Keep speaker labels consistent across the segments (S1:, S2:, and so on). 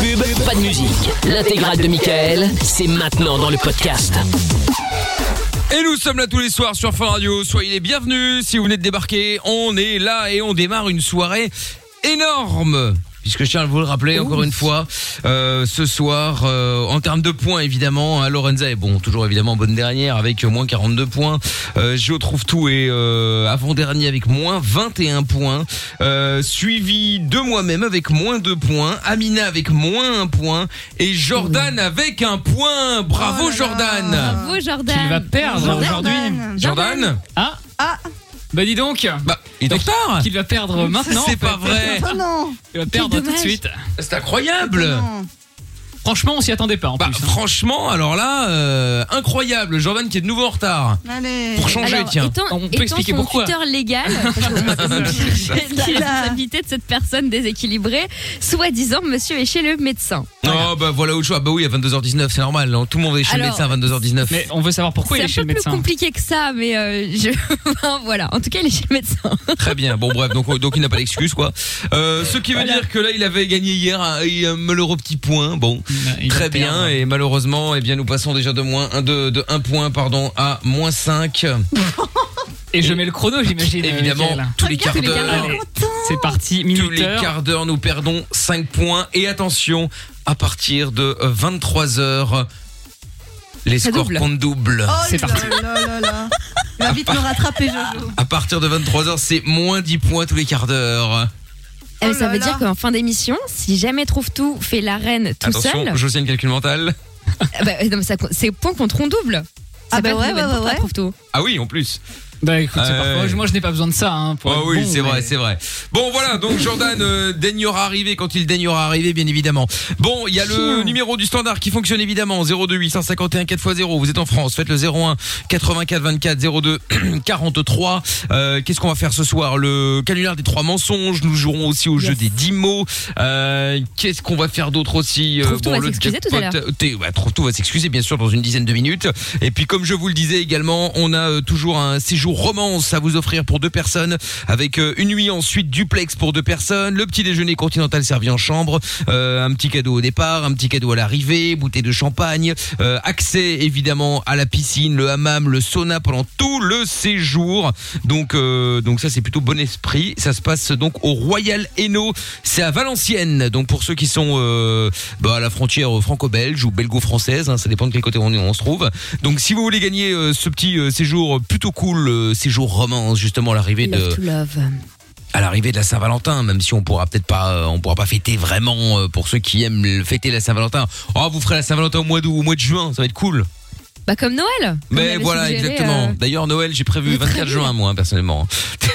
S1: pub, pas de musique. L'intégrale de Michael, c'est maintenant dans le podcast.
S2: Et nous sommes là tous les soirs sur Fun Radio. Soyez les bienvenus. Si vous venez de débarquer, on est là et on démarre une soirée énorme. Puisque je tiens à vous le rappeler encore une fois, euh, ce soir, euh, en termes de points évidemment, hein, Lorenza est bon, toujours évidemment bonne dernière avec euh, moins 42 points. Euh, Gio trouve tout et euh, avant-dernier avec moins 21 points. Euh, suivi de moi-même avec moins 2 points, Amina avec moins 1 point et Jordan avec un point.
S1: Oh
S2: Bravo Jordan
S3: Bravo Jordan.
S2: Qu'il va perdre Jordan.
S3: aujourd'hui.
S2: Jordan
S4: Ah
S5: Ah
S4: Bah dis donc
S2: Bah, il
S4: donc Qu'il va perdre maintenant
S2: C'est
S4: en fait.
S2: pas vrai.
S5: Oh non
S4: Il va perdre tout de
S5: dommage.
S4: suite
S2: C'est incroyable
S4: Franchement, on s'y attendait pas en hein.
S2: Bah franchement, alors là, euh, incroyable, Jordan qui est de nouveau en retard.
S5: Allez
S2: Pour changer,
S3: Alors,
S2: tiens.
S3: Étant,
S4: On peut
S3: étant
S4: expliquer
S3: son
S4: pourquoi.
S3: tuteur légal, j'ai la responsabilité de cette personne déséquilibrée, soi-disant, monsieur est chez le médecin.
S2: Non, bah voilà autre chose. Ah Bah oui, à 22h19, c'est normal. non Tout le monde est chez le
S3: Alors,
S2: médecin à 22h19.
S4: Mais on veut savoir pourquoi il
S3: C'est
S4: est
S3: un
S4: chez
S3: peu
S4: le
S3: plus
S4: médecin.
S3: compliqué que ça, mais euh, je... enfin, voilà. En tout cas, il est chez le médecin.
S2: Très bien. Bon bref, donc donc il n'a pas d'excuse quoi. Euh, ce qui veut
S4: Voilà.
S2: dire que là, il avait gagné hier un, un malheureux petit point. Bon.
S4: Il va
S2: Très
S4: perdre.
S2: bien et malheureusement eh bien nous passons déjà de moins un de, de un point pardon à moins 5
S4: Et je mets le chrono, j'imagine. euh,
S2: évidemment
S4: Mickaël.
S2: tous les quarts
S3: Regarde, tous les
S2: d'heure
S3: quarts
S4: Allez, c'est parti,
S2: Tous les
S4: minuteur.
S2: quarts d'heure, nous perdons 5 points. Et attention, à partir de 23h, les
S3: Ça
S2: scores
S3: double.
S2: comptent double.
S5: Oh
S4: C'est
S5: là
S4: parti.
S5: là là là. Il va vite me rattraper, Jojo.
S2: À partir de 23h, c'est moins 10 points tous les quarts d'heure.
S3: Eh,
S5: Oh
S3: ça
S5: là
S3: veut
S5: là.
S3: dire qu'en fin d'émission, si jamais Trouve Tout fait la reine tout
S2: attention,
S3: seul,
S2: Josiane, calcul mental.
S3: eh ben, non, mais ça co- ces points compteront double. Ça
S5: Ah
S3: va
S5: bah
S3: être
S5: ouais,
S3: une bonne
S5: ouais,
S3: pour
S5: ouais,
S3: toi,
S5: ouais.
S3: Trouve Tout.
S2: Ah oui, en plus.
S4: Bah écoute, c'est
S2: Ouais.
S4: parfait. Moi, je n'ai pas besoin de ça. Hein, pour
S2: Ah
S4: être
S2: oui,
S4: bon,
S2: c'est
S4: mais-
S2: vrai, c'est vrai. Bon, voilà, donc Jordan euh, daignera arriver quand il daignera arriver, bien évidemment. Bon, il y a le numéro du standard qui fonctionne évidemment, 02 851 4x0, vous êtes en France, faites le 01 84 24 02 43. Euh, Qu'est-ce qu'on va faire ce soir Le canular des trois mensonges, nous jouerons aussi au jeu
S3: Yes.
S2: des 10 mots. Euh, Qu'est-ce qu'on va faire d'autre aussi Euh,
S3: Trouve-tout va s'excuser tout à l'heure.
S2: T- bah, Trouve tout va s'excuser bien sûr dans une dizaine de minutes. Et puis comme je vous le disais également, on a euh, toujours un séjour romance à vous offrir pour deux personnes avec euh, une nuit ensuite duplex pour deux personnes, le petit déjeuner continental servi en chambre, euh, un petit cadeau au départ, un petit cadeau à l'arrivée, bouteille de champagne, euh, accès évidemment à la piscine, le hammam, le sauna pendant tout le séjour. Donc euh, donc ça c'est plutôt bon esprit. Ça se passe donc au Royal Hainaut, c'est à Valenciennes. Donc pour ceux qui sont euh, bah, à la frontière franco-belge ou belgo-française, hein, ça dépend de quel côté on, est- on se trouve. Donc si vous voulez gagner euh, ce petit euh, séjour plutôt cool, euh, séjour romance justement à l'arrivée de
S3: Love to love.
S2: à l'arrivée de la Saint-Valentin, même si on pourra peut-être pas, euh, on pourra pas fêter vraiment euh, pour ceux qui aiment le- fêter la Saint-Valentin. Oh, vous ferez la Saint-Valentin au mois d'août, au mois de juin, ça va être cool.
S3: Bah comme Noël. On
S2: Mais
S3: avait
S2: Ben, voilà,
S3: suggéré,
S2: exactement.
S3: euh,
S2: D'ailleurs, Noël, j'ai prévu
S3: Mais très
S2: 24
S3: bien.
S2: juin, moi, hein, personnellement.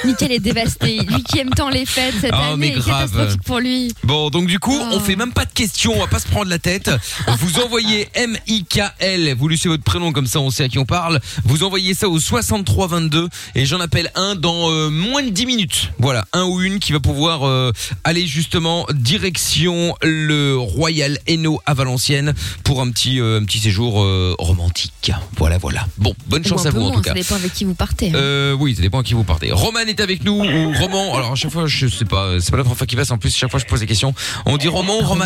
S3: Mickaël est dévasté. Lui qui aime tant les fêtes cette
S2: Ah, mais
S3: année, est
S2: grave.
S3: catastrophique pour lui.
S2: Bon, donc du coup,
S3: Oh.
S2: on fait même pas de questions, on va pas se prendre la tête. Vous envoyez M-I-K-L, vous laissez votre prénom comme ça, on sait à qui on parle. Vous envoyez ça au 6322 et j'en appelle un dans euh, moins de 10 minutes. Voilà, un ou une qui va pouvoir euh, aller justement direction le Royal Hainaut à Valenciennes pour un petit, euh, un petit séjour euh, romantique. Voilà, voilà. Bon, bonne
S3: Ou
S2: chance
S3: un
S2: à
S3: peu
S2: vous en
S3: moins,
S2: tout cas.
S3: ben, Ça dépend avec qui vous partez. hein.
S2: Euh, oui, ça dépend à qui vous partez. Roman est avec nous ou Roman. Alors à chaque fois, je sais pas, euh, c'est pas la première fois qu'il passe. En plus, chaque fois, je pose des questions. On dit Roman, ou Roman.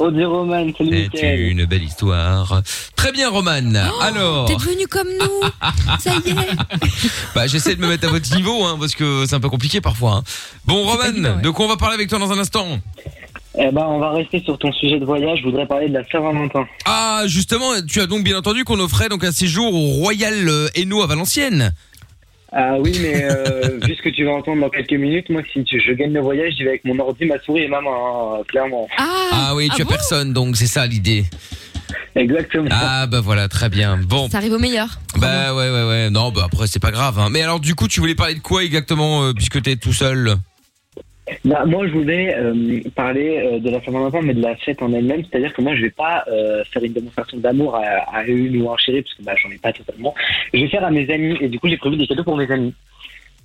S6: Oh, dit Roman, c'est
S2: C'est
S6: nickel.
S2: une belle histoire. Très bien, Roman. Alors,
S3: Oh, T'es devenu comme nous. ça y est.
S2: bah, j'essaie de me mettre à votre niveau, hein, parce que c'est un peu compliqué parfois. hein. Bon,
S3: pas évident,
S2: Roman,
S3: ouais.
S2: de quoi on va parler avec toi dans un instant
S6: Eh ben, on va rester sur ton sujet de voyage. Je voudrais parler de la Saint-Valentin.
S2: Ah, justement, tu as donc bien entendu qu'on offrait donc un séjour au Royal euh, Hainaut à Valenciennes.
S6: Ah oui, mais euh, vu ce que tu vas entendre dans quelques minutes, moi, si tu- je gagne le voyage, j'y vais avec mon ordi, ma souris et ma main, hein, clairement.
S3: Ah,
S2: Ah oui, tu as
S3: bon
S2: personne, donc c'est ça l'idée.
S6: Exactement.
S2: Ah bah voilà, très bien. Bon,
S3: Ça arrive au meilleur.
S2: Bah ouais ouais ouais non bah après c'est pas grave hein. mais alors du coup tu voulais parler de quoi exactement euh, puisque t'es tout seul
S6: Bah, moi, je voulais euh, parler euh, de la Saint-Valentin, mais de la fête en elle-même. C'est-à-dire que moi, je vais pas euh, faire une démonstration d'amour à, à une ou un chéri, parce que bah, j'en ai pas totalement. Je vais faire à mes amis, et du coup, j'ai prévu des cadeaux pour mes amis.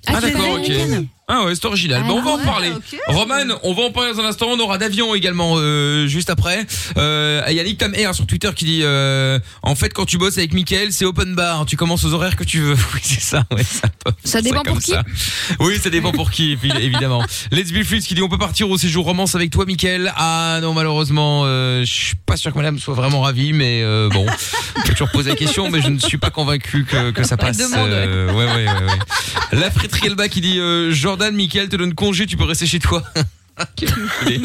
S2: Ah,
S3: tu es
S2: d'accord, ok.
S3: américaine.
S2: Ah ouais, c'est original.
S3: Ah,
S2: Bon, on va en
S3: ouais,
S2: parler.
S5: ok.
S2: Roman, on va en parler dans un instant. On aura d'avion également euh, juste après. Euh, il y a Nick Tam Air sur Twitter qui dit euh, en fait quand tu bosses avec Mickaël, c'est open bar. Tu commences aux horaires que tu veux. Oui, c'est ça. Ouais, ça, peut-
S3: Ça dépend
S2: comme
S3: pour qui.
S2: ça. Oui, ça dépend pour qui évi- évidemment. Let's Be Flux qui dit on peut partir au séjour romance avec toi, Mickaël. Ah non, malheureusement, euh, je suis pas sûr que Madame soit vraiment ravie, mais euh, bon, on peut toujours poser la question, mais je ne suis pas convaincu que, que ça passe.
S3: demande, ouais.
S2: Euh, ouais, ouais, ouais, ouais. La friterie Elba qui dit euh, Jordan, Michael te donne congé, tu peux rester chez toi. Quel enculé.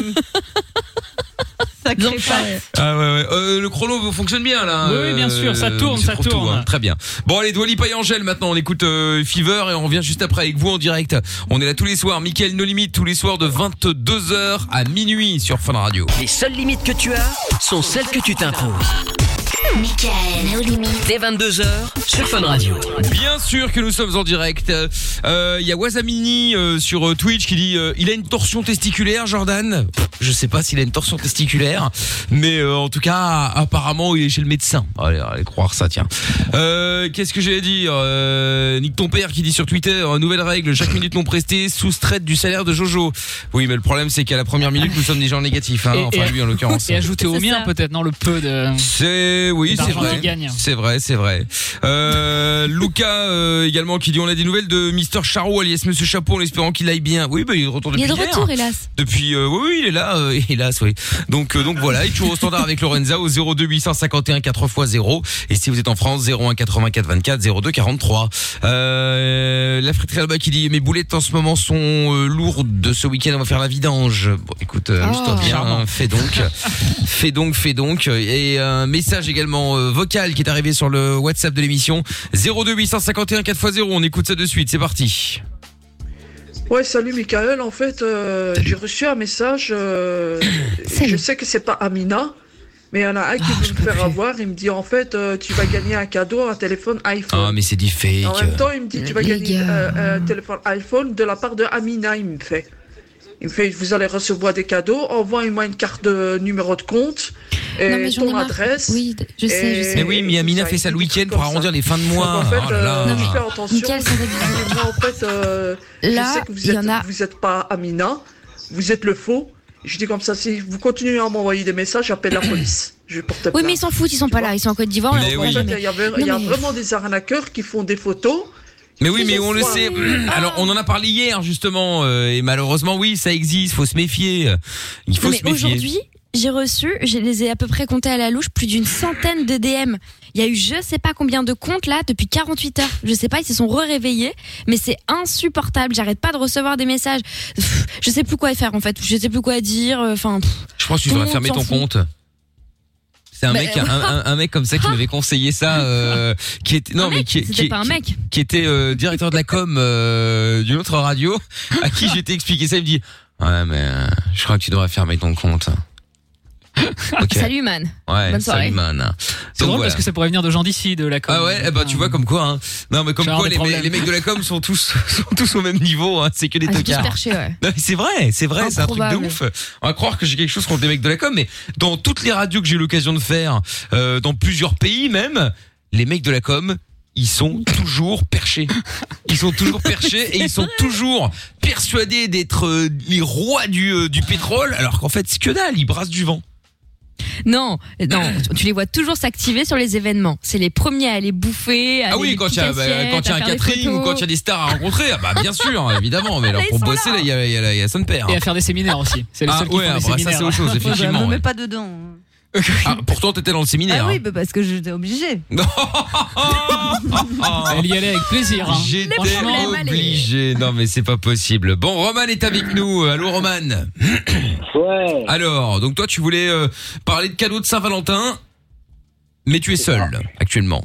S5: Sacré paille.
S2: ah ouais, ouais. Euh, le chrono fonctionne bien là.
S4: Oui, oui, bien sûr, ça tourne,
S2: tu
S4: ça
S2: trouves tout,
S4: tourne.
S2: hein. Très bien. Bon allez, Dwalipa et Angèle maintenant, on écoute euh, Fever et on revient juste après avec vous en direct. On est là tous les soirs, Michael No Limite, tous les soirs de 22h à minuit sur Fun Radio.
S1: Les seules limites que tu as sont celles que tu t'imposes.
S7: Michael, nos limites.
S1: Dès 22h sur Fun Radio.
S2: Bien sûr que nous sommes en direct. Euh, Il y a Wasamini euh, sur euh, Twitch qui dit euh, il a une torsion testiculaire, Jordan. Pff, Je sais pas s'il a une torsion testiculaire, mais euh, en tout cas apparemment il est chez le médecin. Allez, allez croire ça, tiens. Euh, Qu'est-ce que j'allais dire euh, Nick ton père qui dit sur Twitter euh, nouvelle règle chaque minute non prestée soustraite du salaire de Jojo. Oui, mais le problème c'est qu'à la première minute nous sommes des gens négatifs. hein.
S4: Et-
S2: enfin
S4: et-
S2: lui en l'occurrence.
S4: Et ajouter au
S3: C'est
S4: mien
S3: ça.
S4: peut-être, non, le peu de...
S2: C'est oui, c'est
S4: D'argent
S2: vrai.
S4: qu'il gagne.
S2: C'est vrai, c'est vrai. Euh, Luca euh, également qui dit on a des nouvelles de Mister Charo alias Monsieur Chapeau en espérant qu'il aille bien. Oui, bah, il est de retour
S3: Il
S2: depuis
S3: est de
S2: hier.
S3: retour, hélas.
S2: Depuis euh, oui, oui, il est là euh, hélas oui. Donc euh, donc voilà, il est toujours au standard avec Lorenza au 02 851 4 x 0 et si vous êtes en France 01 84 24 02 43. Euh, la friterie Alba qui dit mes boulettes en ce moment sont euh, lourdes ce week-end on va faire la vidange. Bon écoute, euh, amuse-toi bien, hein, fais donc. Fais donc, fais donc. Et un message également euh, vocal qui est arrivé sur le WhatsApp de l'émission 02 851 4x0. On écoute ça de suite, c'est parti.
S8: Ouais, salut Michael. En fait, euh, j'ai reçu un message. euh, je sais que c'est pas Amina, mais il y en a un qui
S3: Ah,
S8: veut me faire avoir. Il me dit en fait, euh, tu vas gagner un cadeau, un téléphone
S2: Ah,
S8: iPhone.
S2: mais c'est dit fake.
S8: en même temps, il me dit, tu vas
S3: Les
S8: gagner
S3: gars.
S8: euh, un téléphone iPhone de la part de Amina. Il me fait. Il me fait, vous allez recevoir des cadeaux. Envoie-moi une carte de numéro de compte et
S3: Non, mais j'en ai
S8: ton
S3: marre.
S8: adresse.
S3: Oui, je sais, je
S2: Mais
S3: sais.
S2: oui, mais Amina fait ça le week-end pour arrondir les fins de
S8: Donc,
S2: mois.
S8: en fait,
S2: Oh là là.
S8: euh, je fais attention.
S3: Michael, sans déguiser.
S8: Et moi, en fait, euh, je sais
S3: Là,
S8: que vous
S3: il y
S8: êtes,
S3: en a.
S8: vous êtes pas Amina, vous êtes le faux. Je dis comme ça, si vous continuez à m'envoyer des messages, j'appelle la police. Je vais porter
S3: Oui,
S8: plainte.
S3: mais ils s'en foutent, ils sont pas là. Ils sont en Côte d'Ivoire.
S2: Mais
S3: on les reprend
S2: oui.
S8: En fait,
S3: jamais.
S8: il y, avait- il y a
S3: Non, mais-
S8: vraiment des arnaqueurs qui font des photos.
S2: Mais oui, mais on le
S8: Ouais.
S2: sait. Alors, on en a parlé hier, justement. euh, Et malheureusement, oui, ça existe. Faut se méfier. Il faut
S3: Non,
S2: se
S3: mais
S2: méfier.
S3: aujourd'hui, j'ai reçu, je les ai à peu près comptés à la louche, plus d'une centaine de DM. Il y a eu je sais pas combien de comptes là depuis 48 heures. Je sais pas, ils se sont réveillés mais c'est insupportable. J'arrête pas de recevoir des messages. Pff, Je sais plus quoi faire en fait, je sais plus quoi dire. euh, Enfin, pff.
S2: Je pense que tu
S3: Tout le
S2: devrais
S3: monde
S2: fermer
S3: s'en Bah,
S2: ton
S3: fout.
S2: compte. C'est un
S3: Mais-
S2: mec, un, un- un mec comme ça qui m'avait conseillé ça, euh, qui était non
S3: Un
S2: mais
S3: Ah mec,
S2: qui,
S3: c'était
S2: qui,
S3: pas un
S2: qui-
S3: mec.
S2: qui était euh, directeur de la com euh, d'une autre radio, à qui j'étais expliqué ça, il me dit Ouais, mais euh, je crois que tu devrais fermer ton compte. ok.
S3: Salut man.
S2: ouais,
S3: bonne soirée.
S2: salut, man.
S4: C'est
S2: Donc,
S4: drôle
S2: voilà.
S4: parce que ça pourrait venir de gens d'ici, de la com.
S2: Ah ouais, eh ben, tu vois comme quoi. Hein. Non mais comme
S4: Genre
S2: quoi
S4: des
S2: les, me-
S4: problèmes.
S2: les mecs de la com sont tous sont tous au même niveau. Hein. C'est que des
S3: Ah, c'est tous
S2: tocards.
S3: perchés, ouais.
S2: Non, mais C'est vrai, c'est vrai, c'est un truc de
S3: Improbable.
S2: ouf. On va croire que j'ai quelque chose contre les mecs de la com, mais dans toutes les radios que j'ai eu l'occasion de faire, euh, dans plusieurs pays même, les mecs de la com, ils sont toujours perchés. Ils sont toujours perchés et ils sont toujours persuadés d'être euh, les rois du, euh, du pétrole, alors qu'en fait, c'est que dalle, ils brassent du vent.
S3: Non, non, tu les vois toujours s'activer sur les événements. C'est les premiers à aller bouffer. À
S2: Ah oui, quand il y a, bah, quand il y a un catering ou quand il y a des stars à rencontrer, ah bah bien sûr, évidemment, mais alors
S3: Là, ils
S2: pour
S3: sont
S2: bosser,
S3: là.
S2: là, il y a, il y a, hein. la- il y a son père.
S4: Et à faire des séminaires aussi. C'est le
S2: Ah
S4: seul qui
S2: ouais,
S4: font
S2: ah
S4: des
S2: bah, ça
S4: séminaires. hein.
S2: c'est autre chose,
S5: Je me
S2: effectivement.
S5: mets
S2: ouais.
S5: pas dedans.
S2: Ah, pourtant, t'étais dans le séminaire.
S5: Ah oui,
S2: hein.
S5: bah, parce que j'étais obligée.
S4: Elle y allait avec plaisir. hein.
S2: Ah, J'étais
S4: Franchement,
S3: problèmes, allez.
S2: obligé. Non, mais c'est pas possible. Bon, Roman est avec nous. Allô, Roman.
S6: Ouais.
S2: Alors, donc toi, tu voulais euh, parler de cadeaux de Saint-Valentin, mais tu es seul actuellement.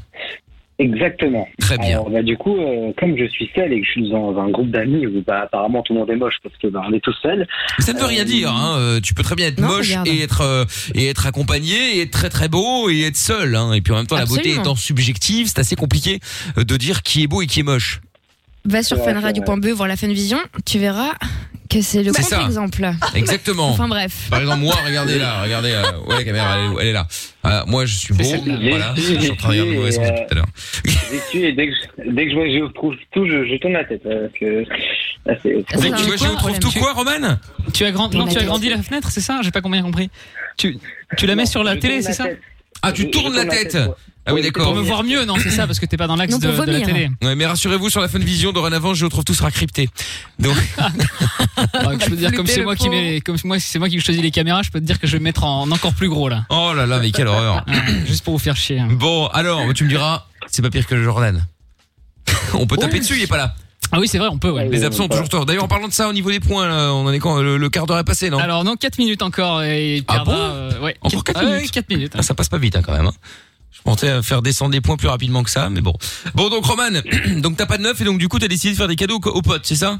S6: Exactement.
S2: Très bien.
S6: Alors, bah, du coup, euh, comme je suis seul et que je suis dans un groupe d'amis où bah, apparemment tout le monde est moche parce que bah, on est tout seul,
S2: Mais ça ne veut rien dire. Hein. Euh, Tu peux très bien être
S3: Non,
S2: moche
S3: regarde.
S2: et être euh, et être accompagné et être très très beau et être seul. Hein. Et puis en même temps, la beauté
S3: Absolument.
S2: étant subjective, c'est assez compliqué euh, de dire qui est beau et qui est moche.
S3: Va sur
S6: Ouais,
S3: funradio.be voir la fanvision, tu verras que c'est le
S2: C'est ça.
S3: contre-exemple.
S2: Exactement.
S3: Enfin bref.
S2: Par exemple, moi, regardez là, regardez, euh, ouais, la caméra, elle, est- elle est là. Euh, moi, je suis beau.
S4: celle-là.
S2: Voilà, je suis en train de regarder mon mauvais sens depuis tout à l'heure.
S6: j'y suis et dès que je, dès que je vois que je trouve tout, je, je tourne la tête. euh, parce que Là, c'est-
S3: Ça, c'est un
S2: tu vois, je vous
S3: quoi,
S2: trouve
S3: problème
S2: tout
S4: Tu-
S2: quoi, Roman
S4: Tu as, grand-
S5: Il y en
S4: non,
S5: a
S4: tu as
S5: qui-
S4: grandi la fenêtre, c'est ça J'ai pas combien compris. Tu, tu la mets
S6: Non,
S4: sur la
S6: je
S4: télé,
S6: tourne
S4: c'est ça
S6: tête.
S2: Ah,
S6: Je-
S2: tu
S6: je
S2: tournes la
S6: tourne
S2: tête Ah oui, d'accord.
S4: Pour me voir mieux, non, c'est ça, parce que t'es pas dans l'axe
S3: Non,
S4: de,
S3: pour
S4: de la
S3: vomir.
S4: télé.
S2: Ouais, mais rassurez-vous, sur la fin de vision, dorénavant, je retrouve tout sera crypté. Donc,
S4: Ah, je peux te dire, comme
S3: flipper
S4: c'est
S3: le
S4: moi qui
S3: pauvre.
S4: mets, comme moi, c'est moi qui choisis les caméras, je peux te dire que je vais me mettre en encore plus gros là,
S2: oh là là, mais quelle horreur.
S4: Ouais, juste pour vous faire chier. hein.
S2: Bon, alors, tu me diras, c'est pas pire que Jordan. On peut taper dessus, il est pas là.
S4: Ah oui, c'est vrai, on peut. Ouais.
S6: Ouais.
S2: Les absents ont toujours tort. D'ailleurs, en parlant de ça, au niveau des points, là, on en est quand le, le quart d'heure est passé, non
S4: Alors non, 4 minutes encore et il
S2: Ah
S4: perdra,
S2: bon
S4: euh, ouais,
S2: Encore quatre
S4: ah ouais,
S2: minutes
S4: quatre minutes.
S2: Ah, Ça passe pas vite, hein, quand même. hein. Je pensais euh, faire descendre des points plus rapidement que ça, mais bon. Bon, donc Roman, donc t'as pas de neuf et donc du coup t'as décidé de faire des cadeaux aux potes, c'est ça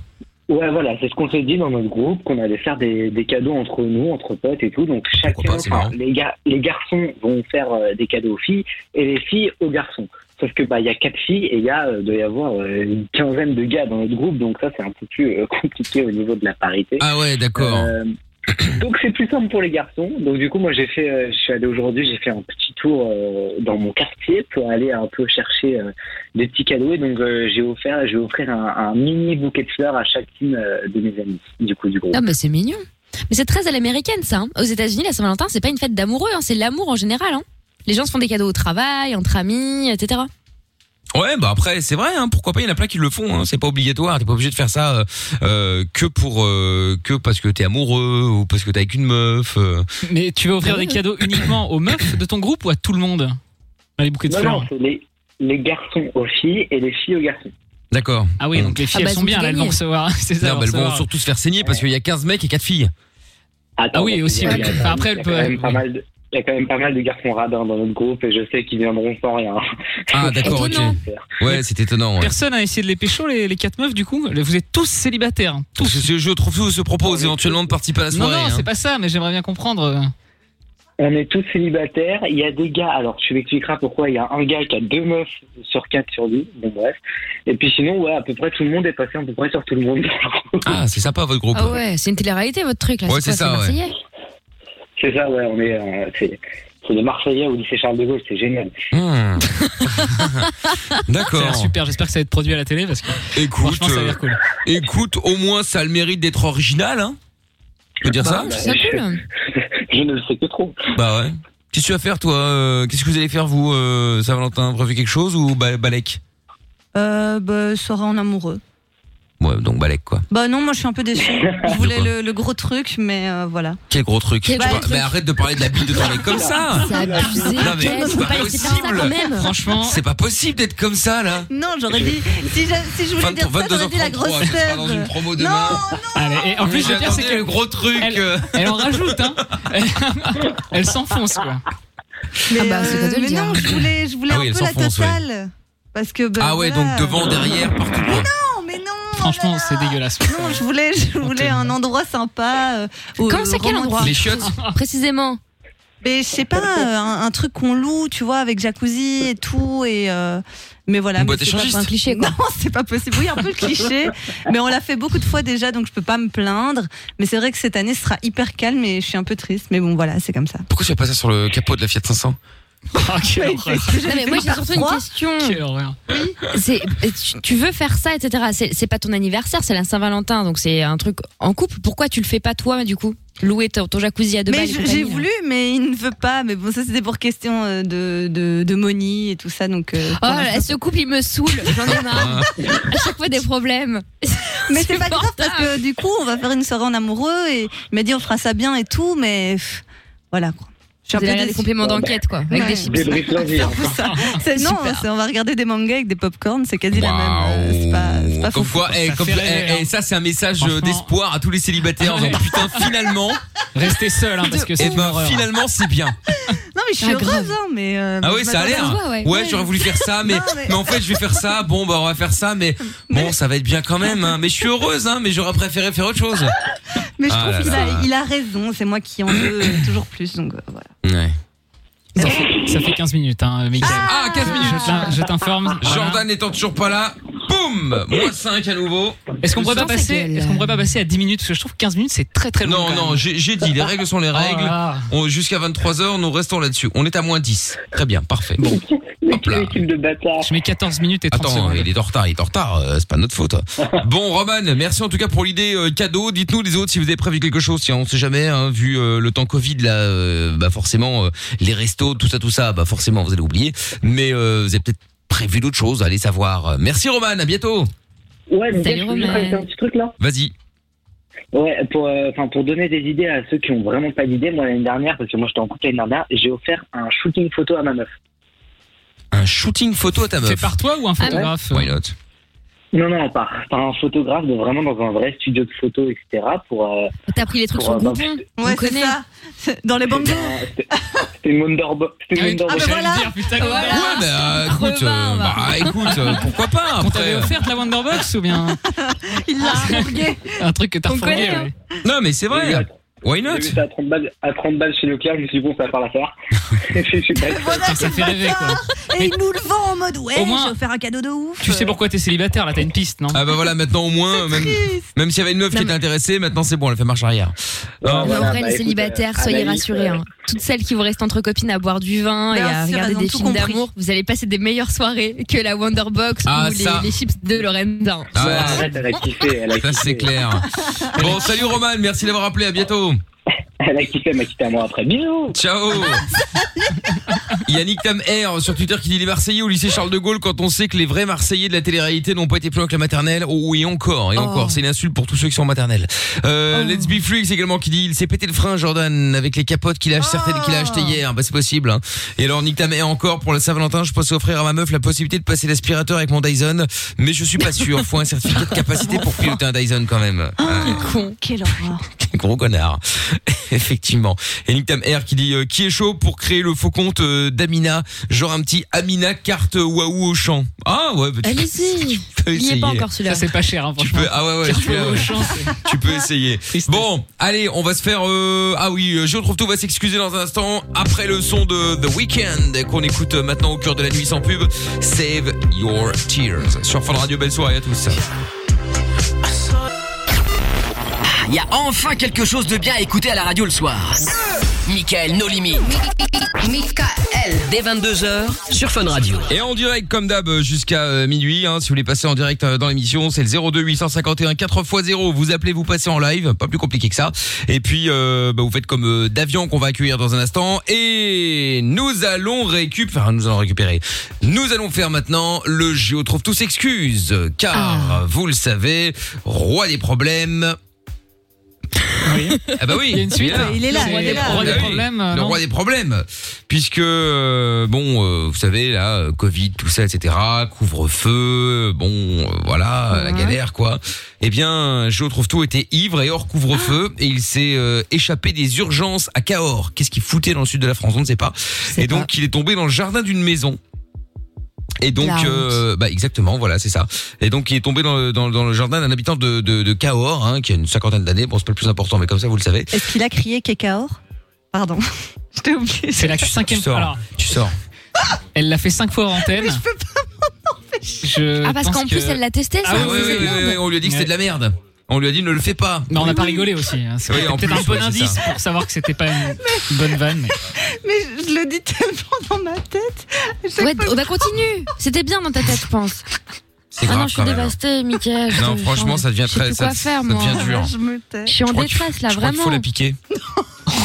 S6: Ouais, voilà, c'est ce qu'on s'est dit dans notre groupe, qu'on allait faire des, des cadeaux entre nous, entre potes et tout. Donc chacun,
S2: pas, c'est
S6: enfin,
S2: marrant.
S6: les, gar- les garçons vont faire euh, des cadeaux aux filles et les filles aux garçons. Sauf que bah il y a quatre filles et il y a euh, doit y avoir euh, une quinzaine de gars dans notre groupe, donc ça c'est un peu plus euh, compliqué au niveau de la parité.
S2: Ah ouais, d'accord.
S6: Euh, donc c'est plus simple pour les garçons. Donc du coup moi j'ai fait, euh, je suis allé aujourd'hui, j'ai fait un petit tour euh, dans mon quartier pour aller un peu chercher euh, des petits cadeaux. Et donc euh, j'ai offert, je vais offrir un, un mini bouquet de fleurs à chacune euh, de mes amies du coup du groupe.
S3: Ah bah c'est mignon. Mais c'est très à l'américaine ça. hein. Aux États-Unis, la Saint-Valentin, c'est pas une fête d'amoureux, hein, c'est l'amour en général. hein. Les gens se font des cadeaux au travail, entre amis, etc.
S2: Ouais, bah après c'est vrai, hein, pourquoi pas. Il y en a plein qui le font. Hein, c'est pas obligatoire. T'es pas obligé de faire ça euh, euh, que pour euh, que parce que t'es amoureux ou parce que t'es avec une meuf. euh.
S4: Mais tu vas offrir
S3: Ah
S4: des
S3: ouais.
S4: cadeaux uniquement aux meufs de ton groupe ou à tout le monde Ah, Les bouquets de
S6: Non
S4: fleurs.
S6: non, c'est les les garçons aux filles et les filles aux garçons.
S2: D'accord.
S4: Ah oui, donc les filles
S3: Ah bah,
S4: elles
S3: elles
S4: sont
S3: ont
S4: bien,
S3: tout
S4: là, elles vont
S3: gagné.
S4: recevoir. C'est
S2: Non,
S4: ça.
S2: bah, elles vont
S4: recevoir.
S2: surtout se faire saigner parce qu'il y a 15 mecs et 4 filles.
S6: Attends,
S4: Ah oui,
S6: parce
S4: aussi,
S6: qu'il y a-
S4: oui.
S6: il y a quand
S4: Enfin,
S6: même-
S4: après,
S6: il y a
S4: elle
S6: quand
S4: peut-
S6: même pas mal de- il y a quand même pas mal de garçons radins dans notre groupe et je sais qu'ils viendront hein. sans rien.
S2: Ah d'accord, ok.
S3: Étonnant.
S2: Ouais, c'est étonnant. Ouais.
S4: Personne a essayé de les pécho les, les quatre meufs du coup. Vous êtes tous célibataires.
S2: Parce que ce jeu trouve se propose éventuellement de participer à la
S4: Non
S2: soirée.
S4: non,
S2: hein.
S4: c'est pas ça, mais j'aimerais bien comprendre.
S6: On est tous célibataires. Il y a des gars. Alors, tu m'expliqueras pourquoi il y a un gars qui a deux meufs sur quatre sur lui. Bon, bref. Et puis sinon, ouais, à peu près tout le monde est passé à peu près sur tout le monde.
S2: Ah, c'est sympa votre groupe.
S3: Ah ouais, c'est une télé-réalité votre truc là.
S2: Ouais, c'est
S3: quoi,
S2: ça, ouais.
S3: Marseillais
S6: c'est ça, ouais. On est, euh, c'est, c'est les Marseillais au lycée Charles de Gaulle. C'est génial.
S2: Hmm.
S4: Ça a l'air
S2: D'accord.
S4: super. J'espère que ça va être produit à la télé parce que
S2: Écoute,
S4: franchement ça a l'air cool.
S2: euh, écoute, au moins ça a le mérite d'être original, hein. Je peux dire ça
S6: Bah,
S3: C'est cool.
S6: Je ne le sais que trop.
S2: Bah ouais. Qu'est-ce que tu vas faire toi euh, Qu'est-ce que vous allez faire vous, euh, Saint-Valentin Prévu quelque chose ou ba- Balek
S5: Euh, bah, sera en amoureux.
S2: Ouais, donc Balek quoi.
S5: Bah non, moi je suis un peu déçue. Je voulais
S2: quoi
S5: le, le gros truc, mais euh, voilà.
S2: Quel gros truc.
S3: Quel
S2: Tu
S3: gros
S2: vois,
S3: truc.
S2: Mais arrête de parler de la bite de ton mec comme ça.
S3: C'est abusé.
S2: Non, mais
S3: Quel-
S2: c'est
S3: faut
S2: pas
S3: pas laisser faire ça
S2: possible.
S3: quand même.
S4: Franchement,
S2: C'est pas possible d'être comme ça là.
S5: Non, j'aurais dit. Si je, si je voulais dire ça, j'aurais dit la
S2: 22h33,
S5: grosse
S2: je serai dans une
S5: teub.
S2: promo
S5: Non,
S2: demain.
S4: allez, et en plus le pire c'est
S2: le
S4: qu'elle
S2: gros truc.
S4: Elle-
S2: euh,
S4: elle en rajoute hein. Elle, elle s'enfonce quoi.
S5: mais,
S3: Ah bah, c'est
S5: euh,
S3: pas de le
S5: mais
S4: hein.
S5: non,
S3: dire.
S5: je voulais, je voulais
S2: Ah oui,
S5: un
S2: elle
S5: peu la
S2: s'enfonce, ouais.
S5: totale. Parce que. bah,
S2: Ah ouais, donc
S5: voilà.
S2: devant, derrière, partout. quoi.
S5: Non, mais non.
S4: Franchement,
S5: là, là.
S4: c'est dégueulasse.
S5: Non, je voulais, je voulais un endroit sympa. euh, où-
S3: Comment c'est quel
S5: romantique.
S3: endroit
S2: Les chiottes
S3: Précisément.
S5: Mais je sais pas, euh, un, un truc qu'on loue, tu vois, avec jacuzzi et tout. Et euh, mais voilà.
S2: Une
S5: mais
S2: boîte
S5: c'est pas-
S2: échangiste.
S3: Pas un cliché
S5: Non,
S3: quoi.
S5: c'est pas possible. Oui, un peu cliché, mais on l'a fait beaucoup de fois déjà, donc je peux pas me plaindre. Mais c'est vrai que cette année ce sera hyper calme et je suis un peu triste. Mais bon, voilà, c'est comme ça.
S2: Pourquoi tu as pas ça sur le capot de la Fiat 500
S4: Ah, quelle horreur.
S3: Non, mais moi j'ai surtout une question.
S4: Quelle horreur.
S3: C'est- tu- Tu veux faire ça, etc. C'est- C'est pas ton anniversaire, c'est la Saint-Valentin, donc c'est un truc en couple. Pourquoi tu le fais pas toi du coup Louer ton, ton jacuzzi à deux
S5: mais
S3: balles et
S5: je-
S3: compagnie,
S5: j'ai
S3: là.
S5: voulu, mais il ne veut pas. Mais bon, ça c'était pour question euh, de, de, de money et tout ça. Donc, euh,
S3: Oh,
S5: pour l'instant-
S3: ce couple, il me saoule. J'en ai marre.
S2: Ah.
S3: À chaque fois, des problèmes.
S5: mais c'est pas grave
S3: supportable.
S5: parce que du coup, on va faire une soirée en amoureux et il m'a dit on fera ça bien et tout, mais pff, voilà quoi. Je suis
S3: Vous
S5: un peu
S3: allez regarder des
S5: déçue.
S3: compléments
S2: ben,
S3: d'enquête, quoi. Avec
S5: Ouais.
S3: des chips.
S6: Débrief lundi. hein.
S5: C'est- non,
S3: Super.
S5: c'est- on va regarder des mangas avec des popcorns, c'est quasi la même. euh, c'est pas, c'est pas
S2: comme
S5: fou.
S2: quoi, eh,
S4: Ça
S2: comme-
S4: fait rêver,
S2: eh, eh,
S4: hein.
S2: ça c'est un message euh,
S4: Franchement.
S2: d'espoir à tous les célibataires. en disant, putain, finalement,
S4: Restez seul hein, parce que
S2: eh
S4: c'est une
S2: ben,
S4: horreur.
S2: finalement c'est bien.
S5: Non, mais je suis
S3: Ah, grave.
S5: heureuse, hein, mais. euh,
S2: Ah
S5: je
S2: oui, ça a
S5: m'attendais-
S2: l'air.
S3: se voit, ouais.
S2: Ouais, j'aurais voulu faire ça, mais,
S5: Non, mais-
S2: mais en fait je vais faire ça. Bon bah on va faire ça, mais bon ça va être bien quand même. hein. Mais je suis heureuse, hein, mais j'aurais préféré faire autre chose.
S5: Mais je
S2: Ah là
S5: trouve qu'il
S2: là.
S5: a, il a raison, c'est moi qui en veux euh, toujours plus, donc euh, voilà.
S2: Ouais.
S4: Ça fait, ça fait 15 minutes, hein, Michael.
S2: Ah 15 minutes.
S4: Je t'in- je t'informe.
S2: Jordan étant toujours pas là, boum Boum Moins 5 à nouveau.
S4: Est-ce qu'on pourrait pas
S2: Sans sa
S4: passer
S2: gueule.
S4: Est-ce qu'on pourrait pas passer à 10 minutes Parce que je trouve que 15 minutes c'est très très long.
S2: Non, non, j'ai j'ai dit, les règles sont les
S4: Ah,
S2: règles. On- Jusqu'à 23h, nous restons là-dessus. On est à moins 10. Très bien, parfait. Bon. Hop là.
S6: de bâtard.
S4: Je mets 14 minutes et 30
S2: Attends,
S4: secondes.
S2: il est en retard, il est en retard, euh, c'est pas notre faute. Bon, Roman, merci en tout cas pour l'idée euh, cadeau. Dites-nous les autres si vous avez prévu quelque chose, si on sait jamais, hein, vu euh, le temps Covid là, euh, bah forcément euh, les restos, tout ça, tout ça, bah forcément vous allez oublier. Mais euh, vous avez peut-être prévu d'autres choses, allez savoir. Merci Roman, à bientôt.
S6: Ouais, mais
S2: Salut,
S6: je peux juste
S2: Romain.
S6: rajouter un petit truc là.
S2: Vas-y.
S6: Ouais, pour, euh, enfin, pour donner des idées à ceux qui ont vraiment pas d'idées, moi l'année dernière, parce que moi j'étais en couple l'année dernière, j'ai offert un shooting photo à ma meuf.
S2: Un shooting photo à ta meuf.
S6: Fait par
S4: toi ou
S3: Ah
S4: un
S6: photographe
S2: Why not
S6: Non, non, par, par un photographe, donc vraiment dans un vrai studio de photo, etc. Pour, euh,
S3: T'as pris les trucs
S6: pour,
S3: sur
S6: euh,
S3: Groupon,
S6: vingt-
S3: on connaît.
S5: Dans les bandes
S6: C'était une Wonderbo. C'était une
S4: Ah,
S6: Wonderbo.
S4: j'allais le dire, putain,
S3: Ah
S2: Ouais,
S4: Wonderbox.
S2: bah, écoute, euh, bah, écoute, euh, pourquoi pas
S4: On
S2: après
S4: t'avait offerte la Wonderbox ou bien
S5: Il l'a
S4: fourgué. Un truc que t'as
S6: On
S4: refourgué.
S6: connaît, hein.
S4: ouais.
S2: Non, mais c'est
S6: J'ai vu
S2: vrai.
S6: à-
S2: Why not
S6: J'ai vu ça à 30 balles, à 30 balles chez Leclerc, je me suis dit, bon, ça va faire l'affaire. Je suis pas-
S4: Ça fait rêver quoi.
S5: Et il nous le vend en mode ouais,
S4: Au moins-
S5: j'ai offert un cadeau de ouf.
S4: Tu sais pourquoi t'es célibataire là T'as une piste non
S2: Ah bah voilà, maintenant au moins, même, même s'il y avait une meuf qui était intéressée, maintenant c'est bon, elle a fait marche arrière.
S3: Mais en
S5: Bah,
S6: Bah,
S3: vrai, les célibataires,
S5: ah,
S3: soyez rassurés. hein. Toutes celles qui vous restent entre copines à boire du vin et
S5: Merci,
S3: à
S5: elles
S3: regarder
S5: ont
S3: des
S5: tout
S3: films
S5: compris.
S3: d'amour, vous allez passer des meilleures soirées que la Wonderbox
S2: Ah,
S3: ou les,
S2: ça.
S3: les chips de Lorenza.
S2: Ah ouais.
S6: Arrête, elle a kiffé, elle a
S2: Ça c'est clair. Bon, salut Roman, merci d'avoir appelé, à bientôt.
S6: Elle a kiffé, elle m'a quitté à moi après. Bisous
S2: Ciao Yannick Tam R sur Twitter qui dit les Marseillais au lycée Charles de Gaulle quand on sait que les vrais Marseillais de la télé-réalité n'ont pas été plus loin que la maternelle. Oh, et encore, et
S9: Oh.
S2: encore, c'est une insulte pour tous ceux qui sont en maternelle. Euh, Let's Be Freaks également qui dit il s'est pété le frein Jordan avec les capotes qu'il a, certaines qu'il a achetées hier. Bah c'est possible. hein. Et alors Nick Tam R encore pour la Saint-Valentin, je pense offrir à ma meuf la possibilité de passer l'aspirateur avec mon Dyson, mais je suis pas sûr. Faut un certificat de capacité pour piloter un Dyson quand même. Ouais.
S5: con. Oh, Quelle horreur.
S2: Gros connard. Effectivement. Et Nick Tam R qui dit euh, qui est chaud pour créer le faux compte euh, d'Amina, genre un petit Amina carte waouh au champ. Ah ouais, bah, tu,
S3: Allez-y.
S2: peux
S3: Il
S2: essayer.
S3: est pas encore celui-là.
S4: Ça c'est pas cher hein,
S2: tu peux ah ouais ouais,
S4: Carte
S2: celui-là,
S4: Waouh au
S2: ouais.
S4: champ,
S2: tu peux essayer. Bon, allez, on va se faire euh, ah oui, euh, je retrouve tout va s'excuser dans un instant après le son de The Weeknd qu'on écoute euh, maintenant au cœur de la nuit sans pub, Save Your Tears. Sur Fun Radio, belle soirée à tous.
S1: Il Ah, y a enfin quelque chose de bien à écouter à la radio le soir. Michael, nos limites. Michael. Dès 22h sur Fun Radio.
S2: Et en direct comme d'hab euh, jusqu'à euh, minuit hein, si vous voulez passer en direct euh, dans l'émission, c'est le 02 851 4x0. Vous appelez, vous passez en live, pas plus compliqué que ça. Et puis euh, bah, vous faites comme euh, Davian qu'on va accueillir dans un instant et nous allons récupérer enfin, nous allons récupérer. Nous allons faire maintenant le géo trouve tous excuses euh, car
S4: Ah.
S2: vous le savez, roi des problèmes. Ah bah oui,
S4: Il y a une suite, il est là,
S2: C'est
S4: roi des- roi des
S2: Ah oui,
S4: problèmes, euh,
S2: le
S4: non
S2: roi des problèmes, puisque euh, bon, euh, vous savez là, euh, Covid, tout ça, etc., couvre-feu, bon, euh, voilà, la galère quoi. Eh bien, Joe Trouve-Tout était ivre et hors couvre-feu, et il s'est euh, échappé des urgences à Cahors. Qu'est-ce qu'il foutait dans le sud de la France, on ne sait pas. Et donc, il est tombé dans le jardin d'une maison. Et donc,
S9: La honte.
S2: euh, bah exactement, voilà, c'est ça. Et donc, il est tombé dans le, dans, le- dans le jardin d'un habitant de, de, de Cahors, hein, qui a une cinquantaine d'années. Bon, c'est pas le plus important, mais comme ça, vous le savez.
S5: Est-ce qu'il a crié Kekaor Pardon. Je t'ai oublié.
S4: C'est la cinquième
S2: sors.
S4: fois. Alors,
S2: Tu sors.
S4: elle l'a fait 5 fois en antenne. je peux pas
S3: Ah, parce qu'en plus, elle l'a testé, ça.
S2: Ah oui, oui, oui, oui, oui, on lui a dit que c'était de la merde. On lui a dit ne le fais pas.
S4: Mais on n'a pas rigolé aussi. hein. C'est
S2: Oui, en
S4: peut-être
S2: plus,
S4: un bon
S2: ouais, c'est
S4: indice
S2: ça.
S4: pour savoir que c'était pas une bonne vanne. mais-
S5: Mais je, je le dis tellement dans ma tête.
S3: Ouais, bah continue. C'était bien dans ta tête, je pense.
S2: C'est
S3: Ah
S2: grave
S3: non, je suis
S2: quand même.
S3: dévastée, Michael. Ah, Je-
S2: Non,
S3: je-
S2: franchement, ça devient
S3: je sais
S2: très-
S3: plus
S2: ça-
S3: quoi faire,
S2: ça devient
S3: moi.
S2: dur.
S5: Je me tais.
S3: Je suis en
S2: crois qu'il-
S3: détresse, là,
S2: Je crois qu'il
S3: vraiment.
S2: faut la piquer.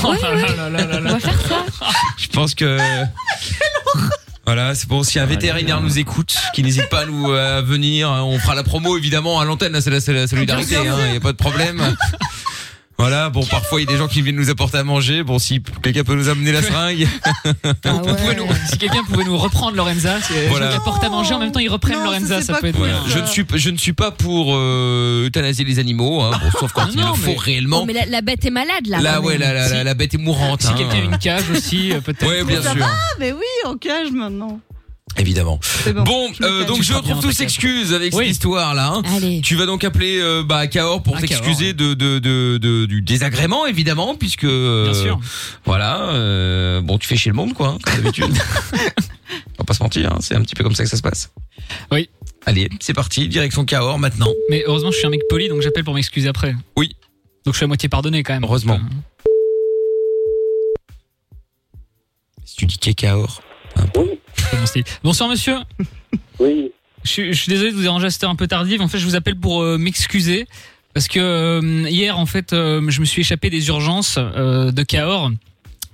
S4: Oh là là là là là.
S3: On va faire ça.
S2: Je pense que. Voilà, c'est bon. Si un vétérinaire nous écoute, qui n'hésite pas à nous euh, à venir, hein, on fera la promo évidemment à l'antenne. là, C'est la, c'est la solidarité,
S9: Bien
S2: il
S9: sûr.
S2: n'y a pas de problème. Voilà, bon, parfois il y a des gens qui viennent nous apporter à manger. Bon, si quelqu'un peut nous amener la seringue.
S4: Vous pouvez nous- si quelqu'un pouvait nous reprendre Lorenza, c'est
S2: Voilà.
S4: voilà. apporte à manger en même temps, ils reprennent Lorenza, ça peut être
S2: Voilà.
S4: bien.
S2: Je ne suis p- je ne suis pas pour euh, euthanasier les animaux, hein, bon, sauf quand il le faut réellement.
S3: Oh, Ah mais la, la bête est malade, là.
S2: là,
S3: quand
S2: ouais,
S3: même.
S2: la, la, la- la bête est mourante.
S4: Si
S2: hein.
S4: quelqu'un a une cage aussi, euh, peut-être.
S2: Ouais, bien
S5: ça
S2: sûr.
S5: va, Ah, mais oui, en cage maintenant.
S2: Évidemment.
S5: bon,
S2: Bon,
S5: je me
S2: euh,
S5: calme.
S2: donc
S5: Tu
S2: je
S5: feras bien
S2: retrouve
S5: dans
S2: tous
S5: ta case.
S2: s'excuses avec
S4: Oui.
S2: cette histoire là. hein. Tu vas donc appeler euh, bah, Cahors pour
S4: Ah, Cahors,
S2: t'excuser de, de, de- de- du désagrément évidemment puisque euh,
S4: Bien sûr.
S2: voilà euh, bon tu fais chez le monde quoi hein, comme d'habitude. On va pas se mentir, hein, c'est un petit peu comme ça que ça se passe.
S4: Oui.
S2: Allez, c'est parti, direction Cahors maintenant.
S4: Mais heureusement, je suis un mec poli, donc j'appelle pour m'excuser après.
S2: Oui.
S4: Donc je suis à moitié pardonné quand même.
S2: Heureusement. Si tu dis qu'est Cahors.
S4: Comment c'est dit Bonsoir monsieur.
S6: Oui.
S4: Je, suis- je suis désolé de vous déranger à cette heure un peu tardive. En fait, je vous appelle pour euh, m'excuser parce que euh, hier, en fait, euh, je me suis échappé des urgences euh, de Cahors.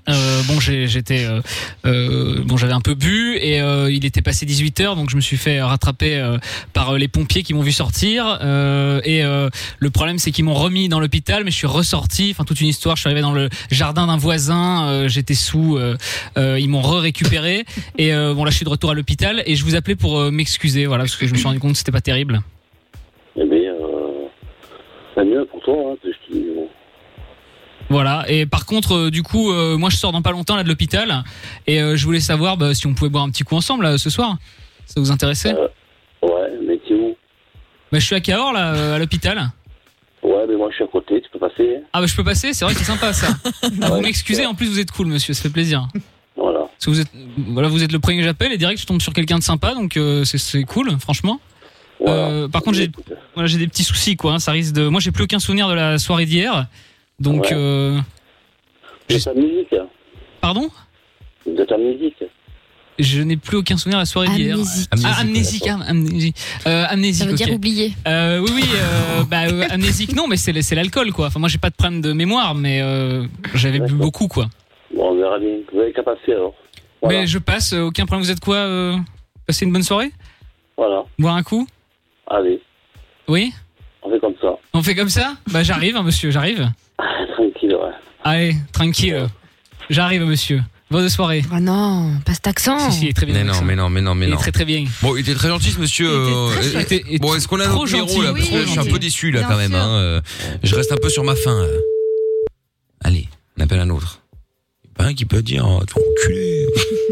S4: Euh, bon, j'ai- j'étais, euh, euh, bon, j'avais un peu bu et euh, il était passé 18 h donc je me suis fait rattraper euh, par euh, les pompiers qui m'ont vu sortir. euh, et euh, le problème, c'est qu'ils m'ont remis dans l'hôpital, mais je suis ressorti. Enfin, toute une histoire. Je suis arrivé dans le jardin d'un voisin. euh, j'étais sous. euh, euh, ils m'ont re-récupéré. Et euh, bon, là, je suis de retour à l'hôpital et je vous appelais pour euh, m'excuser, voilà, parce que je me suis rendu compte que c'était pas terrible.
S9: Eh bien, euh, c'est mieux pour toi, hein, parce que, euh,
S4: Voilà. Et par contre, euh, du coup, euh, moi, je sors dans pas longtemps là de l'hôpital et euh, je voulais savoir bah, si on pouvait boire un petit coup ensemble là, ce soir. Ça vous intéressait
S9: Euh, Ouais, mais t'es où
S4: bah, Je suis à Cahors là, euh, à l'hôpital.
S9: Ouais, mais moi je suis à côté, tu peux passer. hein.
S4: Ah bah je peux passer, c'est vrai que c'est sympa ça. Ah, vous m'excusez, en plus vous êtes cool monsieur, ça fait plaisir.
S9: Voilà.
S4: Parce que vous êtes, voilà, vous êtes le premier que j'appelle et direct je tombe sur quelqu'un de sympa, donc euh, c'est- c'est cool, franchement. Euh, par contre j'ai voilà, j'ai des petits soucis quoi, hein, ça risque de... Moi j'ai plus aucun souvenir de la soirée d'hier, donc...
S9: Ouais.
S4: euh,
S9: De ta musique, hein.
S4: Pardon
S9: de ta musique.
S4: Je n'ai plus aucun souvenir de la soirée d'hier.
S3: Amnésique.
S4: Ah, amnésique, am- amnésique. Euh, amnésique,
S3: Ça veut dire
S4: ok.
S3: oublié.
S4: Euh, oui, oui, euh, bah, euh, amnésique, non, mais c'est le- c'est l'alcool, quoi. Enfin, moi, j'ai pas de problème de mémoire, mais euh, j'avais bu
S9: D'accord.
S4: beaucoup, quoi.
S9: Bon, on verra bien. Vous avez qu'à passer alors. Voilà.
S4: Mais je passe, euh, aucun problème. Vous êtes quoi euh, Passer une bonne soirée
S9: voilà.
S4: Boire un coup
S9: Allez,
S4: Oui
S9: on fait comme ça.
S4: On fait comme ça Bah, j'arrive, hein, monsieur, j'arrive.
S9: Tranquille, ouais.
S4: Allez, tranquille. J'arrive, monsieur. Bonne soirée.
S3: Oh non, pas cet accent.
S4: Si, si, il est très bien.
S2: Mais non,
S4: Maxime.
S2: mais non, mais non, mais
S4: Il est
S2: non.
S4: très très bien.
S2: Bon, il était très gentil ce monsieur. euh,
S4: Il était- il était
S2: Bon, est-ce qu'on a
S4: trop
S2: notre numéro
S4: gentil,
S2: là Parce
S4: oui,
S2: que je suis un
S4: gentil.
S2: peu déçu là
S5: Bien
S2: quand même.
S5: sûr.
S2: hein, euh, Je reste un peu sur ma faim. euh. Allez, on appelle un autre. Pas un qui peut dire, oh, t'es enculé.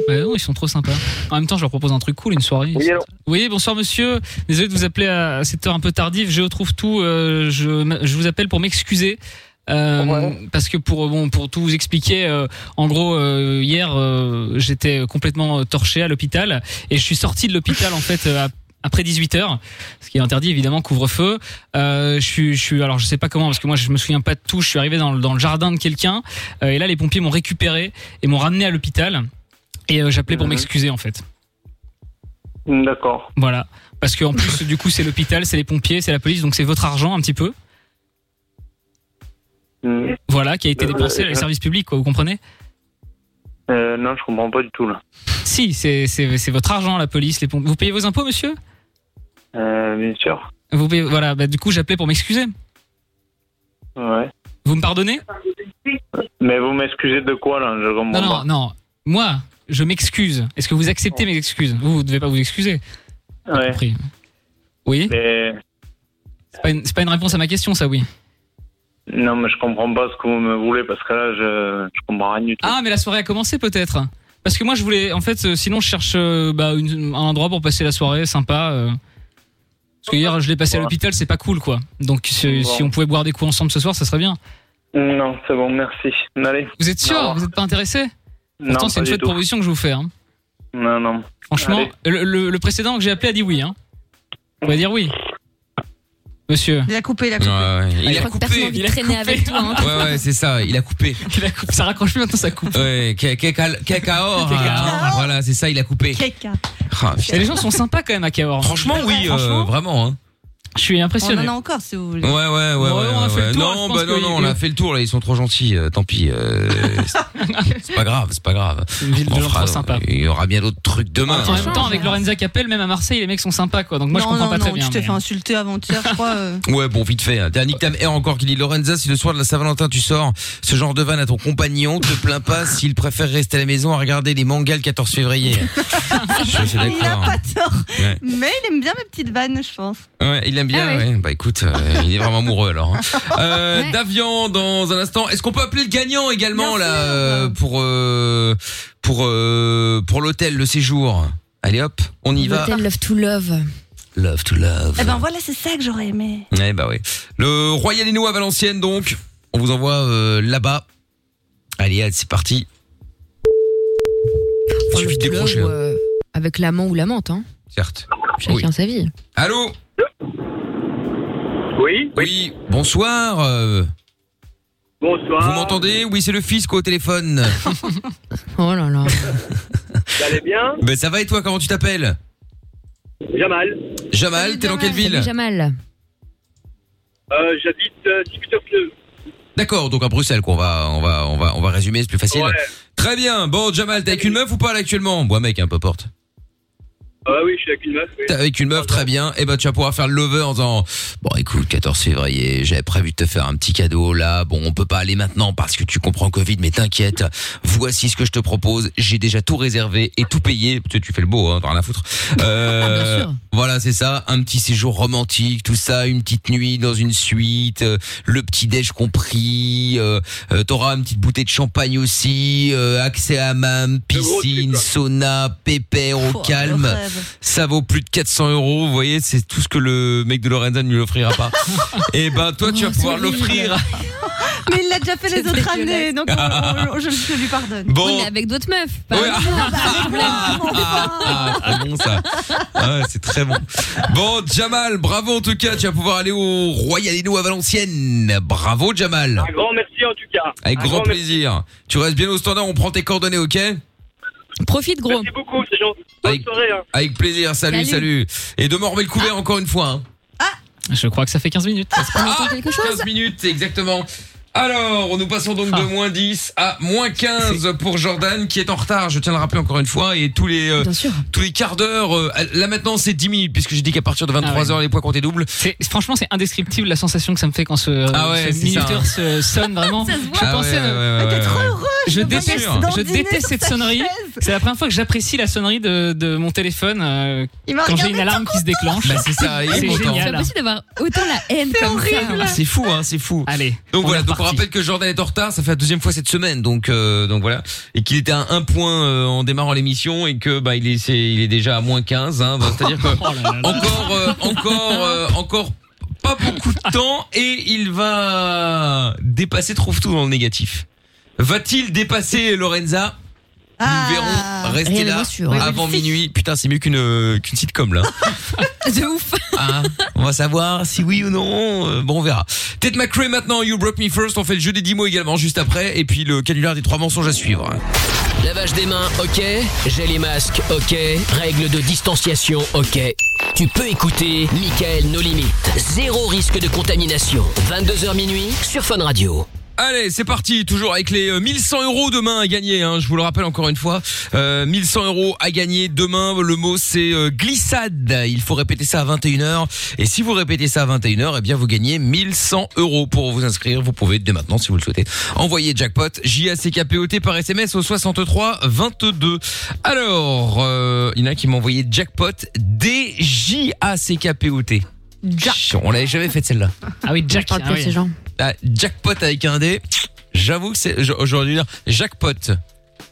S4: Bah non, ils sont trop sympas. En même temps, je leur propose un truc cool, une soirée.
S6: Oui, allô
S4: Oui, bonsoir monsieur. Désolé de vous appeler à cette heure un peu tardive. Je retrouve tout. euh, je, je vous appelle pour m'excuser. Euh,
S6: Ouais.
S4: Parce que pour bon pour tout vous expliquer, euh, en gros euh, hier euh, j'étais complètement euh, torché à l'hôpital et je suis sorti de l'hôpital en fait euh, à- après 18 h ce qui est interdit évidemment couvre-feu. Euh, je suis je suis alors je sais pas comment parce que moi je me souviens pas de tout. Je suis arrivé dans le, dans le jardin de quelqu'un euh, et là les pompiers m'ont récupéré et m'ont ramené à l'hôpital et euh, j'appelais pour
S6: Mhm.
S4: m'excuser en fait.
S6: D'accord.
S4: Voilà. Parce qu'en plus, du coup, c'est l'hôpital, c'est les pompiers, c'est la police, donc c'est votre argent un petit peu.
S6: Hmm.
S4: Voilà, qui a été
S6: Euh,
S4: dépensé à les
S6: euh,
S4: services publics, quoi, vous comprenez
S6: Euh, non, je comprends pas du tout là.
S4: Si, c'est c'est- c'est votre argent, la police, les pompiers. Vous payez vos impôts, monsieur
S6: Euh, bien sûr.
S4: Vous payez, Voilà, bah, du coup, j'appelais pour m'excuser.
S6: Ouais.
S4: Vous me pardonnez
S6: Mais vous m'excusez de quoi là Je
S4: Non,
S6: comprends
S4: non,
S6: pas.
S4: non. Moi, je m'excuse. Est-ce que vous acceptez mes excuses Vous, vous devez pas vous excuser.
S6: Ouais.
S4: Compris. Oui
S6: Mais...
S4: C'est pas, une- c'est pas une réponse à ma question, ça, oui.
S6: Non, mais je comprends pas ce que vous me voulez parce que là, je, je comprends rien du tout.
S4: Ah, mais la soirée a commencé, peut-être Parce que moi, je voulais. En fait, euh, sinon, je cherche euh, bah, une- un endroit pour passer la soirée sympa. euh. Parce que hier, je l'ai passé à
S6: Ouais.
S4: l'hôpital, c'est pas cool, quoi. Donc, si,
S6: Bon.
S4: si on pouvait boire des coups ensemble ce soir, ça serait bien.
S6: Non, c'est bon, merci. Allez.
S4: Vous êtes sûr
S6: Non.
S4: Vous n'êtes pas intéressé
S6: Non,
S4: Pourtant, c'est
S6: pas
S4: une
S6: du
S4: chouette
S6: tout.
S4: proposition que je vous fais. hein.
S6: Non, non.
S4: Franchement,
S6: Allez.
S4: le, le- le précédent que j'ai appelé a dit oui. Hein. On va dire oui. Monsieur.
S5: Il a coupé, il a
S2: Ouais,
S5: coupé.
S2: ouais, Il
S3: Je
S2: a
S3: crois que personne n'a
S2: coupé.
S3: envie
S4: Ah, il
S3: de
S4: a
S3: traîner avec toi. hein.
S2: Ouais, ouais, c'est ça, il a coupé.
S4: Il a coupé. Ça raccroche plus maintenant, ça coupe.
S2: Ouais, qu'est- qu'est- qu'à- qu'est- qu'à or,
S4: Qu'est- qu'à
S2: hein. oh, Voilà, c'est ça, il a coupé.
S5: Cake.
S2: Ah, putain.
S4: Et oh. les gens sont sympas quand même à Cahors.
S2: Franchement, oui, euh,
S4: Franchement.
S2: vraiment. hein.
S4: Je suis
S5: On
S4: impressionné.
S5: en a encore si vous voulez.
S2: Ouais, ouais, ouais. ouais,
S4: on a fait
S2: ouais.
S4: le tour, je
S2: non,
S4: pense
S2: bah non,
S4: que-
S2: non, on a fait le tour là, ils sont trop gentils, euh, tant pis. euh, c'est- c'est pas grave, c'est pas grave.
S4: C'est une ville
S2: On
S4: de gens
S2: fera-
S4: trop sympa.
S2: Il y aura bien d'autres trucs demain.
S4: En même temps,
S3: change,
S4: avec
S3: hein.
S4: Lorenza Capel, même à Marseille, les mecs sont sympas, quoi. Donc moi, je
S5: non,
S4: comprends
S5: non,
S4: pas
S5: non,
S4: très bien.
S5: tu t'es
S4: mais-
S5: fait insulter avant-hier, je crois. euh.
S2: Ouais, bon, vite fait. hein. Dernier Tam R encore qui dit Lorenza, si le soir de la Saint-Valentin tu sors ce genre de vanne à ton compagnon, te plains pas s'il préfère rester à la maison à regarder les mangas le 14 février. Je suis
S5: Oh. Il a
S2: d'accord.
S5: pas tort.
S2: Ouais.
S5: Mais il aime bien mes petites vannes, je pense.
S2: Ouais, il aime bien,
S3: Ah
S2: ouais. Bah écoute, euh, il est vraiment amoureux alors. hein. Euh,
S3: Ouais.
S2: Davian, dans un instant, est-ce qu'on peut appeler le gagnant également là euh, pour euh, pour euh, pour l'hôtel, le séjour Allez hop, on y va.
S3: L'hôtel Love to Love.
S2: Love to love.
S5: Eh ben voilà, c'est ça que j'aurais aimé.
S2: Ouais, bah oui. Le Royal Eno à Valenciennes, donc. On vous envoie euh, là-bas. Allez, allez, c'est parti. Faut
S3: Enfin,
S2: vite
S3: Love to
S2: décrocher,
S3: Love,
S2: hein.
S3: euh, avec l'amant ou l'amante. Hein.
S2: certes.
S3: Chacun sa vie.
S2: Allô
S9: Oui
S2: Oui, bonsoir. euh,
S9: Bonsoir.
S2: Vous m'entendez Oui, c'est le fisc au téléphone.
S3: oh là là.
S9: Vous allez bien
S2: ben ça va et toi, comment tu t'appelles
S9: Jamal.
S2: Jamal, t'es dans quelle ville
S3: Salut, Jamal.
S9: Euh, J'habite euh, 18 heures Pleu.
S2: D'accord, donc à Bruxelles qu'on va on va on va on va résumer, c'est plus facile. Très bien. Bon Jamal, t'es avec une meuf ou pas là actuellement Bon mec, un peu porte.
S9: Ah oui, je suis avec une meuf. oui.
S2: T'es avec une meuf, très bien. Et ben tu vas pouvoir faire le lover en disant bon écoute 14 février, j'avais prévu de te faire un petit cadeau Eh, oh là. Bon on peut pas aller maintenant parce que tu comprends Covid, mais t'inquiète. Voici ce que je te propose. J'ai déjà tout réservé et tout payé. Tu, tu fais le beau, hein, t'as rien à foutre. Euh, Voilà c'est ça, un petit séjour romantique, tout ça, une petite nuit dans une suite, euh, le petit déj compris. Euh, euh, T'auras une petite bouteille de champagne aussi, euh, accès à hammam, piscine, sauna, pépère au
S10: Oh,
S2: calme.
S10: le rêve.
S2: Ça vaut plus de 400 euros. Vous voyez, c'est tout ce que le mec de Lorenza ne lui offrira pas. Et ben, toi, tu vas pouvoir l'offrir.
S5: Mais il l'a déjà fait les autres années, donc on- on- on- je, je lui pardonne.
S2: Bon.
S3: Oui, mais avec d'autres meufs. pas
S2: Ouais.
S3: avec moi.
S2: Ah, très bon ça. Ah, ouais, c'est très bon. Bon, Jamal, bravo en tout cas. Tu vas pouvoir aller au Royalino à Valenciennes. Bravo, Jamal.
S9: Un grand merci en tout cas.
S2: Avec
S9: Un
S2: grand
S9: merci.
S2: plaisir. Tu restes bien au standard. On prend tes coordonnées, ok
S3: Profite, gros.
S9: Merci beaucoup, c'est gentil. Bonne soirée. hein.
S2: Avec plaisir. Salut, salut.
S9: Salut.
S2: Et demain, on remet le couvert encore une fois. hein.
S4: Je crois que ça fait 15 minutes.
S2: Ah, 15 minutes, exactement. Alors, nous passons donc de moins 10 à moins 15 pour Jordan qui est en retard, je tiens à le rappeler encore une fois, et tous les, euh, tous les quarts d'heure, euh, là maintenant c'est 10 minutes puisque j'ai dit qu'à partir de 23 heures les points comptaient double.
S4: Franchement, c'est indescriptible la sensation que ça me fait quand ce,
S2: Ah ouais,
S4: ce
S2: c'est ça,
S4: minuteur
S2: hein.
S4: se sonne vraiment.
S2: Ça se voit. Ah
S4: Je
S2: ouais,
S4: pensais. euh,
S2: ouais, ouais, ouais, T'es trop ouais. heureux,
S4: Je
S2: je vois
S4: déteste,
S2: bien sûr.
S4: je
S2: Dandiner
S4: déteste
S2: sur
S4: cette
S2: sa
S4: sonnerie. C'est la première fois que j'apprécie la sonnerie de, de mon téléphone euh,
S3: Il m'a
S4: quand j'ai
S3: regardé
S4: une alarme qui se déclenche.
S2: Bah, c'est ça, il est
S4: c'est
S2: content.
S3: C'est
S4: génial. hein.
S3: pas possible d'avoir autant la haine comme ça.
S2: C'est fou, hein, c'est fou.
S4: Allez.
S2: Donc voilà, donc on rappelle que Jordan est en retard, ça fait la deuxième fois cette semaine, donc euh, donc voilà, et qu'il était à un point euh, en démarrant l'émission et que bah il est c'est- il est déjà à moins 15, hein, bah, c'est-à-dire que encore euh, encore euh, encore pas beaucoup de temps et il va dépasser trouve tout dans le négatif. Va-t-il dépasser Lorenza Nous
S5: Ah.
S2: verrons. Restez
S10: rien n'est
S2: là
S10: moins sûr, hein.
S2: avant minuit. Putain, c'est mieux qu'une euh, qu'une sitcom là. Ah,
S3: De ouf.
S2: On va savoir si oui ou non. euh, bon, on verra. Ted McRae maintenant, You Broke Me First. On fait le jeu des 10 mots également juste après. Et puis le canular des trois mensonges à suivre.
S1: Lavage des mains, ok. J'ai les masques, ok. Règles de distanciation, ok. Tu peux écouter Michael No limites. Zéro risque de contamination. 22h minuit sur Fun Radio.
S2: Allez, c'est parti, toujours avec les euh, 1100 euros demain à gagner, hein, je vous le rappelle encore une fois, Euh, 1100 euros à gagner demain, le mot c'est euh, glissade, il faut répéter ça à 21h, et si vous répétez ça à 21h, eh bien vous gagnez 1100 euros pour vous inscrire, vous pouvez dès maintenant si vous le souhaitez, envoyer jackpot J-A-C-K-P-O-T par SMS au 63 22. Alors, euh, il y en a qui m'ont envoyé jackpot D-J-A-C-K-P-O-T. Jack. On l'avait jamais fait celle-là.
S4: Ah oui, Jack.
S3: Parle
S2: ah
S3: pas de
S2: oui.
S3: ces gens.
S2: Ah, jackpot avec un dé. J'avoue que c'est j- j'aurais dû dire jackpot.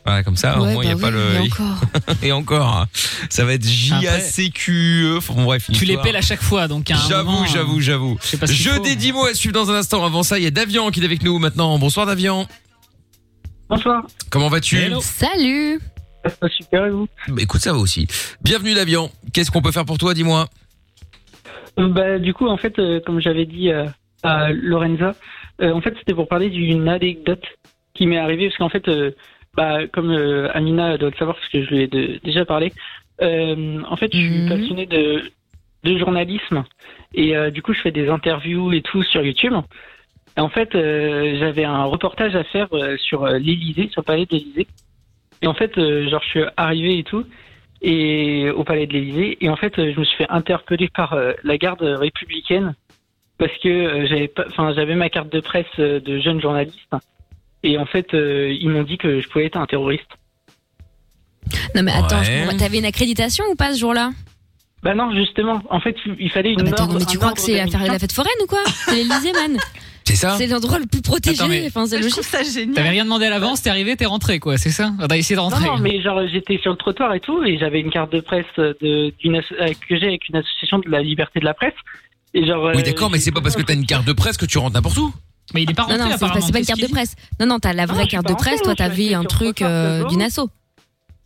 S2: Voilà, comme ça, au
S4: Ouais,
S2: moins, il n'y a
S4: bah
S2: pas
S4: oui,
S2: le.
S4: et encore.
S2: Et encore, hein. Ça va être J-A-C-Q-E. E. Enfin, bon, bref, une
S4: Tu les
S2: histoire.
S4: pelles à chaque fois, donc à un moment,
S2: J'avoue,
S4: euh,
S2: j'avoue, j'avoue.
S4: je sais pas ce qu'il
S2: Je
S4: faut,
S2: des 10 mots à suivre dans un instant. Avant ça, il y a Davian qui est avec nous maintenant. Bonsoir, Davian. Bonsoir. Comment vas-tu
S3: Salut.
S2: Super, et vous Écoute, ça va aussi. Bienvenue, Davian. Qu'est-ce qu'on peut faire pour toi, dis-moi
S11: Euh, bah, du coup, en fait, euh, comme j'avais dit euh, à Lorenza, euh, en fait, c'était pour parler d'une anecdote qui m'est arrivée, parce qu'en fait, euh, bah, comme euh, Amina doit le savoir, parce que je lui ai de- déjà parlé, euh, en fait, je suis passionné de, de journalisme, et euh, du coup, je fais des interviews et tout sur YouTube. Et en fait, euh, j'avais un reportage à faire euh, sur euh, l'Élysée, sur le palais de l'Élysée. Et en fait, euh, genre, je suis arrivé et tout, et au palais de l'Élysée. Et en fait, euh, je me suis fait interpeller par euh, la garde républicaine parce que euh, j'avais, pas- enfin, j'avais ma carte de presse euh, de jeune journaliste. Et en fait, euh, ils m'ont dit que je pouvais être un terroriste.
S3: Non mais attends,
S11: Ouais.
S3: je comprends- t'avais une accréditation ou pas ce jour-là
S11: Bah non, justement. En fait, il- il fallait une.
S3: Ah bah attends,
S11: ordre-
S3: mais tu
S11: un
S3: crois
S11: ordre
S3: que c'est la,
S11: de
S3: faire- la fête foraine ou quoi C'est l'Elysée, man.
S2: C'est ça
S3: C'est l'endroit le plus protégé.
S4: Attends, mais-
S3: Enfin, c'est logique. ça génial.
S4: euh, T'avais rien demandé à l'avance, t'es arrivé, t'es rentré, quoi, c'est ça On a essayé de
S11: Non,
S4: rentrer.
S11: non, mais genre j'étais sur le trottoir et tout, et j'avais une carte de presse de, d'une asso- euh, que j'ai avec une association de la liberté de la presse. Et genre,
S2: Oui, d'accord, mais c'est euh, pas parce que t'as une carte de presse que tu rentres n'importe où.
S4: Mais il est pas
S3: Non, non, c'est pas, c'est pas une carte de presse. Non, non, t'as la vraie carte de presse. Toi, t'avais un truc euh, d'une asso.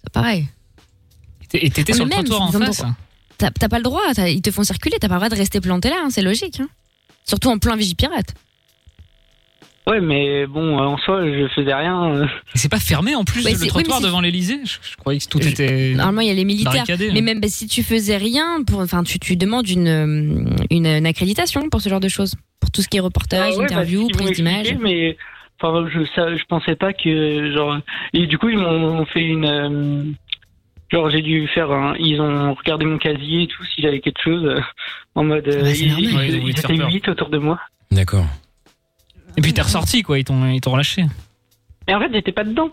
S3: C'est pareil.
S4: Et t'étais
S3: Ah,
S4: sur
S3: mais
S4: le
S3: même,
S4: trottoir en
S3: ils ont le
S4: face.
S3: droit. T'as t'as pas le droit, t'as- ils te font circuler, t'as pas le droit de rester planté là, hein, c'est logique. hein. Surtout en plein Vigipirate.
S11: Ouais, mais bon, euh, en soi, je faisais rien. euh.
S4: C'est pas fermé en plus
S3: Ouais, c'est-
S4: le
S3: oui,
S4: trottoir
S3: mais c'est-
S4: devant l'Elysée Je, je croyais que tout était.
S3: Normalement, il y a les militaires.
S4: barricadé,
S3: mais
S4: hein.
S3: même bah, si tu faisais rien, pour, enfin, tu, tu demandes une, euh, une, une accréditation pour ce genre de choses. Pour tout ce qui est reportage,
S11: Ah ouais,
S3: interview,
S11: parce qu'ils m'ont
S3: prise d'image.
S11: expliqué, Mais enfin, je, ça, je pensais pas que genre. Et du coup, ils m'ont fait une. euh, genre, j'ai dû faire. un- ils ont regardé mon casier et tout si j'avais quelque chose euh, en mode. euh,
S4: Ah bah, c'est
S11: ils,
S4: normal. Ouais,
S11: ils-
S4: ils ont
S11: ils
S4: voulu te faire
S11: étaient
S4: peur.
S11: huit autour de moi.
S2: D'accord.
S4: Et puis t'es ressorti quoi, ils t'ont ils t'ont relâché.
S11: Mais en fait, j'étais pas dedans.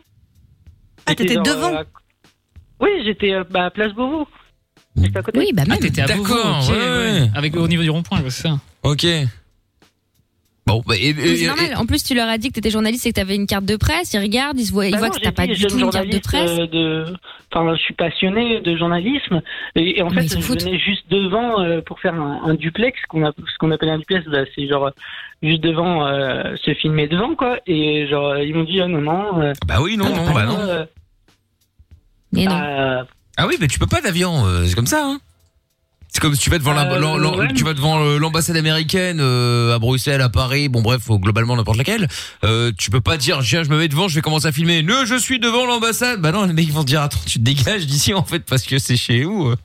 S4: Ah,
S11: J'étais
S4: t'étais
S11: genre,
S4: devant.
S11: euh, à- Oui, j'étais euh, bah, à Place Beauvau. J'étais à côté.
S3: Oui, bah
S4: Ah, t'étais à Beauvau, ok, ouais. Avec au niveau du rond-point, je vois, c'est ça.
S2: Ok. Bon, bah, et,
S3: Mais
S2: et-
S3: C'est normal.
S2: et-
S3: En plus, tu leur as dit que t'étais journaliste et que t'avais une carte de presse. Ils regardent, ils se voient, ils
S11: Bah
S3: voient
S11: non,
S3: que
S11: j'ai
S3: t'as pas
S11: dit,
S3: du
S11: jeune
S3: tout une carte de
S11: journaliste,
S3: presse.
S11: euh, de- Enfin, je suis passionné de journalisme et, et en fait, je venais juste devant euh, pour faire un, un duplex, qu'on a- ce qu'on appelle un duplex, bah, c'est genre euh, juste devant, euh, se filmer devant quoi. Et genre euh, ils m'ont dit ah, non non. euh,
S2: Bah oui, non,
S11: euh,
S2: non, bah non.
S11: euh, euh,
S2: Ah oui, mais tu peux pas d'avion, euh, c'est comme ça. Hein c'est comme si tu vas devant la-
S11: Euh,
S2: l'am- l'am-
S11: ouais,
S2: tu vas devant euh, l'ambassade américaine euh, à Bruxelles, à Paris, bon bref, euh, globalement n'importe laquelle. Euh, tu peux pas dire tiens, je me mets devant, je vais commencer à filmer. Ne, je suis devant l'ambassade. Bah non, les mecs ils vont te dire attends, tu te dégages d'ici en fait parce que c'est chez où. euh.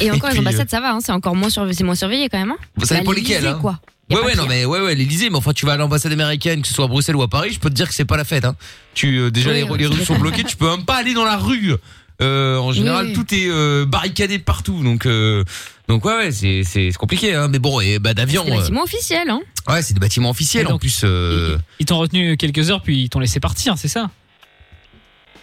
S3: Et encore, les
S2: puis, euh,
S3: ambassades, ça va, hein, c'est encore moins, surve- c'est moins surveillé quand même. hein.
S2: Vous savez
S3: Bah,
S2: pas
S3: l'Élysée,
S2: lesquels hein.
S3: quoi. Y a
S2: Ouais
S3: pas
S2: ouais non
S3: pire.
S2: mais ouais ouais l'Elysée mais enfin tu vas à l'ambassade américaine que ce soit à Bruxelles ou à Paris je peux te dire que c'est pas la fête hein. Tu euh, déjà
S10: Oui,
S2: les,
S10: oui,
S2: les
S10: c'est
S2: rues sont
S10: vrai.
S2: bloquées tu peux même pas aller dans la rue. Euh, en général
S10: Oui.
S2: tout est euh, barricadé de partout donc euh, donc ouais ouais c'est c'est c'est compliqué hein mais bon et bah d'avion
S3: C'est le
S2: euh,
S3: bâtiment officiel, hein.
S2: ouais c'est des bâtiments officiels en plus euh,
S4: Ils t'ont retenu quelques heures puis ils t'ont laissé partir, c'est ça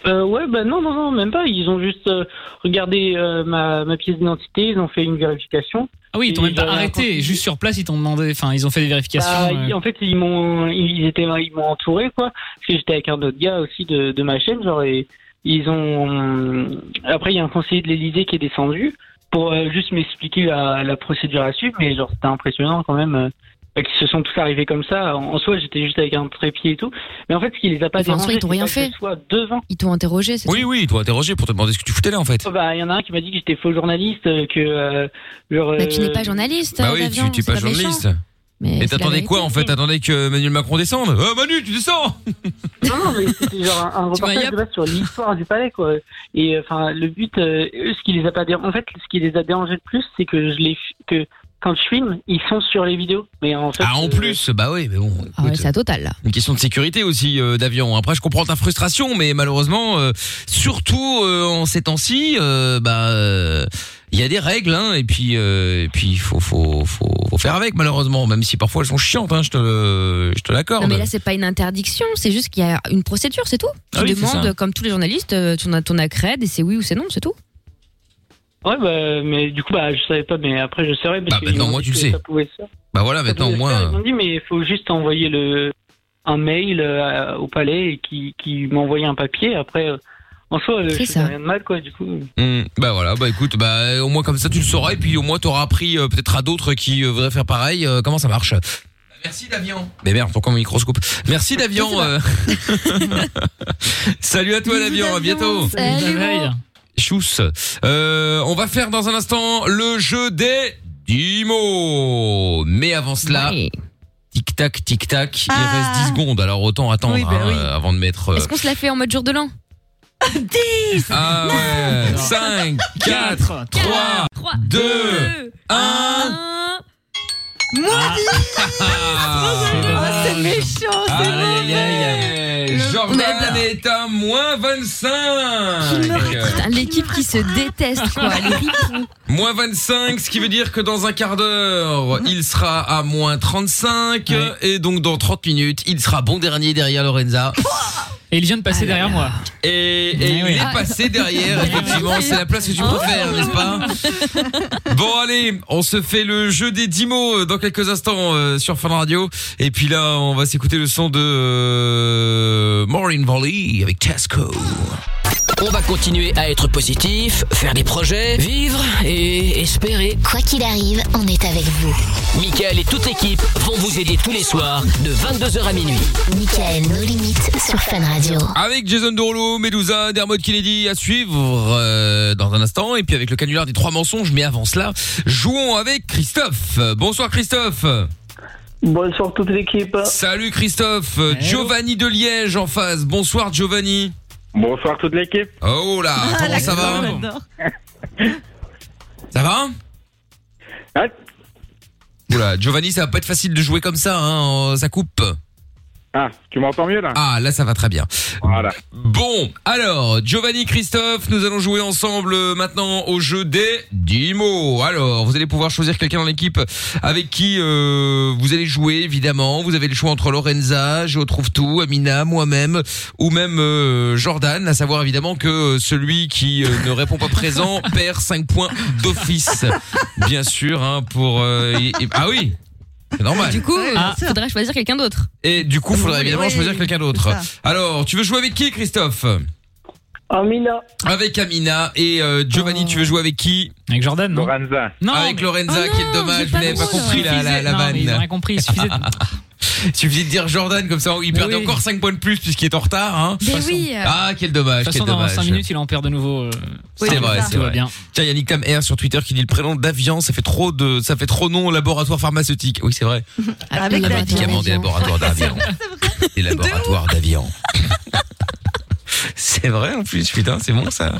S11: euh, ouais bah non non non même pas. Ils ont juste euh, regardé euh, ma, ma pièce d'identité, ils ont fait une vérification.
S4: Ah oui, ils t'ont
S11: Et
S4: même pas
S11: j'avais un
S4: arrêté. Juste sur place, ils t'ont demandé. Enfin, ils ont fait des vérifications.
S11: Bah,
S4: euh.
S11: ils- En fait, ils m'ont, ils étaient, ils m'ont entouré, quoi. Parce que j'étais avec un autre gars aussi de, de ma chaîne, genre, et ils ont. euh, Après, il y a un conseiller de l'Élysée qui est descendu pour euh, juste m'expliquer la, la procédure à suivre, mais genre, c'était impressionnant quand même. euh, qu'ils se sont tous arrivés comme ça. En, en soi, j'étais juste avec un trépied et tout. Mais en fait, ce qui les a pas
S3: Enfin, en soi,
S11: dérangés,
S3: ils t'ont
S11: c'est
S3: rien
S11: pas que
S3: fait.
S11: devant.
S3: Ils t'ont interrogé, c'est
S2: oui oui ils t'ont interrogé pour te demander ce que tu foutais là en fait.
S11: Oh, Bah, il y en a un qui m'a dit que j'étais faux journaliste, euh, que. euh, genre,
S3: Bah, tu n'es
S11: euh,
S3: pas journaliste.
S2: Bah
S3: euh,
S2: oui,
S3: d'avion,
S2: tu, tu es
S3: c'est
S2: pas
S3: méchant.
S2: journaliste.
S3: Mais
S2: Et
S3: c'est la
S2: t'attendais
S3: vérité.
S2: quoi en fait T'attendais que Emmanuel Macron descende Euh, Manu, tu descends
S11: Non, non, mais c'était genre un, un reportage de base sur l'histoire du palais, quoi. Et euh, enfin, le but, euh, eux, ce qui les a pas dérangés, en fait, ce qui les a dérangés le plus, c'est que je les, f- que quand je filme, ils sont sur les vidéos. Mais en fait,
S3: Euh,
S2: Ah en plus bah oui mais bon.
S3: Ah ouais, c'est à total là.
S2: Une question de sécurité aussi euh, d'avion. Après, je comprends ta frustration, mais malheureusement, euh, surtout euh, en ces temps-ci, euh, bah, euh, il y a des règles, hein, et puis, euh, et puis, il faut, faut, faut, faut faire avec, malheureusement, même si parfois elles sont chiantes, hein, je te, le- je te
S3: Non
S2: l'accorde.
S3: mais là c'est pas une interdiction, c'est juste qu'il y a une procédure, c'est tout.
S2: bah.
S3: Tu
S2: Ah oui, c'est ça.
S3: demandes, comme tous les journalistes, euh, ton, ton accred et c'est oui ou c'est non, c'est tout.
S11: Ouais, bah, mais du coup, bah, je savais pas, mais après, je saurais.
S2: Bah,
S11: Parce qu'ils
S2: maintenant,
S11: m'ont
S2: moi, tu
S11: dit
S2: le
S11: que
S2: sais.
S11: ça pouvait se faire.
S2: Bah voilà, maintenant au moins.
S11: Ils m'ont dit, mais il faut juste envoyer le, un mail euh, au palais et qui, qui m'envoyait un papier. Après, euh, en soi, euh, je faisais rien de mal, quoi, du coup.
S2: Hmm, bah voilà, bah écoute, bah au moins comme ça tu le sauras et puis au moins t'auras appris euh, peut-être à d'autres qui euh, voudraient faire pareil euh, comment ça marche. Merci Damien. Mais merde, pourquoi mon micro se coupe Merci Davian. euh. Salut à toi Davian, à bientôt.
S4: Salut. Bye.
S2: Chousse. Euh, on va faire dans un instant le jeu des 10 mots. Mais avant cela, tic tac tic tac, il reste 10 secondes. Alors autant attendre
S3: Ah. Oui, bah
S2: hein,
S3: oui.
S2: euh, avant de mettre euh,
S3: Est-ce qu'on se la fait en mode jour de l'an 10
S2: Ah ouais. 5 4 3 2 1
S5: Moi,
S3: Oh,
S2: c'est
S5: méchant,
S2: Aïe, Ah. aïe, aïe, aïe. Jordan est à moins euh,
S11: Ah,
S2: 25
S3: Putain, L'équipe qui se déteste quoi.
S2: Ah,
S3: les ripoux.
S2: Moins 25, ce qui veut dire que dans un quart d'heure,
S4: Mhm.
S2: il sera à moins 35 et donc dans 30 minutes, il sera bon dernier derrière Lorenza.
S4: Et il vient de passer derrière moi.
S2: Et, et il est passé derrière, effectivement, c'est la place que tu préfères,
S4: Oh.
S2: n'est-ce pas Bon allez, on se fait le jeu des 10 mots euh, dans quelques instants euh, sur Fun Radio. Et puis là, on va s'écouter le son de euh, Maureen Volley avec Tesco.
S1: On va continuer à être positif, faire des projets, vivre et espérer.
S7: Quoi qu'il arrive, on est avec vous.
S1: Michael et toute l'équipe vont vous aider tous les soirs de 22h à minuit.
S7: Michael, nos limites sur Fun Radio.
S2: Avec Jason Dorlo, Medusa, Dermot Kennedy à suivre euh, dans un instant. Et puis avec le canular des trois mensonges, mais avant cela, jouons avec Christophe. Euh, Bonsoir Christophe.
S11: Bonsoir toute l'équipe.
S2: Salut Christophe. Euh, Giovanni de Liège en face. Bonsoir Giovanni.
S10: Bonsoir toute l'équipe.
S2: Oh là,
S3: Ah,
S12: Ah,
S2: comment ça va Ça va Oula, Giovanni, ça va pas être facile de jouer comme ça, hein, euh, ça coupe.
S10: Ah, tu m'entends mieux là
S2: Ah, là ça va très bien.
S10: Voilà.
S2: Bon, alors, Giovanni, Christophe, nous allons jouer ensemble euh, maintenant au jeu des 10 mots. Alors, vous allez pouvoir choisir quelqu'un dans l'équipe avec qui euh, vous allez jouer, évidemment. Vous avez le choix entre Lorenza, Géo Trouve Tout, Amina, moi-même, ou même euh, Jordan, à savoir évidemment que euh, celui qui euh, ne répond pas présent perd 5 points d'office. Bien sûr, hein, pour... euh, y- y- ah oui c'est normal.
S3: Du coup, il
S2: Ah.
S3: faudrait choisir quelqu'un d'autre.
S2: Et du coup, faudrait
S3: Oui,
S2: évidemment
S3: oui,
S2: choisir
S3: oui,
S2: quelqu'un
S3: c'est
S2: d'autre.
S3: ça.
S2: Alors, tu veux jouer avec qui, Christophe
S11: Amina.
S2: Avec Amina et euh, Giovanni, tu veux jouer avec qui
S4: Avec Jordan, non
S10: Lorenza.
S4: Non,
S2: avec Lorenza, quel dommage, vous n'avez pas compris la, la, la
S4: Non, mais
S2: vanne.
S4: ils ont rien compris, il suffisait de-
S2: Il suffisait de dire Jordan, comme ça, il
S4: Mais
S2: perdait
S4: oui.
S2: encore 5 points de plus puisqu'il est en retard. Hein.
S4: Mais oui.
S2: Ah, quel dommage,
S4: De toute
S2: quel
S4: façon, dans
S2: dommage.
S4: 5 minutes, il en perd de nouveau. euh,
S2: C'est
S4: cinq
S2: vrai,
S4: minutes,
S2: c'est
S4: tout va
S2: vrai.
S4: bien.
S2: Tiens, il y a Nick Tam R sur Twitter qui dit le prénom d'Avian, ça fait trop de, ça fait trop nom au laboratoire pharmaceutique. Oui, c'est vrai.
S5: Avec
S2: Les médicaments des laboratoires d'Avian. Les laboratoires d'Avian. C'est vrai en plus, putain, c'est bon ça.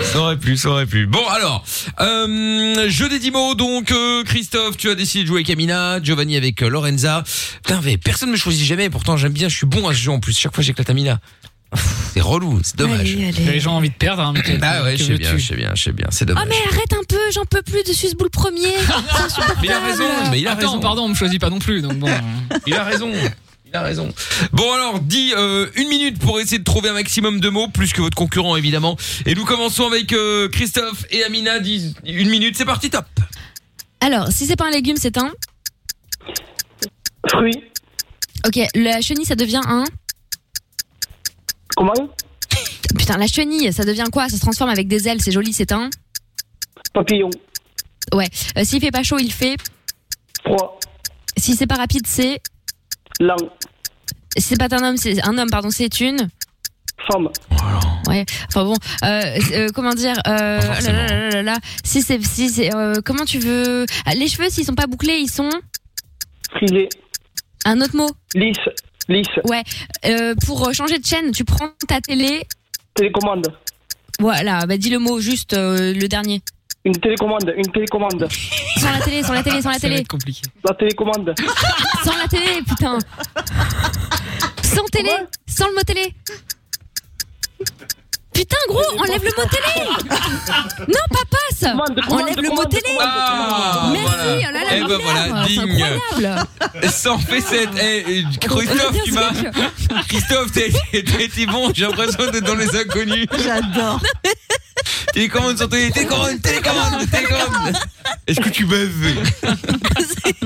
S2: Ça aurait pu, ça aurait pu. Bon alors, euh, jeu des 10 mots, donc euh, Christophe, tu as décidé de jouer avec Amina, Giovanni avec euh, Lorenza. Putain, mais personne ne me choisit jamais, pourtant j'aime bien, je suis bon à ce jeu en plus, chaque fois j'éclate Amina. C'est relou, c'est dommage.
S4: Allez, allez. Les gens ont envie de perdre, hein, Mickaël.
S2: Ah ouais,
S4: Que
S2: je sais
S4: veux-tu
S2: bien, je sais bien, je sais bien, c'est dommage.
S3: Oh mais arrête un peu, j'en peux plus de Susboule premier. C'est insupportable.
S2: Mais il a raison, mais il a
S4: Attends,
S2: raison.
S4: pardon, on me choisit pas non plus, donc bon.
S2: Il a raison. Il a raison. Bon alors, dis euh, une minute pour essayer de trouver un maximum de mots, plus que votre concurrent évidemment. Et nous commençons avec euh, Christophe et Amina. Dis une minute, c'est parti, top.
S3: Alors, si c'est pas un légume, c'est un.
S11: Fruit.
S3: Ok, la chenille, ça devient un.
S11: Comment
S3: Putain, la chenille, ça devient quoi Ça se transforme avec des ailes, c'est joli, c'est un.
S11: Papillon.
S3: Ouais. Euh, S'il fait pas chaud, il fait.
S11: Froid.
S3: Si c'est pas rapide, c'est.
S11: Langue.
S3: Si c'est pas un homme, c'est un homme, pardon, c'est une.
S11: Femme.
S3: Ouais. Enfin bon, euh, euh, comment dire euh, là, là, là, là, là, là. Si c'est, si c'est, euh, comment tu veux Ah, Les cheveux, s'ils sont pas bouclés, ils sont.
S11: Frisé.
S3: Un autre mot.
S11: Lisse. Lisse.
S3: Ouais. Euh, pour euh, changer de chaîne, tu prends ta télé.
S11: Télécommande.
S3: Voilà. Bah dis le mot juste euh, le dernier.
S11: Une télécommande. Une télécommande.
S3: Sans la télé, sans la télé, sans la
S11: Ça va
S3: télé.
S11: être La télécommande.
S3: Sans la télé, putain. Sans télé, sans le mot télé. Putain, gros, enlève le mot télé. Non, pas passe. Enlève le mot télé.
S2: Ah,
S3: Merci.
S2: voilà.
S3: Oh là là,
S2: Eh ben
S3: bravo,
S2: voilà,
S3: c'est
S2: digne.
S3: incroyable.
S2: Ça en fait cette. Eh, eh, Christophe, tu m'as. Christophe, t'es- t'es t'es bon. J'ai l'impression d'être dans les inconnus.
S5: J'adore.
S2: Télécommande sur télé, télécommande, télécommande, télécommande. Est-ce que tu buves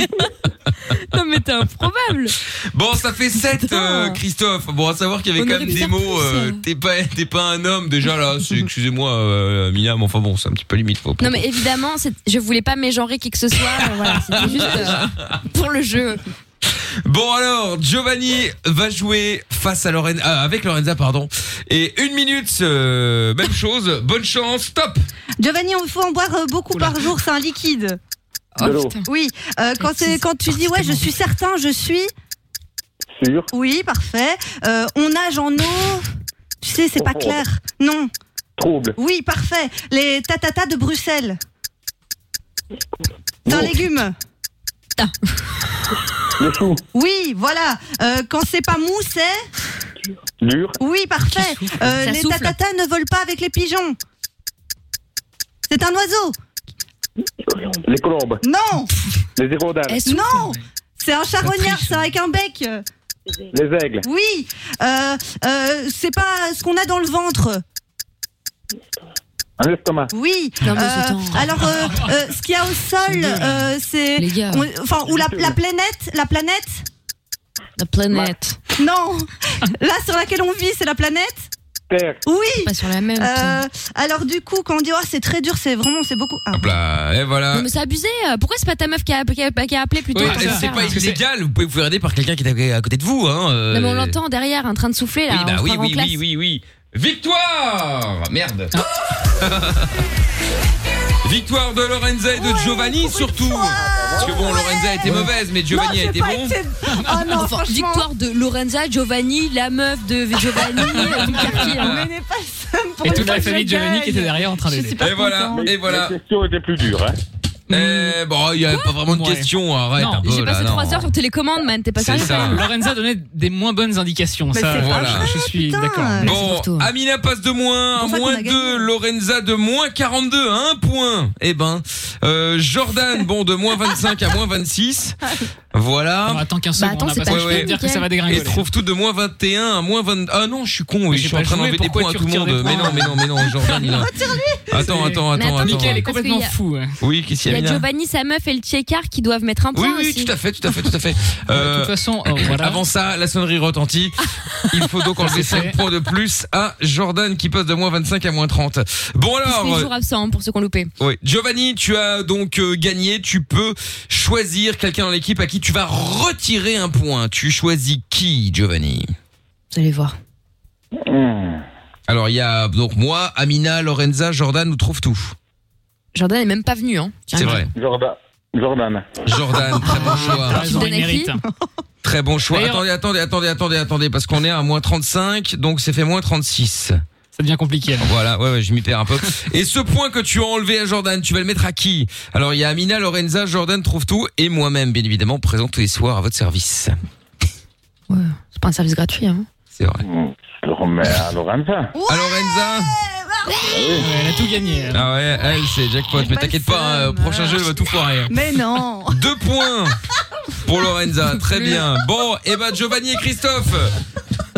S3: Non mais t'es improbable.
S2: Bon, ça fait 7, Christophe. Bon, à savoir qu'il y avait
S3: On
S2: quand
S3: aurait
S2: même
S3: pu
S2: des
S3: faire
S2: mots.
S3: plus,
S2: euh,
S3: euh.
S2: t'es pas, t'es pas un homme déjà là. C'est- Excusez-moi, euh, Mina, mais enfin bon, c'est un petit peu limite. Faut
S3: Non mais évidemment, c'est- je voulais pas mégenrer qui que ce soit. euh, Voilà, c'était juste euh, pour le jeu.
S2: Bon alors, Giovanni va jouer face à Lorenza, ah, avec Lorenza pardon. Et une minute, euh, même chose. Bonne chance, top.
S5: Giovanni, il faut en boire euh, beaucoup par jour, c'est un liquide.
S10: Oh,
S2: De l'eau.
S5: Oui, euh, quand, c'est- quand tu dis ouais, je suis certain, je suis.
S10: Sûr.
S5: Oui, parfait. Euh, on nage en eau. Tu sais, c'est pas clair. Non.
S10: Oh. Trouble.
S5: Oui, parfait. Les tatata de Bruxelles. C'est
S10: Non.
S5: un légume.
S10: Le chou.
S5: Oui, voilà. Euh, quand c'est pas mou, c'est.
S10: Dur.
S5: Oui, parfait. Euh,
S10: Ça
S5: les
S10: souffle.
S5: tatatas ne volent pas avec les pigeons. C'est un oiseau.
S10: Les colombes.
S5: Non.
S10: Les hérodales.
S5: Non C'est un charognard, c'est avec un bec
S10: Les aigles.
S5: Oui euh, euh, C'est pas ce qu'on a dans le ventre
S10: Un estomac.
S5: Oui
S10: Non, mais
S5: Euh,
S10: attends.
S5: Alors, euh, euh, ce qu'il y a au sol, euh, c'est... on- Enfin, ou la, la planète La planète
S3: La planète.
S5: Non Là, sur laquelle on vit, c'est la planète
S10: terre.
S5: Oui.
S3: Pas sur la même.
S5: Euh, alors du coup, quand on dit oh c'est très dur, c'est vraiment c'est beaucoup. Ah.
S2: Hop là, et voilà.
S3: Non, mais c'est abusé. euh, Pourquoi c'est pas ta meuf qui a, qui a- qui a appelé plutôt
S2: Oui,
S3: pour
S2: et
S3: ça
S2: c'est pas illégal, vous pouvez vous faire aider par quelqu'un qui est à côté de vous. Hein, euh.
S3: Non, mais on l'entend derrière en train de souffler là.
S2: Oui, bah
S3: on se
S2: oui,
S3: croirait en
S2: oui,
S3: classe.
S2: oui, oui, oui. Victoire Merde.
S3: Ah.
S2: Victoire de Lorenza et de Giovanni surtout. Parce que bon, Lorenza a été
S3: Ouais.
S2: mauvaise, mais Giovanni a été bon.
S3: Oh
S5: Ah non,
S3: Enfin, victoire de Lorenza, Giovanni, la meuf de Giovanni, euh, du quartier.
S2: hein.
S5: Mais n'est pas
S4: Et toute la famille de Giovanni qui était derrière en train d'aider.
S2: Et voilà, et voilà.
S10: La question était plus dure. Hein.
S2: Eh, bon, il n'y a pas vraiment de question, arrête
S4: Non,
S2: un peu
S4: j'ai
S2: là.
S4: passé
S2: non.
S3: 3 heures sur télécommande, man, t'es pas
S2: C'est
S3: sérieux
S2: ça.
S4: Lorenza donnait des moins bonnes indications.
S2: Mais
S4: ça,
S2: c'est pas
S4: voilà,
S2: vrai,
S4: je suis d'accord.
S2: Bon, Amina passe de moins à
S4: pour ça qu'on
S2: moins
S4: a
S2: 2, Lorenza de moins 42 à 1 point. Eh ben, euh, Jordan, bon, de moins 25 à moins 26. Voilà.
S4: attends 15 Bah, secondes, attends, on a c'est pas pas fini,
S2: Ouais,
S4: dire que
S2: ouais.
S4: ça va dégringoler.
S2: Et trouve tout de moins 21 à moins 20. Ah non, je suis con, oui,
S4: Mais
S2: je
S4: j'ai
S2: suis en
S4: pas
S2: train
S4: joué,
S2: d'enlever des
S4: pourquoi
S2: points à
S4: tu
S2: tout le
S4: retires
S2: monde.
S4: des
S2: Mais
S4: points
S2: non, mais non, mais non, Jordan, il a- Attends, attends,
S3: Mais
S2: attends,
S3: attends,
S2: attends.
S3: Mickaël est Parce complètement qu'il y a- fou,
S2: Oui, qu'est-ce qu'il y
S3: Il y
S2: a
S3: a
S2: Amina
S3: Giovanni, sa meuf et le Tchekar qui doivent mettre un point.
S2: Oui, oui,
S3: aussi.
S2: tout à fait, tout à fait, tout à fait. Euh,
S4: toute façon, euh, voilà.
S2: avant ça, la sonnerie retentit. Il faut donc
S4: Ça,
S2: enlever
S4: c'est
S2: 5
S4: fait.
S2: points de plus à Jordan qui passe de moins 25 à moins 30. Bon
S3: Parce
S2: alors, euh,
S3: qu'il est toujours absent pour ceux qu'on loupé.
S2: oui. Giovanni, tu as donc euh, gagné. Tu peux choisir quelqu'un dans l'équipe à qui tu vas retirer un point. Tu choisis qui, Giovanni
S3: Vous allez voir.
S2: Alors il y a donc moi, Amina, Lorenza, Jordan nous trouve tout.
S3: Jordan est même pas venu, hein. Tiens.
S2: C'est vrai.
S10: Jordan. Jordan.
S2: Jordan, très bon
S3: T'as
S2: choix.
S3: raison, Tu donnes il à qui mérite, hein.
S2: Très bon choix.
S4: D'ailleurs-
S2: Attendez, attendez, attendez, attendez, attendez, parce qu'on est à moins 35, donc c'est fait moins 36.
S4: Ça devient compliqué.
S2: Voilà, ouais, ouais, je m'y perds un peu. Et ce point que tu as enlevé à Jordan, tu vas le mettre à qui Alors, il y a Amina, Lorenza, Jordan, trouve tout, et moi-même, bien évidemment, présent tous les soirs à votre service.
S3: Ouais, c'est pas un service gratuit, hein.
S2: C'est vrai.
S10: Mmh. Alors, mais à Lorenza.
S2: À Lorenza
S4: Elle a tout gagné.
S2: Ah ouais, elle, c'est jackpot. Mais t'inquiète pas, hein, au prochain jeu, elle va tout foirer. hein.
S5: Mais non.
S2: Deux points pour Lorenza, très bien. Bon, et ben Giovanni et Christophe,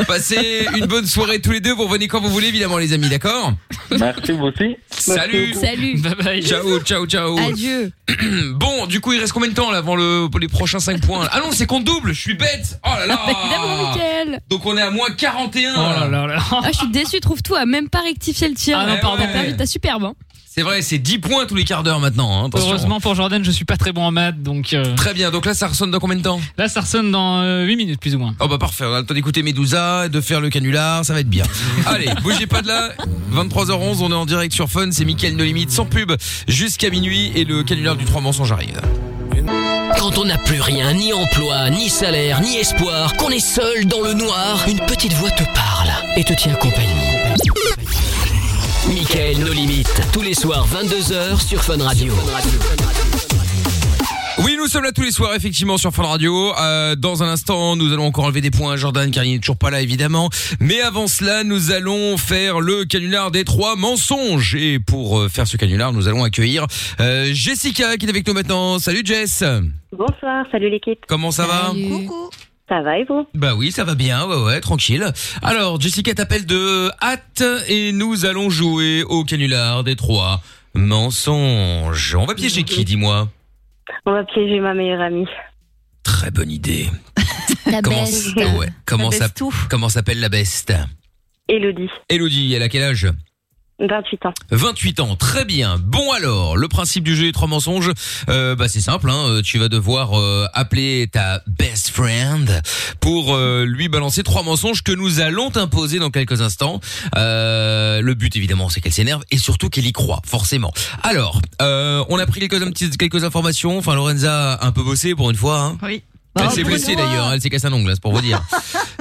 S2: passez une bonne soirée tous les deux. Vous revenez quand vous voulez, évidemment, les amis, d'accord
S10: Merci, vous aussi.
S2: Salut
S3: Salut
S4: Bye bye
S2: Ciao, ciao, ciao
S3: Adieu
S2: Bon, du coup, il reste combien de temps là avant le, les prochains 5 points Ah non, c'est compte double, je suis bête Oh là
S3: Ah, bah, Évidemment,
S2: là
S3: Mickaël
S2: Donc on est à moins 41
S4: Oh là là là.
S3: Ah, je suis déçu, trouve tout à même pas rectifier le tir.
S2: Ah non,
S3: T'as
S2: pardon.
S3: perdu, T'as superbe, hein.
S2: C'est vrai, c'est 10 points tous les quarts d'heure maintenant. hein, attention.
S4: Heureusement pour Jordan, je suis pas très bon en maths, donc. euh,
S2: Très bien, donc là ça ressonne dans combien de temps
S4: Là, ça ressonne dans 8 minutes plus ou moins.
S2: Oh bah parfait, on a le temps d'écouter Medusa, de faire le canular, ça va être bien. Allez, bougez pas de là. 23h11, on est en direct sur Fun, c'est Mickaël No Limite, sans pub, jusqu'à minuit et le canular du 3 mensonges arrive.
S1: Quand on n'a plus rien, ni emploi, ni salaire, ni espoir, qu'on est seul dans le noir, une petite voix te parle et te tient compagnie. Michael, nos limites, tous les soirs 22h sur Fun Radio.
S2: Oui, nous sommes là tous les soirs, effectivement, sur Fun Radio. Euh, dans un instant, nous allons encore enlever des points à Jordan, car il n'est toujours pas là, évidemment. Mais avant cela, nous allons faire le canular des trois mensonges. Et pour euh, faire ce canular, nous allons accueillir euh, Jessica, qui est avec nous maintenant. Salut Jess
S12: Bonsoir, salut l'équipe.
S2: Comment ça va
S12: Coucou. Ça va et vous
S2: Bah oui, ça va bien, ouais, ouais, tranquille. Alors, Jessica t'appelle de hâte, et nous allons jouer au canular des trois mensonges. On va piéger qui, dis-moi
S12: On va piéger ma meilleure amie.
S2: Très bonne idée.
S3: La
S2: Comment,
S12: beste.
S2: ah ouais. comment,
S12: La
S2: ça,
S12: beste tout.
S2: comment s'appelle la beste
S12: Elodie,
S2: Elodie, elle a quel âge
S12: 28 ans.
S2: 28 ans, très bien. Bon alors, le principe du jeu des trois mensonges, euh, bah c'est simple, hein, euh, tu vas devoir euh, appeler ta best friend pour euh, lui balancer trois mensonges que nous allons t'imposer dans quelques instants. Euh, le but évidemment c'est qu'elle s'énerve et surtout qu'elle y croit, forcément. Alors, euh, on a pris quelques, un petit- quelques informations, enfin Lorenza a un peu bossé pour une fois. Hein.
S5: Oui.
S2: Elle
S5: Bah,
S2: s'est
S5: pour une
S2: blessée
S5: fois.
S2: d'ailleurs, elle s'est cassée un ongle, hein, c'est pour vous dire.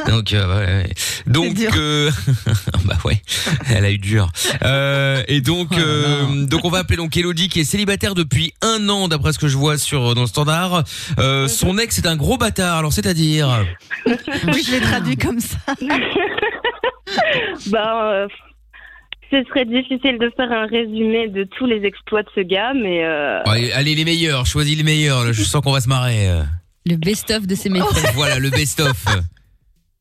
S2: Donc, euh, ouais, ouais. donc, euh, bah ouais, elle a eu dur. Euh, et donc,
S5: Oh
S2: euh, donc on va appeler donc Elodie qui est célibataire depuis un an, d'après ce que je vois sur dans le standard.
S5: Mhm.
S2: Euh, son ex est un gros bâtard. Alors
S5: Euh.
S2: c'est-à-dire
S5: Oui, je l'ai traduit comme ça.
S12: Bah, euh, ce serait difficile de faire un résumé de tous les exploits de ce gars, mais euh,
S2: Ouais, Allez les meilleurs, choisis les meilleurs. là, je sens qu'on va se marrer.
S3: Le best-of de ses
S5: Oh.
S3: métiers.
S2: Voilà le best-of.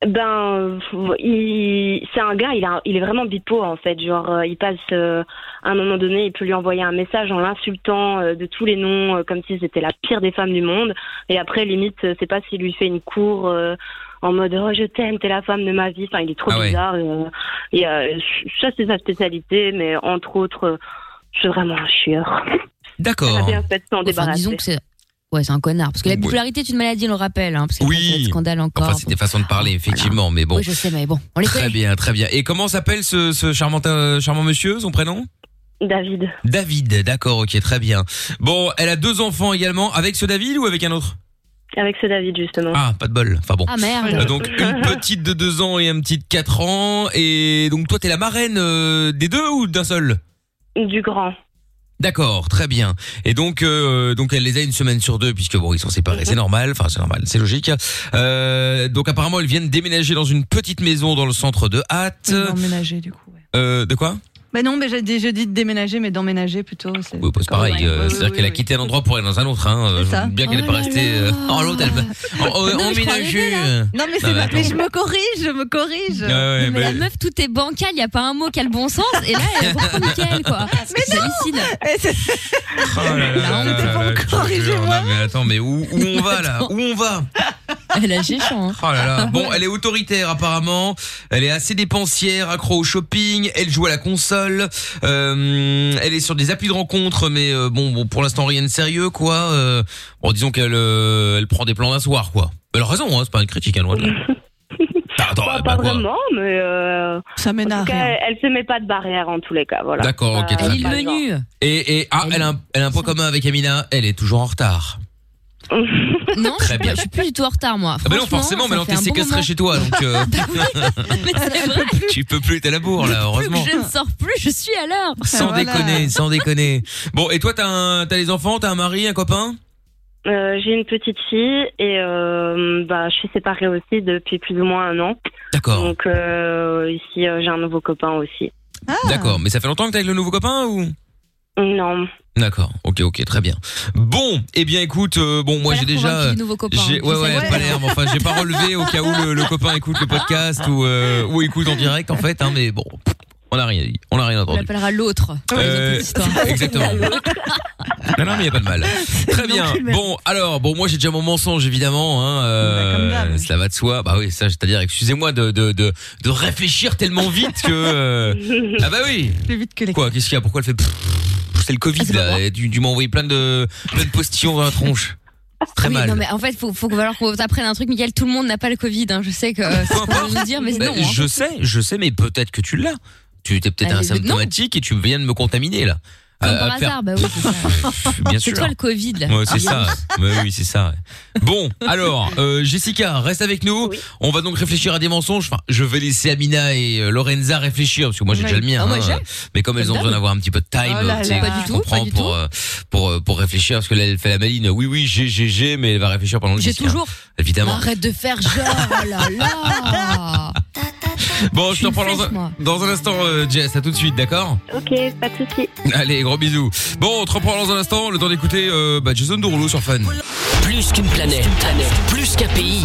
S12: ben, euh, il- c'est un gars, il, a, il est vraiment bipo en fait. Genre, euh, il passe euh, à un moment donné, il peut lui envoyer un message en l'insultant euh, de tous les noms, euh, comme si c'était la pire des femmes du monde. Et après, limite, euh, c'est pas s'il lui fait une cour. euh, en mode oh, je t'aime, t'es la femme de ma vie. Enfin, il est trop
S2: Ah ouais.
S12: bizarre. euh, et, euh, ça, c'est sa spécialité, mais entre autres, euh, c'est vraiment un chieur.
S2: D'accord.
S12: bien fait de s'en
S13: Enfin,
S12: débarrasser.
S13: disons que c'est. Ouais, c'est un connard. Parce que la bipolarité est une maladie, on le rappelle. Hein, parce que ça fait scandale encore.
S2: Enfin, c'est des façons de parler, effectivement, mais bon.
S13: Oui, je sais, mais bon, on les
S2: Très
S13: connaît.
S2: bien, très bien. Et comment s'appelle ce, ce charmant, euh, charmant monsieur, son prénom
S12: David.
S2: David, d'accord, ok, très bien. Bon, elle a deux enfants également, avec ce David ou avec un autre
S12: Avec ce David, justement.
S2: Ah, pas de bol, enfin bon.
S12: Ah, merde.
S2: Euh, Donc une petite de deux ans et un petit de quatre ans, et donc toi t'es la marraine euh, des deux ou d'un seul
S12: Du grand.
S2: D'accord, très bien. Et donc, euh, donc elle les a une semaine sur deux, puisque bon, ils sont séparés, c'est normal. Enfin, c'est normal, c'est logique. Euh, donc apparemment, elles viennent déménager dans une petite maison dans le centre de Hâte.
S5: Emménager, du coup.
S2: Euh, de quoi
S5: Bah non, mais j'ai dit, j'ai dit de déménager, mais d'emménager plutôt. c'est-
S2: Oui, bah, c'est pareil. euh, C'est-à-dire qu'elle a quitté un endroit pour aller dans un autre. Hein. Euh,
S5: C'est ça.
S2: Bien qu'elle
S5: Oh
S2: n'est pas
S5: là
S2: restée. euh, Oh l'autre, elle. va- Oh,
S5: Non,
S2: oh,
S5: mais je crois
S2: emménager.
S5: rêver, là.
S13: Non, mais
S2: Non,
S13: c'est pas.
S2: attends.
S13: Mais je me corrige, je me corrige.
S2: Ouais, ouais,
S13: mais,
S2: mais-
S13: la meuf, tout est bancal, il n'y a pas un mot qui a le bon sens. Et là, elle est vraiment nickel, quoi.
S2: Ah,
S13: Mais Eh, j'hallucine.
S2: Oh là là là là là, je te jure. Non, mais attends, mais où, où on va là Où on va
S13: Elle a géchant. hein.
S2: Oh là là. Bon, elle est autoritaire apparemment. Elle est assez dépensière, accro au shopping. Elle joue à la console. Euh, elle est sur des applis de rencontre, mais euh, bon, bon, pour l'instant rien de sérieux quoi. Euh, bon, disons qu'elle euh, elle prend des plans d'un soir quoi. Elle a raison, hein, c'est pas une critique à loin de là. Bah, attends,
S12: Pas,
S2: bah,
S12: pas
S2: quoi.
S12: vraiment, mais. euh, en
S5: tout
S12: cas, elle- Elle se met pas de barrière, en tous les cas. Voilà.
S2: D'accord, ok,
S12: Pas-
S2: très
S12: pas
S2: bien.
S12: le genre.
S2: Et, et ah, elle a, un, elle a un point commun avec Amina. Elle est toujours en retard.
S13: Non,
S2: Très
S13: je suis
S2: bien.
S13: pas- je suis plus du tout en retard, moi.
S2: Ah bah non,
S13: Franchement,
S2: forcément,
S13: ça
S2: maintenant
S13: fait
S2: t'es
S13: un bon
S2: séquestré
S13: moment. Bah Ah
S2: chez toi, donc euh,
S13: Mais c'est vrai.
S2: tu peux plus, t'es à la bourre là,
S13: Plus
S2: heureusement.
S13: que je ne sors plus, je suis à l'heure.
S2: Sans
S13: Voilà.
S2: déconner, sans déconner. Bon, et toi, t'as un- t'as les enfants, t'as un mari, un copain
S12: Euh, j'ai une petite fille et euh, bah, je suis séparée aussi depuis plus ou moins un an.
S2: D'accord.
S12: Donc euh, ici, euh, j'ai un nouveau copain aussi.
S13: Ah.
S2: D'accord, mais ça fait longtemps que t'es avec le nouveau copain ou
S12: Non.
S2: D'accord, ok, ok, très bien. Bon, eh bien écoute, euh, bon, moi
S12: Pas
S2: j'ai
S12: l'air
S2: déjà...
S12: convaincu
S2: euh,
S12: du nouveau copain,
S2: j'ai-
S12: hein,
S2: ouais,
S12: tu sais.
S2: ouais, pas l'air, mais enfin j'ai pas relevé au cas où le, le copain écoute le podcast ou, euh, ou écoute en direct en fait, hein, mais bon, on a rien dit, on a rien
S13: On
S2: entendu.
S13: l'appellera l'autre.
S2: Euh, exactement. Non, non, mais il n'y a pas de mal. Très
S13: Non,
S2: bien.
S13: plus mal.
S2: Bon, alors, bon, moi j'ai déjà mon mensonge évidemment. Hein,
S13: Bah,
S2: euh, cela va de soi. Bah oui, ça, c'est-à-dire, excusez-moi de, de, de, de réfléchir tellement vite que. euh, Ah bah oui.
S5: Plus vite que les.
S2: Quoi Qu'est-ce qu'il y a Pourquoi elle fait pfff C'est le
S13: Ah,
S2: Covid là. Et Tu, tu m'as envoyé plein de plein de postillons dans la tronche. C'est Très
S13: Ah Oui,
S2: mal.
S13: Non, mais en fait, faut, faut falloir qu'on t'apprenne un truc, Miguel. Tout le monde n'a pas le Covid. hein. Je sais que euh, c'est ce qu'on veut nous dire, mais
S2: Bah,
S13: non. hein.
S2: je sais, je sais, mais peut-être que tu l'as. Tu étais peut-être
S13: Ah, mais
S2: asymptomatique et tu viens de me contaminer là.
S13: Comme
S2: À-
S13: par
S2: à faire-
S13: hasard, bah oui. c'est ça.
S2: Bien
S13: C'est
S2: sûr.
S13: toi le Covid. là.
S2: Ouais, c'est ça.
S13: Ah,
S2: Ouais, oui, c'est ça. ouais. Bon, alors, euh, Jessica, reste avec nous. On va donc réfléchir à des mensonges. Enfin, je vais laisser Amina et euh, Lorenza réfléchir, parce que moi j'ai
S13: Ouais.
S2: déjà le mien.
S13: Ah, moi,
S2: hein.
S13: j'ai.
S2: Mais comme elles ont
S13: Comme
S2: besoin
S13: d'hab.
S2: d'avoir un petit peu de time,
S13: Oh là
S2: tu sais,
S13: là. Pas du
S2: je
S13: tout,
S2: comprends,
S13: pas du
S2: pour,
S13: tout.
S2: euh, pour, euh, pour réfléchir, parce que là, elle fait la maline. Oui, oui, j'ai, j'ai, j'ai, mais elle va réfléchir pendant le
S13: J'ai
S2: Jessica.
S13: toujours.
S2: Évidemment.
S13: Arrête de faire genre. Oh là là.
S2: Bon, je te
S13: une
S2: reprends dans
S13: fesse,
S2: un,
S13: moi.
S2: dans un instant, euh, Jess. À tout de suite, d'accord
S12: Ok, pas de soucis.
S2: Allez, gros bisous. Bon, on te reprend dans un instant, le temps d'écouter euh, bah, Jason Derulo sur Fun.
S1: Plus qu'une planète, plus qu'un pays,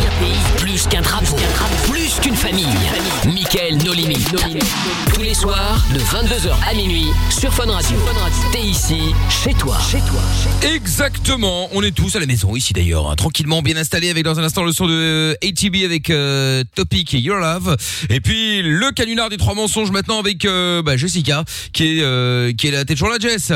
S1: plus qu'un drapeau, plus qu'une famille. Michael No Limites. Tous les soirs, de 22h à minuit, sur Fun Radio. T'es ici, chez toi. Chez toi.
S2: Exactement, on est tous à la maison ici d'ailleurs, hein. tranquillement bien installés avec dans un instant le son de ATB avec euh, Topic et Your Love et puis le canular des trois mensonges maintenant avec euh, bah, Jessica qui est euh, qui est là, t'es toujours là Jess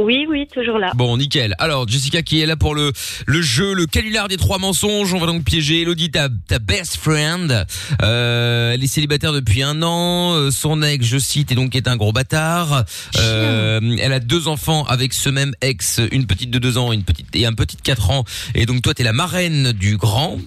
S12: Oui, oui, toujours là.
S2: Bon, nickel. Alors, Jessica qui est là pour le, le jeu, le canular des trois mensonges. On va donc piéger Elodie, ta, ta best friend. Euh, elle est célibataire depuis un an. Euh, Son ex, je cite, est donc est un gros bâtard. Euh, elle a deux enfants avec ce même ex, une petite de deux ans et une petite, et un petit de quatre ans. Et donc, toi, t'es la marraine du grand.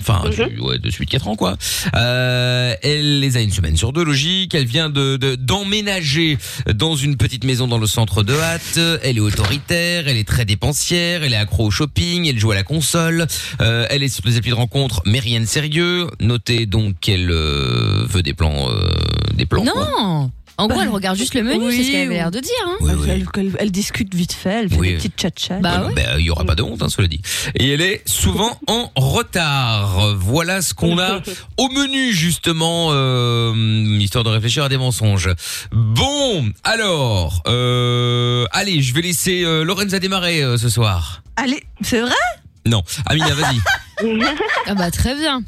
S2: Enfin, du- ouais, de celui de 4 ans, quoi. Euh, elle les a une semaine sur deux, logique. Elle vient de de- d'emménager dans une petite maison dans le centre de Hâte. Elle est autoritaire, elle est très dépensière, elle est accro au shopping, elle joue à la console. Euh, elle est sur des applis de rencontre, mais rien de sérieux. Notez donc qu'elle euh, veut des plans, euh, des plans. quoi.
S13: Non. En gros, elle regarde juste le menu,
S5: Oui,
S13: c'est ce qu'elle avait
S5: ou-
S13: l'air de dire. hein.
S5: Elle, elle- elle discute vite fait, elle fait
S2: Oui.
S5: des petites chat
S2: Bah, bah, il y aura pas de honte, hein, cela dit. Et elle est souvent en retard. Voilà ce qu'on a au menu justement, euh, histoire de réfléchir à des mensonges. Bon, alors, euh, allez, je vais laisser euh, Lorenza démarrer euh, ce soir.
S5: Allez, c'est vrai
S2: Non, Amina, vas-y.
S3: ah bah très bien.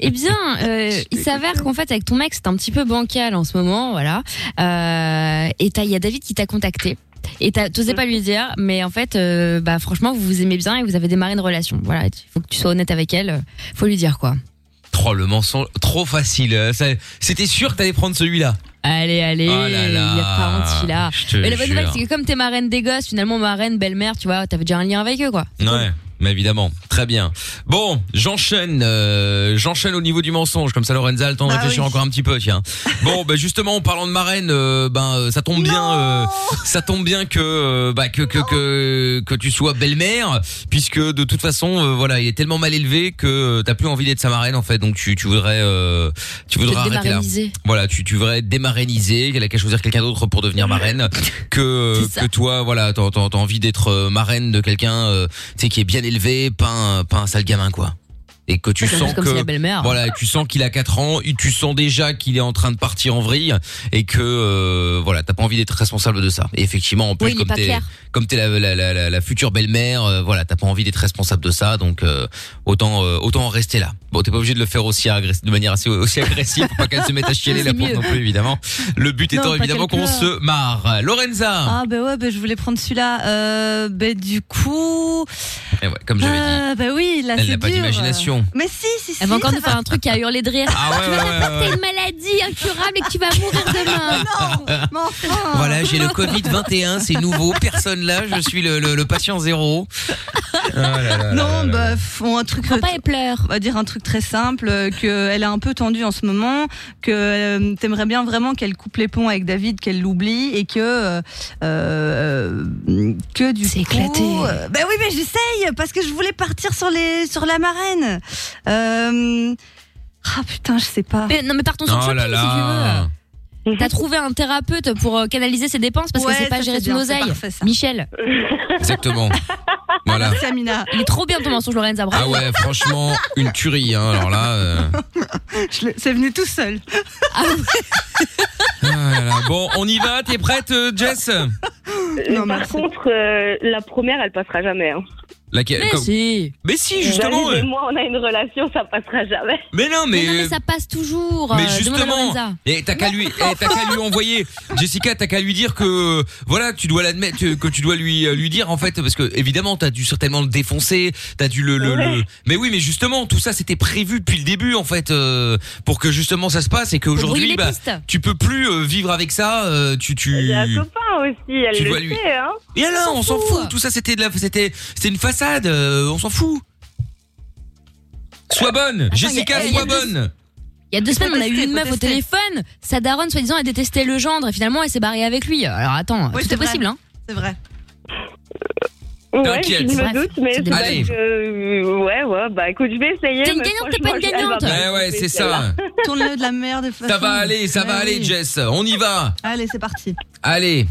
S3: Eh bien, euh, il s'avère qu'en fait avec ton mec c'est un petit peu bancal en ce moment, voilà. Euh, et t'as- il y a David qui t'a contacté. Et t'as- t'osais pas lui dire, mais en fait, euh, bah franchement, vous vous aimez bien et vous avez démarré une relation. Voilà, il faut que tu sois honnête avec elle. euh, Faut lui dire quoi.
S2: Oh, le mensonge, trop facile. Euh, ça- C'était sûr que t'allais prendre celui-là.
S3: Allez, allez,
S2: Oh là là,
S3: il y a pas anti là.
S2: je te
S3: Mais la bonne nouvelle,
S2: jure.
S3: c'est que comme t'es marraine des gosses, finalement marraine, belle-mère, tu vois, t'avais déjà un lien avec eux, quoi.
S2: Ouais, mais évidemment. Très bien. Bon, j'enchaîne. euh, j'enchaîne au niveau du mensonge. Comme ça, Lorenza a le temps de
S1: Ah
S2: réfléchir
S1: oui.
S2: encore un petit peu, tiens. Bon, bah, justement, en parlant de marraine, euh, ben, euh, ça tombe bien, euh, ça tombe bien que, euh, bah, que, que, que, que tu sois belle-mère, puisque de toute façon, euh, voilà, il est tellement mal élevé que euh, t'as plus envie d'être sa marraine, en fait. Donc, tu, tu voudrais, euh, tu voudrais
S1: Te
S2: arrêter là.
S1: démarrainiser.
S2: Voilà, tu, tu voudrais démarrainiser, qu'elle a qu'à choisir quelqu'un d'autre pour devenir marraine, que, que toi, voilà, t'as t'as- t'as envie d'être euh, marraine de quelqu'un, euh, tu sais, qui est bien élevé, pas un, pas un sale gamin, quoi. Et que tu
S1: C'est un peu
S2: sens
S1: comme
S2: que
S1: si la belle-mère.
S2: voilà, tu sens qu'il a 4 ans, et tu sens déjà qu'il est en train de partir en vrille et que euh, voilà, t'as pas envie d'être responsable de ça. Et effectivement, en plus
S1: Oui, il est
S2: comme
S1: pas
S2: t'es
S1: fier.
S2: comme t'es la, la, la, la- la future belle-mère, euh, voilà, t'as pas envie d'être responsable de ça, donc euh, autant euh, autant en rester là. Bon, t'es pas obligé de le faire aussi agressif, de manière assez aussi agressive pour pas qu'elle se mette à chialer la
S5: C'est
S2: pauvre
S5: mieux.
S2: non plus évidemment. Le but
S5: Non,
S2: étant
S5: pas
S2: évidemment qu'on
S5: quelqu'un.
S2: se marre. Lorenza.
S5: Ah, bah ouais, bah je voulais prendre celui-là. Euh, bah du coup.
S2: Eh ouais, comme j'avais dit.
S5: Ah, bah oui, là,
S2: Elle
S5: c'est
S2: n'a pas
S5: dur.
S2: d'imagination.
S5: Mais si, si, si.
S3: Elle va encore
S5: ça
S3: nous faire un truc à hurler de rire.
S2: Ah ouais,
S3: tu
S2: ouais,
S3: vas
S2: ouais,
S3: t'apporter
S2: ouais.
S3: une maladie incurable et que tu vas mourir demain.
S5: Ah.
S2: Voilà, j'ai le Covid 21, c'est nouveau, personne là, je suis le, le, le patient zéro. Ah là là là là
S5: Non,
S2: là.
S5: bah, font un truc. Papa et
S3: pleure.
S5: On va dire un truc très simple, euh, que elle est un peu tendue en ce moment, que euh, t'aimerais bien vraiment qu'elle coupe les ponts avec David, qu'elle l'oublie et que euh, euh, que du coup.
S13: éclaté.
S5: euh, bah oui, mais j'essaye parce que je voulais partir sur les sur la marraine. Euh, Ah putain, je sais pas.
S3: Mais, non, mais partons
S2: Ah
S5: Oh
S3: sur le
S5: là
S3: shopping
S5: là.
S3: si tu veux. T'as trouvé un thérapeute pour euh, canaliser ses dépenses parce
S5: Ouais,
S3: que c'est
S5: ça,
S3: pas gérer
S5: c'est
S3: ton
S5: bien, c'est
S3: oseille.
S5: parfait, ça.
S3: Michel.
S2: Exactement. Voilà.
S5: Samina.
S3: Il est trop bien ton mensonge, Lorenza. Bravo.
S2: Ah ouais, franchement, une tuerie. Hein. Alors là, euh,
S5: Je le- C'est venu tout seul.
S2: ah là là. bon, on y va. T'es prête, euh, Jess
S12: Mais par contre, euh, la première, elle passera jamais. hein.
S2: Laquelle
S12: Mais
S2: comme-
S3: si.
S2: Mais si, justement.
S12: David et
S2: euh.
S12: moi, on a une relation, ça passera jamais.
S2: Mais non, mais.
S3: Mais non, mais ça passe toujours.
S2: Mais
S3: euh, demande à
S2: justement,
S3: Lorenza.
S2: et t'as qu'à lui, eh, t'as qu'à lui envoyer, Jessica, t'as qu'à lui dire que voilà, que tu dois l'admettre, que tu dois lui euh, lui dire en fait, parce que évidemment, t'as dû certainement le défoncer, t'as dû le, le, le-
S1: Ouais.
S2: mais oui, mais justement, tout ça c'était prévu depuis le début en fait, euh, pour que justement ça se passe et
S12: brouiller
S2: qu'aujourd'hui,
S12: les
S2: bah,
S12: pistes.
S2: tu peux plus euh, vivre avec ça, euh, tu tu.
S12: J'ai un copain aussi, elle
S2: Tu
S12: le
S2: dois lui-
S12: sait. Hein.
S2: Et alors, on s'en fout. Tout ça, c'était de la, c'était, c'était une façade. euh, on s'en fout. Sois bonne, Jessica,
S3: y a- y a
S2: sois
S3: deux-
S2: bonne.
S3: Il y a deux semaines, on a eu
S5: tester,
S3: une
S5: faut
S3: meuf au
S5: tester.
S3: téléphone. Sa daronne, soi-disant, elle détestait le gendre et finalement, elle s'est barrée avec lui. Alors attends,
S5: Oui,
S3: tout
S5: c'est
S3: est
S5: vrai.
S3: possible, hein.
S5: C'est vrai.
S12: Ouais,
S2: T'inquiète.
S12: Je me
S2: Bref,
S12: doute, mais
S2: c'est
S12: c'est vrai
S2: Allez.
S12: que, euh, ouais, ouais, bah écoute, je vais essayer.
S3: T'es une
S12: mais
S3: gagnante, t'es pas une
S12: franchement, elle va
S3: gagnante.
S12: pas
S2: Ouais, Eh ouais, c'est
S12: m'écouter,
S2: ça.
S12: celle-là.
S5: Tourne-le de la merde. de façon-
S2: Ça va aller, ça va
S5: Ouais,
S2: aller,
S5: oui.
S2: Jess. On y va.
S5: Allez, c'est parti.
S2: Allez,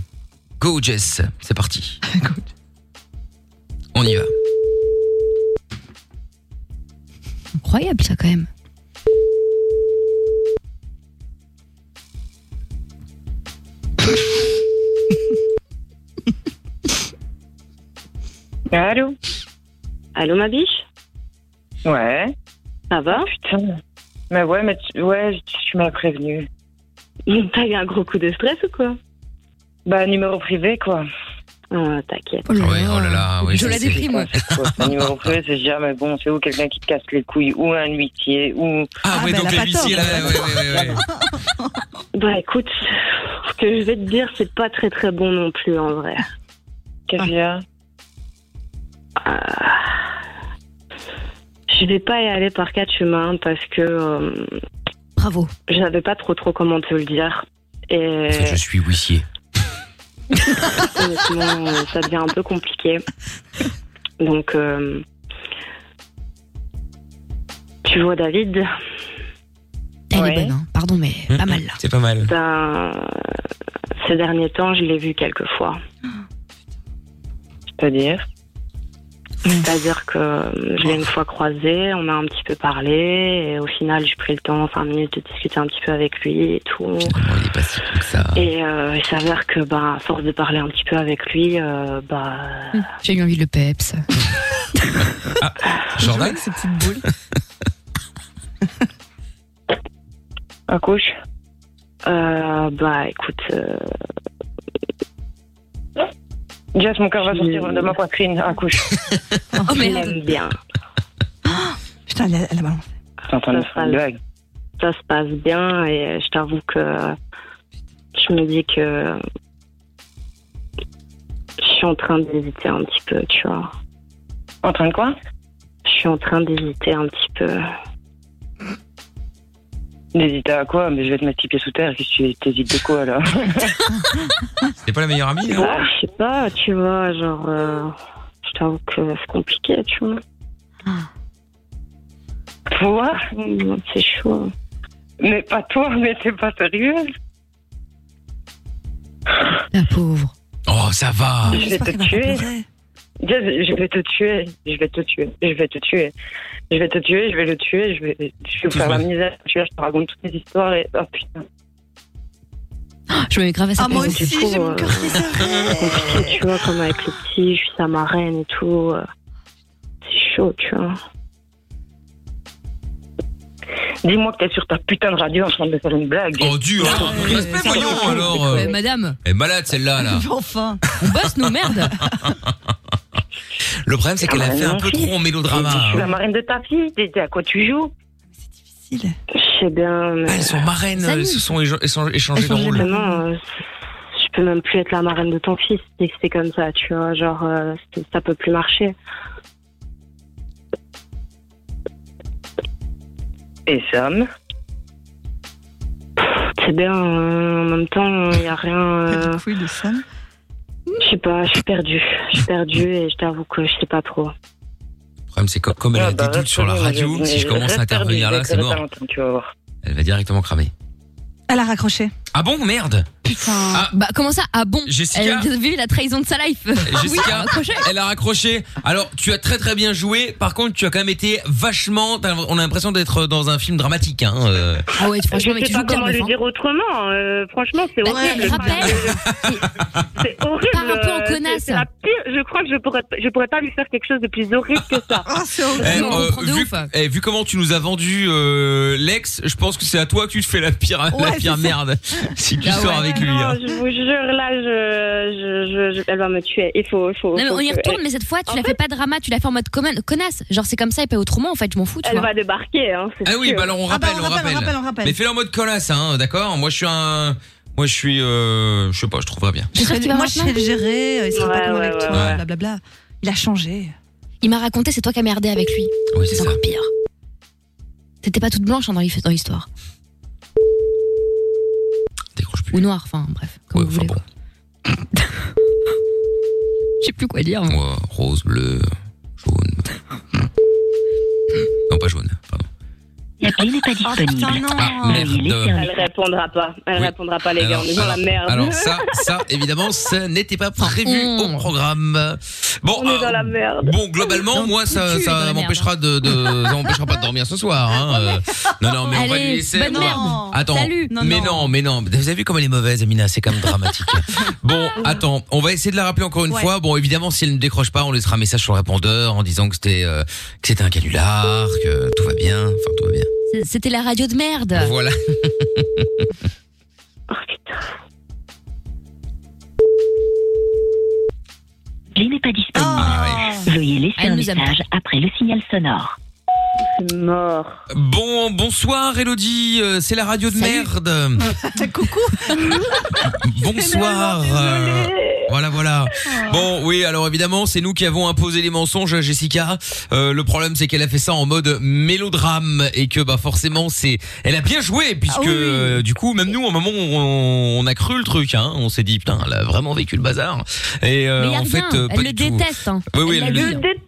S2: go, Jess. C'est parti. on y va.
S3: Incroyable, ça, quand même.
S12: Allô Allô, ma biche
S14: Ouais. Oh,
S12: Ça va
S14: Putain. Mais ouais, mais tu, ouais, tu- tu m'as prévenu.
S12: T'as eu un gros coup de stress ou quoi
S14: Bah, numéro privé, quoi.
S12: Ah, t'inquiète.
S2: Ouais, oh là là, oui, ça, c'est-
S14: Un numéro privé, c'est jamais bon. C'est ou quelqu'un qui te casse les couilles, ou un huitier, ou.
S2: Ah, ouais,
S14: bah,
S2: donc
S14: elle a pas
S2: la
S14: tort.
S2: huissier, là, ouais, ouais, ouais, ouais.
S12: Bah écoute, ce que je vais te dire, c'est pas très très bon non plus en vrai.
S14: Qu'est-ce qu'il y a
S12: Ah. Je vais pas y aller par quatre chemins parce que.
S3: Bravo.
S12: Je savais pas trop trop comment te le dire. Et.
S2: Je suis huissier.
S12: Honnêtement, euh, ça devient un peu compliqué. Donc, euh, tu vois David
S3: Elle est bonne, hein. Pardon, mais pas mal, là.
S2: Hum, C'est pas mal.
S12: ben, ces derniers temps, je l'ai vu quelques fois.
S3: Ah.
S14: C'est-à-dire
S12: C'est-à-dire que euh, je l'ai une fois croisé, on a un petit peu parlé, et au final, j'ai pris le temps, cinq minutes, de discuter un petit peu avec lui et tout.
S2: il est pas si fou que ça.
S12: Et euh, il s'avère que, bah, à force de parler un petit peu avec lui, euh, bah,
S3: J'ai eu envie de le peps.
S2: Ah, Jordan
S5: Ces petites boules.
S12: À gauche euh, Bah écoute. Euh... Jess, mon cœur va sortir de ma poitrine à couche.
S5: Oh,
S12: Je
S5: merde.
S12: l'aime bien.
S5: Putain, elle a, elle a balancé.
S12: Ça se passe- Ça se passe bien et je t'avoue que je me dis que je suis en train d'hésiter un petit peu, tu vois. En train de quoi Je suis en train d'hésiter un petit peu.
S14: N'hésite à quoi Mais je vais te mettre les pieds sous terre. Qu'est-ce que tu t'hésites de quoi là
S2: T'es pas la meilleure amie là
S12: Ouais, Bah, je sais pas, tu vois, genre, euh, je t'avoue que c'est compliqué, tu vois. Toi C'est chaud.
S14: Mais pas toi, mais t'es pas sérieux
S13: La pauvre.
S2: Oh, ça va.
S14: Je vais te tuer. Jess, je vais te tuer. Je vais te tuer. Je vais te tuer. Je vais te tuer. Je vais le tuer. Je vais, je vais faire la misère. Tu vois, je te raconte toutes les histoires et oh putain.
S13: Je me mets grave à
S12: Ah, moi aussi, j'ai
S14: euh,
S12: mon cœur qui C'est compliqué, tu vois, comme avec le petit, je suis sa marraine et tout. euh, C'est chaud, tu vois. Dis-moi que t'es sur ta putain de radio en train de faire une blague. Ah,
S2: Oh, dur. hein. Respect, voyons alors. euh.
S13: madame.
S2: Elle est malade celle-là là.
S13: Enfin. On bosse, nous, merde.
S2: Le problème c'est qu'elle a
S12: Ah,
S2: fait un peu trop en mélodrama.
S14: Je suis la
S2: hein.
S14: marraine de ta fille. T'es- t'es À quoi tu joues
S12: Ah,
S14: C'est difficile. Je sais bien. Mais...
S2: Ah, Elles sont marraines, elles se sont ége- échan- échangées de rôle.
S12: Vraiment, euh, je peux même plus être la marraine de ton fils si c'est comme ça, tu vois. Genre, euh, c'est- ça peut plus marcher.
S14: Et Sam
S12: C'est bien, euh, en même temps, il n'y a rien. Euh... de Sam Je sais pas, je suis perdue. Je suis perdue et je t'avoue que je sais pas trop.
S2: Le problème c'est que comme elle
S12: Ah,
S2: a
S12: bah,
S2: des doutes sur la radio, si je commence à intervenir là, c'est mort. Elle va directement cramer.
S13: Elle a raccroché.
S2: Ah bon, merde
S13: euh, Putain. Bah, comment ça Ah bon
S2: Jessica.
S13: Elle a vu la trahison de sa life. Ah oui, elle a
S2: Jessica,
S13: raccroché.
S2: elle a raccroché. Alors, tu as très très bien joué. Par contre, tu as quand même été vachement. t'as- On a l'impression d'être dans un film dramatique. Hein. euh.
S13: Ah ouais,
S12: franchement,
S13: mais
S12: je
S13: tu
S12: sais pas
S13: joues
S12: comment
S13: calme,
S12: le
S13: hein. Bah,
S12: dire autrement. euh, franchement, c'est horrible. euh, C'est horrible.
S13: Parle un peu en
S12: euh, c'est-
S13: connasse.
S12: c'est la pire- Je crois que je pourrais, je pourrais pas lui faire quelque chose de plus horrible que ça. Ah, c'est
S2: Eh, euh, vu, eh, vu comment tu nous as vendu euh, Lex, je pense que c'est à toi que tu te fais la pire, la
S12: Ouais, c'est
S2: pire
S12: ça.
S2: merde si tu
S12: Ah
S2: sors
S12: ouais.
S2: avec lui.
S12: Non,
S2: hein.
S12: je vous jure, là, je, je, je- je- elle va me tuer. Il faut, il faut.
S13: Non, mais
S12: faut
S13: on y
S12: que-
S13: retourne, mais cette fois, tu la fais pas drama, tu la fais en mode commun- connasse. Genre, c'est comme ça et pas autrement, en fait, je m'en fous, tu
S12: Elle
S13: vois.
S12: va débarquer, hein.
S2: Ah oui, bah alors on rappelle, on, rappelle, Mais fais-le en mode connasse, hein, d'accord Moi je suis un. Moi je suis. Euh, je sais pas, je trouverai bien.
S5: Je serais- moi, je
S13: maintenant
S5: sais le gérer, euh, il sera
S13: Ouais,
S5: pas comme
S13: ouais,
S5: avec
S13: ouais,
S5: toi,
S13: ouais.
S5: blablabla. Il a changé.
S13: Il m'a raconté, c'est toi qui as merdé avec lui.
S2: Oui, c'est
S13: encore pire. T'étais pas toute blanche hein, dans l'hi- dans l'histoire. Ou noire, enfin, bref. Comme vous voulez. Je sais plus quoi dire. moi.
S2: Moi, rose, bleu, jaune. Hmm. non, pas jaune.
S12: Il
S13: Oh,
S12: n'est pas disponible.
S2: Ah, merde.
S12: Elle répondra pas. Elle répondra pas, les gars. On est dans la merde.
S2: alors ça, ça, évidemment, ça n'était pas prévu au programme. Bon,
S12: On est dans
S2: euh,
S12: la merde.
S2: bon, globalement, moi, ça,
S12: cul, dans la
S2: ça
S12: merde.
S2: m'empêchera de, de- ça m'empêchera pas de dormir ce soir. hein, euh. Non, non, mais on va
S13: Allez,
S2: lui laisser.
S13: bonne
S2: on va-
S13: merde.
S2: Attends,
S13: Salut. Non,
S2: mais
S13: non.
S2: non, mais non. Vous avez vu comme elle est mauvaise, Amina. C'est quand même dramatique. bon, attends, on va essayer de la rappeler encore une
S13: Ouais.
S2: fois. Bon, évidemment, si elle ne décroche pas, on laissera un message sur le répondeur en disant que c'était, euh, que c'était un canular, que tout va bien. Enfin, tout va bien.
S13: C'est- C'était la radio de merde.
S2: Voilà.
S15: Il n'est pas
S13: Oh
S15: disponible.
S2: Ah,
S15: Veuillez laisser un message après le signal sonore.
S12: Mort.
S2: Bon, bonsoir Elodie, Euh, c'est la radio de merde.
S5: Coucou.
S2: Bonsoir. euh, Voilà, voilà. Bon, oui, alors évidemment, c'est nous qui avons imposé les mensonges à Jessica. Euh, le problème, c'est qu'elle a fait ça en mode mélodrame et que, bah, forcément, c'est, elle a bien joué puisque,
S16: Ah oui, oui.
S2: euh, du coup, même nous, au moment où on, on a cru le truc, hein, on s'est dit, putain, elle a vraiment vécu le bazar. Et euh,
S13: Mais y a
S2: en fait,
S13: rien.
S2: euh, pas
S13: elle le
S2: du tout.
S13: déteste. Hein.
S2: Oui, oui, elle
S13: l'a
S2: le
S13: dit.
S2: déteste.
S12: déteste.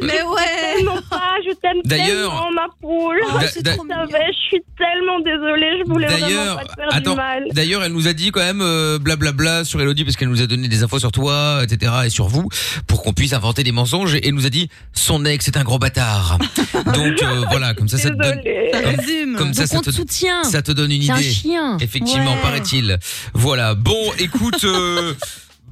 S13: Mais ouais.
S12: Je t'aime pas, je t'aime
S2: D'ailleurs-
S12: tellement, ma poule.
S2: Oh, c'est D'a- trop
S12: je savais, je suis tellement désolée, je voulais vraiment
S2: D'ailleurs,
S12: pas te faire
S2: attends,
S12: du mal.
S2: d'ailleurs, elle nous a dit quand même euh, blablabla sur Elodie parce qu'elle nous a donné des infos sur toi, etc. et sur vous pour qu'on puisse inventer des mensonges et elle nous a dit son ex est un gros bâtard. Donc euh, voilà, comme ça, ça te donne, comme- comme ça,
S13: Donc
S2: ça
S13: on
S2: te,
S13: te soutient.
S2: ça te donne une
S13: C'est
S2: idée.
S13: un chien.
S2: Effectivement,
S13: Ouais.
S2: paraît-il. Voilà. Bon, écoute. euh,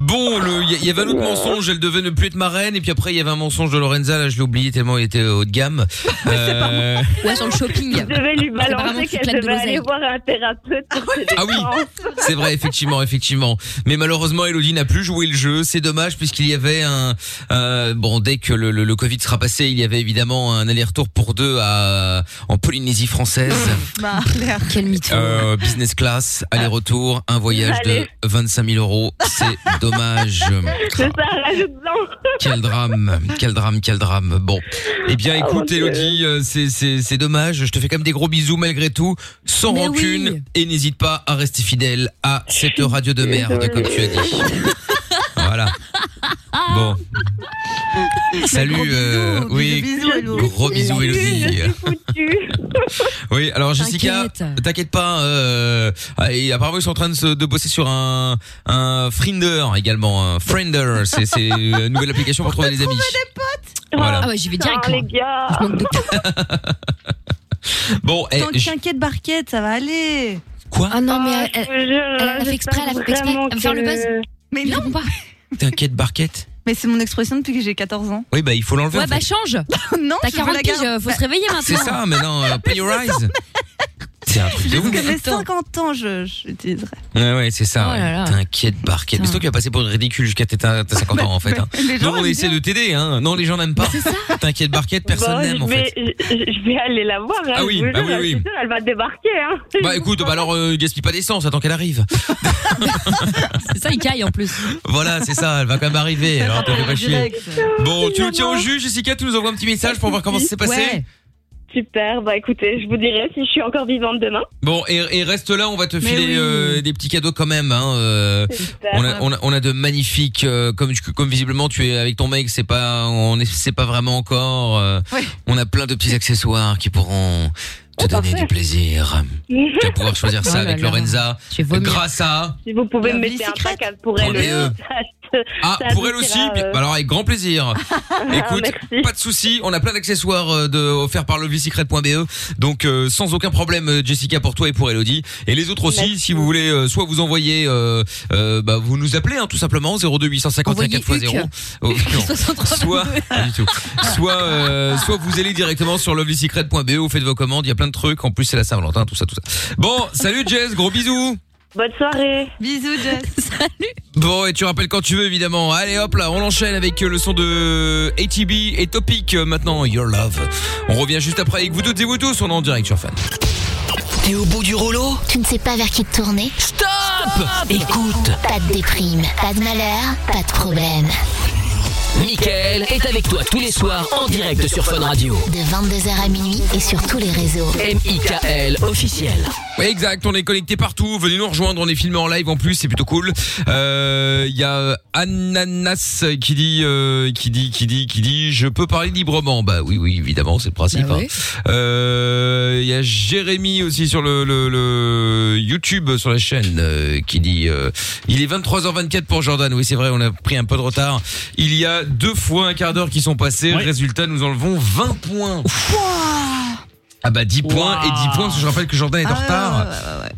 S2: Bon, le- il y, il y avait un autre mensonge, elle devait ne plus être marraine, et puis après il y avait un mensonge de Lorenza, là je l'ai oublié tellement il était haut de gamme. Euh,
S13: Ouais, sur le shopping.
S14: Je devais lui
S13: C'est vraiment
S14: balancer
S13: foutre
S14: qu'elle
S13: la de
S14: devait aller
S13: l'oseille.
S14: voir un thérapeute. pour ses
S2: Ah oui.
S14: dépenses.
S2: C'est vrai, effectivement, effectivement. Mais malheureusement, Elodie n'a plus joué le jeu. C'est dommage puisqu'il y avait un euh, bon dès que le, le- le Covid sera passé, il y avait évidemment un aller-retour pour deux à en Polynésie française,
S5: Bah,
S13: Quel mytho.
S2: Euh, business class, aller-retour, un voyage de
S14: Allez.
S2: 25 000 euros. C'est dommage.
S14: C'est ça, rajoute-en.
S2: Quel drame, quel drame, quel drame. Bon, eh bien, écoute,
S14: mon Dieu.
S2: Elodie, euh, c'est- c'est c'est dommage. Je te fais quand même des gros bisous malgré tout, sans
S14: Mais
S2: rancune,
S14: oui.
S2: et n'hésite pas à rester fidèle à cette radio de merde, comme tu as dit. voilà. Bon.
S1: Ah,
S2: Salut. euh, oui. Gros bisous, Elodie. Oui, alors Jessica,
S14: T'inquiète.
S2: t'inquiète pas. Euh, ah, et apparemment, ils sont en train de, se- de bosser sur un, un Friender également. Un Friender, c'est c'est une nouvelle application pour trouver des amis. Voilà.
S13: Ah ouais, j'y vais direct.
S14: les
S13: moi.
S14: gars.
S13: Je manque de
S2: Bon, eh,
S5: Tant que
S2: je-
S5: t'inquiètes, Barquette, ça va aller.
S2: Quoi
S13: Ah non, mais elle,
S14: elle- elle
S13: a fait exprès, elle a fait
S5: j'espère
S13: exprès.
S5: vraiment
S13: Elle veut faire le
S5: que-
S13: buzz.
S5: Mais non,
S13: pas.
S2: t'inquiète, Barquette.
S5: Mais c'est mon expression depuis que j'ai 14 ans.
S2: Oui, bah il faut l'enlever. en
S13: Ouais,
S2: fait.
S13: bah change.
S5: non,
S13: T'as
S5: je veux
S13: 40
S5: la
S13: piges,
S5: garde. Bah,
S13: euh, faut se réveiller maintenant.
S2: C'est ça, maintenant, euh, pay your eyes. C'est un truc de ouf.
S5: Parce que mes 50 ans, je, j'utiliserai.
S2: Ouais, ouais, c'est ça.
S5: Oh là là.
S2: T'inquiète, Barquette. Mais c'est toi qui vas passer pour une ridicule jusqu'à tes t'as 50 ans, en fait. Hein.
S5: les gens
S2: Nous, on
S5: aiment
S2: essaie de t'aider, hein. Non, les gens n'aiment pas. T'inquiète, Barquette,
S12: Bah,
S2: personne
S14: Bon,
S2: n'aime,
S14: je
S2: en
S14: vais,
S2: fait.
S14: je- je vais aller la voir. hein,
S2: Ah oui,
S14: je vous
S2: bah
S14: jure,
S2: oui, oui.
S14: je suis sûre, Elle va débarquer. Hein.
S2: Bah écoute, bah alors euh, gaspille pas d'essence, attends qu'elle arrive.
S13: C'est ça, il caille en plus.
S2: Voilà, c'est ça, elle va quand même arriver. Alors t'en fais pas chier. Bon, tu nous tiens au jus, Jessica, tu nous envoies un petit message pour voir comment ça s'est passé.
S14: Ouais. Super, bah écoutez, je vous dirai si je suis encore vivante demain.
S2: Bon, et, et reste là, on va te filer euh, des petits cadeaux quand même. Hein, euh,
S14: Super.
S2: on, a, on, a, on a de magnifiques, euh, comme, tu- comme visiblement tu es avec ton mec, c'est pas, on est- c'est pas vraiment encore. euh, On a plein de petits accessoires qui pourront te donner du plaisir. Tu vas pouvoir choisir ça
S14: Oh là
S2: avec
S14: là.
S2: Lorenza.
S14: vais vomir.
S2: Grâce à.
S14: Si vous pouvez
S5: La
S14: me
S5: vie
S14: mettre un pack pour elle.
S2: Prenez, euh, Ah, pour elle aussi bien-
S12: euh,
S14: euh,
S2: bah Alors avec grand plaisir. Écoute, pas de souci, on a plein d'accessoires euh, de, offerts par lovesecret.be. Donc euh, sans aucun problème euh, Jessica pour toi et pour Elodie et les autres aussi si vous voulez euh, soit vous envoyez euh, euh, bah, vous nous appelez hein, tout simplement 02 851
S14: Envoyez
S2: 4x0
S14: Huc.
S2: Oh, non.
S14: 63,
S2: soit pas du tout. soit euh, soit vous allez directement sur lovesecret.be E, vous faites vos commandes, il y a plein de trucs en plus c'est la Saint-Valentin tout ça tout ça. Bon, salut Jess, gros bisous.
S14: Bonne soirée.
S5: Bisous, Jess.
S2: Bon, et tu rappelles quand tu veux, évidemment. Allez, hop, là, on l'enchaîne avec euh, le son de ATB et Topic, euh, maintenant, Your Love. On revient juste après avec vous toutes et vous tous, on est en direct sur Fan.
S7: T'es au bout du rouleau Tu ne sais pas vers qui te tourner
S1: Stop, Écoute,
S7: Pas de déprime, pas de malheur, pas de problème.
S1: Michael est avec toi tous les soirs en direct sur Fun Radio.
S7: De 22h à minuit et sur tous les réseaux.
S1: M.I.K.L. officiel.
S2: Ouais, exact, on est connecté partout, venez nous rejoindre, on est filmé en live en plus, c'est plutôt cool. Euh, Il y a Ananas qui dit, euh, qui dit, qui dit, qui dit, je peux parler librement. Bah oui, oui, évidemment, c'est le principe.
S14: Bah
S2: hein.
S14: oui.
S13: Ah
S2: Euh, Il y a Jérémy aussi sur le, le- le YouTube, sur la chaîne, euh, qui dit, euh, il est 23h24 pour Jordan, oui c'est vrai, on a pris un peu de retard. Il y a deux fois un quart d'heure qui sont passés, résultat, nous enlevons 20 points. Ah bah 10 points et 10 points parce que je rappelle que Jordan
S13: Ah
S2: est en retard.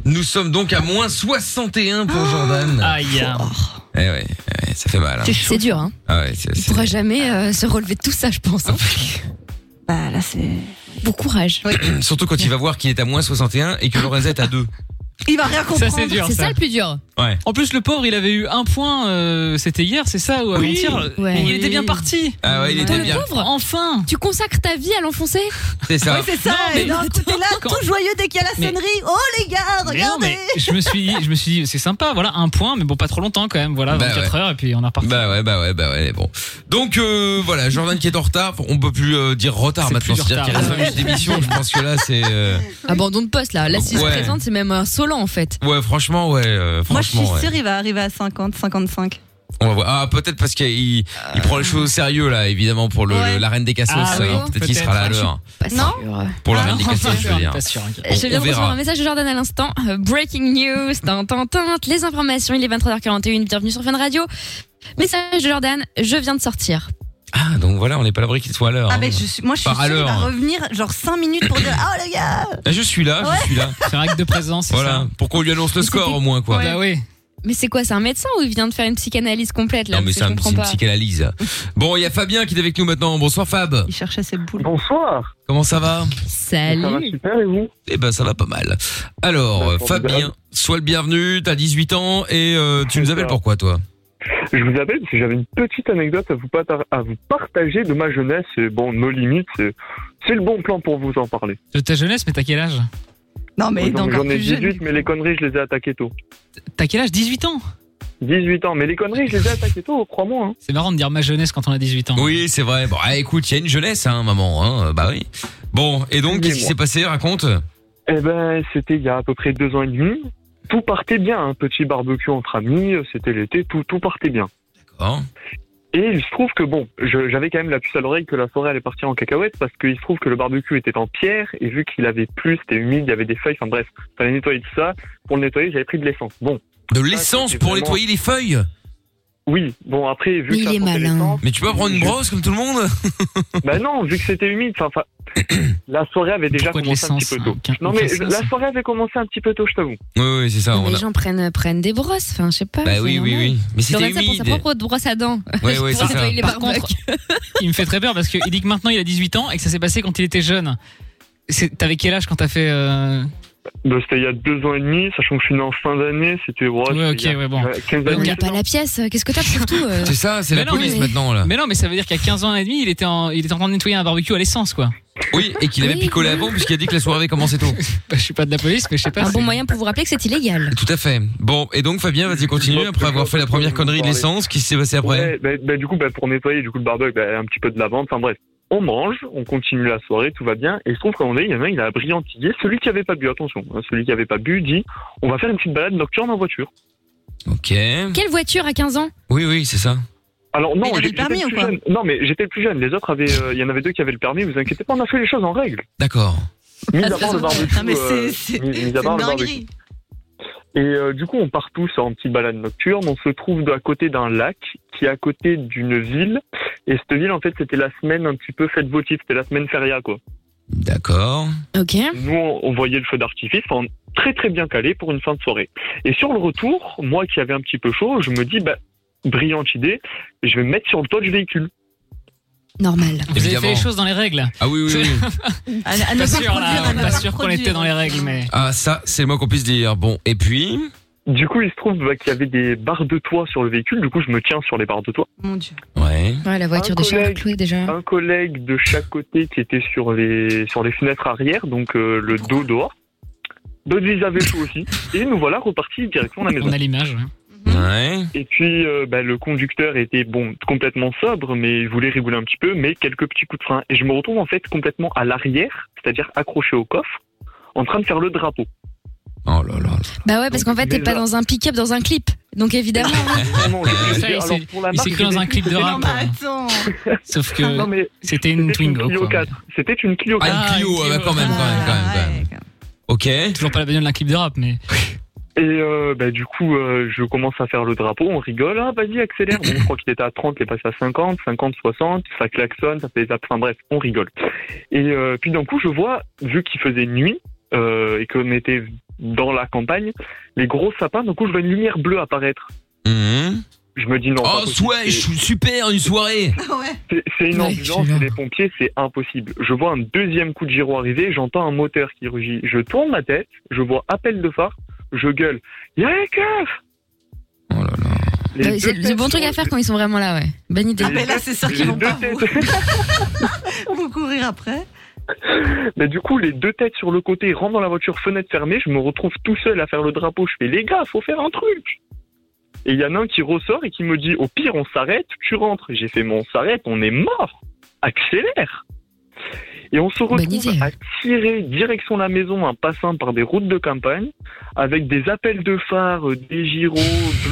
S2: Nous sommes donc à moins 61
S13: Ah.
S2: pour Jordan.
S4: Aïe.
S2: Eh ouais, eh ouais, ça fait mal. hein.
S13: C'est dur, hein.
S2: Ah ouais, c'est- Ah,
S13: Il pourra jamais euh, se relever de tout ça, je pense. hein.
S5: Bah là, c'est.
S13: Bon courage.
S2: c'est- Surtout quand il va voir qu'il est à moins 61 et que Lorenza est à 2.
S5: Il va rien
S4: comprendre. Ça, c'est dur,
S13: C'est
S4: ça.
S13: ça le plus dur.
S2: Ouais.
S4: En plus, le pauvre, il avait eu un point, euh, c'était hier, c'est ça, ou avant-hier.
S13: Ouais.
S4: Il était bien parti.
S2: Ah ouais, il était
S13: Le
S2: bien.
S13: pauvre,
S4: enfin
S13: Tu consacres ta vie à l'enfoncer
S2: C'est ça.
S5: c'est ça. et d'un coup, t'es là, tout joyeux dès qu'il y a la
S4: Mais-
S5: sonnerie. Oh les gars,
S4: Mais non,
S5: regardez.
S4: mais je me suis dit, je me suis dit, c'est sympa, voilà, un point, mais bon, pas trop longtemps quand même, voilà,
S2: Bah
S4: 24
S2: ouais.
S4: Ah, heures, et puis on a reparti.
S2: Bah ouais, bah ouais, bah ouais, bon. Donc euh, voilà, Jordan qui est en retard, on peut plus euh, dire retard
S4: C'est
S2: maintenant,
S4: plus du
S2: c'est-à-dire qu'il
S4: retard.
S2: reste 20 minutes d'émission, je pense que là c'est... euh,
S13: Abandon de poste, là. Là, s'il
S2: Ouais.
S13: se présente, c'est même insolent, en fait.
S2: Ouais, franchement, ouais, euh,
S5: Moi, je
S2: franchement,
S5: suis
S2: ouais.
S5: sûre, il va arriver à 50, 55.
S2: On va voir. Ah, peut-être parce qu'il il prend les choses au sérieux là, évidemment pour le,
S5: Ouais.
S2: la reine des cassos,
S4: Ah oui.
S2: hein. peut-être qu'il
S4: Peut-être.
S2: sera là à
S4: Je suis
S2: l'heure.
S13: Non
S2: Pour la reine des
S4: pas
S2: cassos, je
S4: sûr,
S2: veux dire.
S4: pas sûr, inquiète.
S13: Je viens
S2: On
S13: de recevoir
S2: verra.
S13: un message de Jordan à l'instant. Euh, Breaking news, tin, tin, tin. les informations, il est 23h41, bienvenue sur Fun Radio. Message de Jordan, je viens de sortir.
S2: Ah, donc voilà, on n'est pas à l'abri qu'il soit à l'heure.
S5: Ah,
S2: hein.
S5: mais je suis, moi, je suis
S2: Par à
S5: sûre, il va
S2: l'heure. hein.
S5: revenir genre 5 minutes pour dire Oh les gars
S2: Ah, Je suis là,
S5: Ouais.
S2: je suis là.
S4: C'est un acte de présence,
S2: Voilà, pour qu'on lui annonce le score au moins, quoi.
S4: Bah oui.
S13: Mais c'est quoi C'est un médecin ou il vient de faire une psychanalyse complète là
S2: Non, mais
S13: Parce
S2: c'est
S13: que je
S2: un-
S13: comprends
S2: c'est une
S13: pas.
S2: psychanalyse. Bon, il y a Fabien qui est avec nous maintenant. Bonsoir Fab.
S5: Il cherchait ses boules.
S10: Bonsoir.
S2: Comment ça va
S13: Salut.
S2: Ça va
S10: super et vous
S2: Eh ben ça va pas mal. Alors, euh, Fabien, sois le bienvenu, t'as 18 ans et euh, tu nous appelles pourquoi toi
S10: Je vous appelle parce que j'avais une petite anecdote à vous, pata- à vous partager de ma jeunesse. Et bon, nos limites, c'est c'est le bon plan pour vous en parler.
S4: De ta jeunesse, mais t'as quel âge
S5: Non, mais
S10: Donc, J'en ai 18, mais les conneries, je les ai attaquées tôt.
S4: T'as quel âge 18 ans
S10: 18 ans, mais les conneries, je les ai attaquées tôt, crois-moi. hein.
S4: C'est marrant de dire ma jeunesse quand on a 18 ans.
S2: Oui, c'est vrai. Bon, ah, écoute, il y a une jeunesse, hein, maman. Hein, euh, bah oui. Bon, et donc, qu'est-ce qui s'est passé Raconte.
S10: Eh ben, c'était il y a à peu près deux ans et demi. Tout partait bien, un petit barbecue entre amis, euh, c'était l'été, tout, tout partait bien.
S2: D'accord.
S10: Et il se trouve que bon, je- j'avais quand même la puce à l'oreille que la forêt allait partir en cacahuète parce qu'il se trouve que le barbecue était en pierre et vu qu'il avait plu, c'était humide, il y avait des feuilles, enfin bref, fallait nettoyer tout ça. Pour le nettoyer, j'avais pris de l'essence. Bon.
S2: De l'essence pour nettoyer les feuilles
S10: Oui, bon après, vu que ça sentait l'essence-
S2: Mais tu peux pas prendre une brosse comme tout le monde
S10: Bah non, vu que c'était humide, enfin, enfin, la soirée avait déjà
S2: Pourquoi de
S10: commencé un petit
S2: l'essence,
S10: peu
S2: hein,
S10: tôt.
S2: aucun-
S10: Non
S2: aucun
S10: mais
S2: sens.
S10: la soirée avait commencé un petit peu tôt, je t'avoue.
S2: Oui, oui, c'est ça.
S13: Les
S2: On a...
S13: gens prennent, prennent des brosses, enfin je sais pas.
S2: Bah
S13: c'est
S2: oui, oui,
S13: normal.
S2: oui. Mais
S13: Il aurait
S2: c'était
S13: ça pour sa
S2: humide.
S13: propre brosse à dents.
S2: Ouais, ouais,
S13: Pour
S2: c'est ça.
S13: nettoyer les
S4: Par
S13: barbecues.
S4: Il me fait très peur parce qu'il dit que maintenant il a 18 ans et que ça s'est passé quand il était jeune. C'est- T'avais quel âge quand t'as fait. euh,
S10: Bah, c'était il y a deux ans et demi, sachant que je suis né en fin d'année, c'était ouais,
S4: Ouais,
S10: c'était
S4: ok,
S10: il y a,
S4: ouais, bon.
S10: euh, 15
S13: On
S10: années.
S13: n'a pas la pièce. Qu'est-ce que t'as surtout euh
S4: Mais non, mais- Mais non, mais ça veut dire qu'à 15 ans et demi, il était, en, il était en train de nettoyer un barbecue à l'essence, quoi.
S2: Oui, et qu'il avait picolé avant puisqu'il a dit que la soirée avait commencé tôt.
S4: Bah, je suis pas de la police, mais je sais pas.
S13: Un
S4: c'est-
S13: bon moyen pour vous rappeler que c'est illégal.
S2: Tout à fait. Bon, et donc Fabien, vas-y, continue après avoir fait la première connerie de l'essence. Qu'est-ce qui s'est passé après
S10: Ouais, bah, bah, du coup, bah, pour nettoyer du coup le barbecue, bah, un petit peu de lavande, enfin bref. On mange, on continue la soirée, tout va bien. Et il se trouve qu'on est, il y en a un, il a brillantillé. Celui qui avait pas bu, attention, hein, celui qui avait pas bu dit, on va faire une petite balade nocturne en voiture.
S2: Ok.
S13: Quelle voiture à 15 ans
S2: Oui, oui, c'est ça.
S10: Alors non,
S13: Mais il avait
S10: j'ai-
S13: le permis
S10: j'étais
S13: ou
S10: plus
S13: quoi
S10: jeune. Non, mais j'étais le plus jeune. Les autres avaient, euh, il y en avait deux qui avaient le permis. Vous inquiétez pas, on a fait les choses en règle.
S2: D'accord.
S10: Mis
S5: Ah,
S10: à
S5: ça,
S10: part le
S5: ça,
S10: barbecue.
S5: non, mais
S10: euh,
S5: c'est-
S10: mis- mis à
S5: c'est
S10: part le
S5: une dinguerie.
S10: barbecue. Et euh, du coup, on part tous en petite balade nocturne. On se trouve à côté d'un lac qui est à côté d'une ville. Et cette ville, en fait, c'était la semaine un petit peu fête votive. C'était la semaine feria, quoi.
S2: D'accord.
S13: Ok.
S10: Nous, on, on voyait le feu d'artifice. enfin, très, très bien calé pour une fin de soirée. Et sur le retour, moi qui avais un petit peu chaud, je me dis, bah, brillante idée, je vais me mettre sur le toit du véhicule.
S13: Normal.
S4: Vous avez fait
S2: Évidemment.
S4: les choses dans les règles.
S2: Ah oui, oui, oui.
S4: Pas sûr, là, pas sûr qu'on était dans les règles, mais.
S2: Ah, ça, c'est le moins qu'on puisse dire. Bon, et puis.
S10: Du coup, il se trouve bah, qu'il y avait des barres de toit sur le véhicule. Du coup, je me tiens sur les barres de toit.
S5: Mon dieu.
S2: Ouais.
S13: Ouais, la voiture de Charles Clouet déjà.
S10: Un collègue de chaque côté qui était sur les, sur les fenêtres arrière, donc euh, le dos dehors. D'autres, ils avaient tout aussi. Et nous voilà repartis directement à
S2: Ah,
S10: la maison.
S4: On a l'image, ouais.
S10: Et puis, euh, bah, le conducteur était bon, complètement sobre, mais il voulait rigoler un petit peu, mais quelques petits coups de frein. Et je me retrouve en fait complètement à l'arrière, c'est-à-dire accroché au coffre, en train de faire le drapeau.
S2: Oh là là.
S13: Bah ouais, parce qu'en fait, t'es
S10: déjà-
S13: pas dans un pick-up, dans un clip. Donc évidemment.
S4: Ça, il s'est- il s'est cru dans un clip de rap. hein.
S5: attends.
S4: Sauf que
S10: Non, mais
S4: c'était une Twingo.
S10: Clio
S4: quoi.
S10: 4. C'était une Clio 4.
S2: Ah, une Clio, ah, bah, quand même, quand même, quand même, quand même. Ok.
S4: Toujours pas la bagnole d'un clip de rap, mais.
S10: Et euh, bah, du coup, euh, je commence à faire le drapeau, on rigole, ah vas-y, accélère. Bon, je crois qu'il était à 30, il est passé à 50, 50, 60, ça klaxonne, ça fait des apps, enfin bref, on rigole. Et euh, puis d'un coup, je vois, vu qu'il faisait nuit euh, et qu'on était dans la campagne, les gros sapins, d'un coup, je vois une lumière bleue apparaître.
S4: Mmh.
S10: Je me dis non.
S2: Oh, ouais, je suis super, une soirée.
S5: Ah
S10: C'est c'est une ambulance, c'est les pompiers, c'est impossible. Je vois un deuxième coup de gyro arriver, j'entends un moteur qui rugit. Je tourne ma tête, je vois appel de phare, je gueule. Y'a un keuf Oh là là.
S13: Bah, C'est le bon truc à faire quand ils sont vraiment là, ouais. Bonne idée.
S5: Ah, mais là, c'est sûr qu'ils vont pas vous. vous courir après.
S10: Mais du coup, les deux têtes sur le côté rentrent dans la voiture, fenêtre fermée. Je me retrouve tout seul à faire le drapeau. Je fais les gars, faut faire un truc. Et il y en a un qui ressort et qui me dit au pire, on s'arrête, tu rentres. J'ai fait mon s'arrête, on est mort. Accélère. Et on se retrouve à tirer direction la maison en passant par des routes de campagne avec des appels de phare, euh, des gyros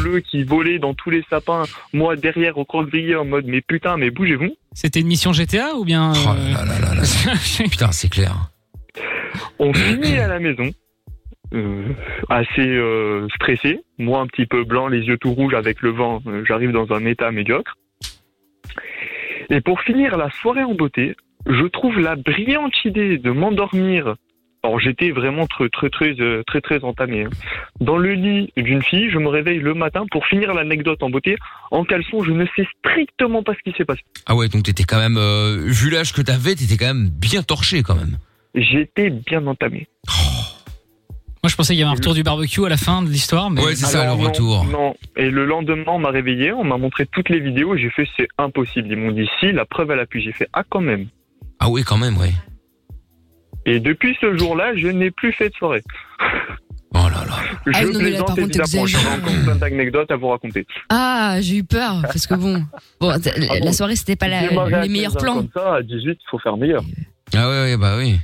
S10: bleus qui volaient dans tous les sapins. Moi derrière au croque-grillé en mode mais putain, mais bougez-vous.
S4: C'était une mission GTA ou bien.
S2: Oh
S4: euh,
S2: Putain, c'est clair.
S10: On finit à la maison, euh, assez euh, stressé, moi un petit peu blanc, les yeux tout rouges avec le vent, euh, j'arrive dans un état médiocre. Et pour finir la soirée en beauté, je trouve la brillante idée de m'endormir Alors j'étais vraiment très très très euh, très très entamé. hein. Dans le lit d'une fille, je me réveille le matin pour finir l'anecdote en beauté. En caleçon, je ne sais strictement pas ce qui s'est passé.
S2: Ah ouais, donc t'étais quand même, euh, vu l'âge que t'avais, t'étais quand même bien torché quand même.
S10: J'étais bien entamé.
S4: Moi, je pensais qu'il y avait un retour du barbecue à la fin de l'histoire, mais
S10: Alors, non, Non. Et le lendemain, on m'a réveillé, on m'a montré toutes les vidéos. J'ai fait c'est impossible. Ils m'ont dit si, la preuve à l'appui. J'ai fait ah quand même.
S2: Ah oui, quand même, oui.
S10: Et depuis ce jour-là, je n'ai plus fait de soirée. Oh là
S13: Ah
S10: là. Je
S13: oui, non, mais là, par
S10: plaisante
S13: contre,
S10: évidemment.
S13: t'exagères.
S10: J'aurais encore plein d'anecdotes à vous raconter.
S13: Ah, j'ai eu peur, parce que bon, bon t-
S10: Ah bon
S13: la soirée, c'était pas la-
S10: Démarrer à
S13: les meilleurs
S10: 15 ans
S13: plans.
S10: Comme ça, à 18, il faut faire meilleur.
S2: Ah ouais, ouais, bah oui.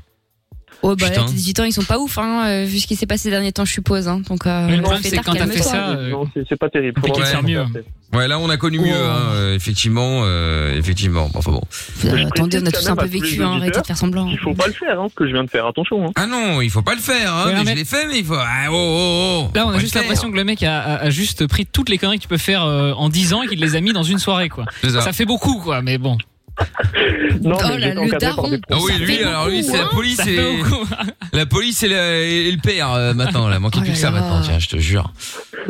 S13: Oh, bah là,
S2: Putain.
S13: tes 18 ans, ils sont pas ouf, hein, euh, vu ce qui s'est passé ces derniers temps, je suppose. Hein, donc, euh, fais tard, calme-toi.
S10: Non, c'est- c'est pas terrible. Faut vraiment faire ça.
S2: Ouais, là on a connu mieux, hein, euh, effectivement, euh, effectivement. Bon, Enfin bon.
S10: Je
S13: Attendez, on a
S10: précise
S13: tous
S10: quand
S13: un peu
S10: même à tous les
S13: vécu, hein, arrêtez
S10: auditeurs
S13: de faire semblant.
S10: Il faut pas le faire, hein, ce que je viens de faire. Attention. Hein.
S2: Ah non, il faut pas le faire. Hein,
S4: Ouais,
S2: mais
S4: mais-
S2: je l'ai fait, mais il faut. Ah, oh, oh, oh.
S4: Là, on
S2: Faut
S4: a
S2: le
S4: juste
S2: faire.
S4: l'impression que le mec a, a- a juste pris toutes les conneries que tu peux faire euh, en 10 ans et qu'il les a mis dans une soirée, quoi.
S2: C'est ça.
S4: Ça fait beaucoup, quoi, mais bon.
S10: Non,
S2: Oh mais là, le
S10: daron.
S2: Ah oui, lui, alors lui, c'est la police et la police et, la- et le père euh, maintenant. Là, manquait plus que ça maintenant. Tiens, je te jure.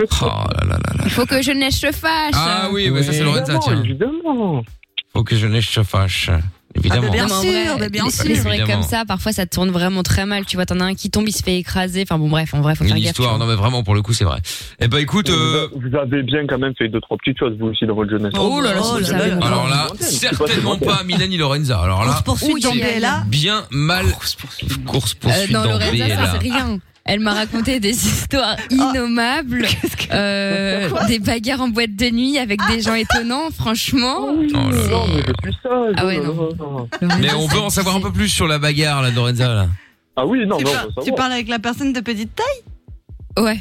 S2: Oh là là là là.
S13: Il faut que je ne se fâche.
S2: Ah oui, mais ça c'est Lorenza.
S10: évidemment,
S2: Tiens.
S10: Évidemment.
S2: Faut que je ne se fâche. Évidemment.
S13: Non, mais en vrai, les- Les soirées
S2: Évidemment.
S13: comme ça, parfois ça tourne vraiment très mal. Tu vois, t'en as un qui tombe, il se fait écraser. Enfin bon, bref, en vrai, faut
S2: Une
S13: faire gaffe.
S2: histoire, non mais vraiment pour le coup c'est vrai. Eh ben écoute, euh,
S10: Vous avez bien quand même fait deux trois petites choses vous aussi dans votre jeunesse.
S2: Oh là là, c'est pas terrible. Alors là, certainement pas Milan ni Lorenza. Alors là,
S13: poursuite
S2: ouh,
S13: dans
S2: il y a
S13: BLA.
S2: Bien mal. Course
S13: Euh,
S2: poursuite
S13: non,
S2: dans
S13: Lorenza, ça
S2: BLA.
S13: c'est rien. Elle m'a raconté des histoires
S5: Oh.
S13: innommables, euh, des bagarres en boîte de nuit avec des gens étonnants,
S5: Oh,
S13: franchement.
S2: Oh
S10: Non, mais c'est plus ça.
S13: Ah ouais, non.
S2: Mais on veut en savoir un peu plus sur la bagarre là, de Lorenza là.
S10: Ah oui, non,
S5: Tu, par- tu parles avec la personne de petite taille
S13: Ouais.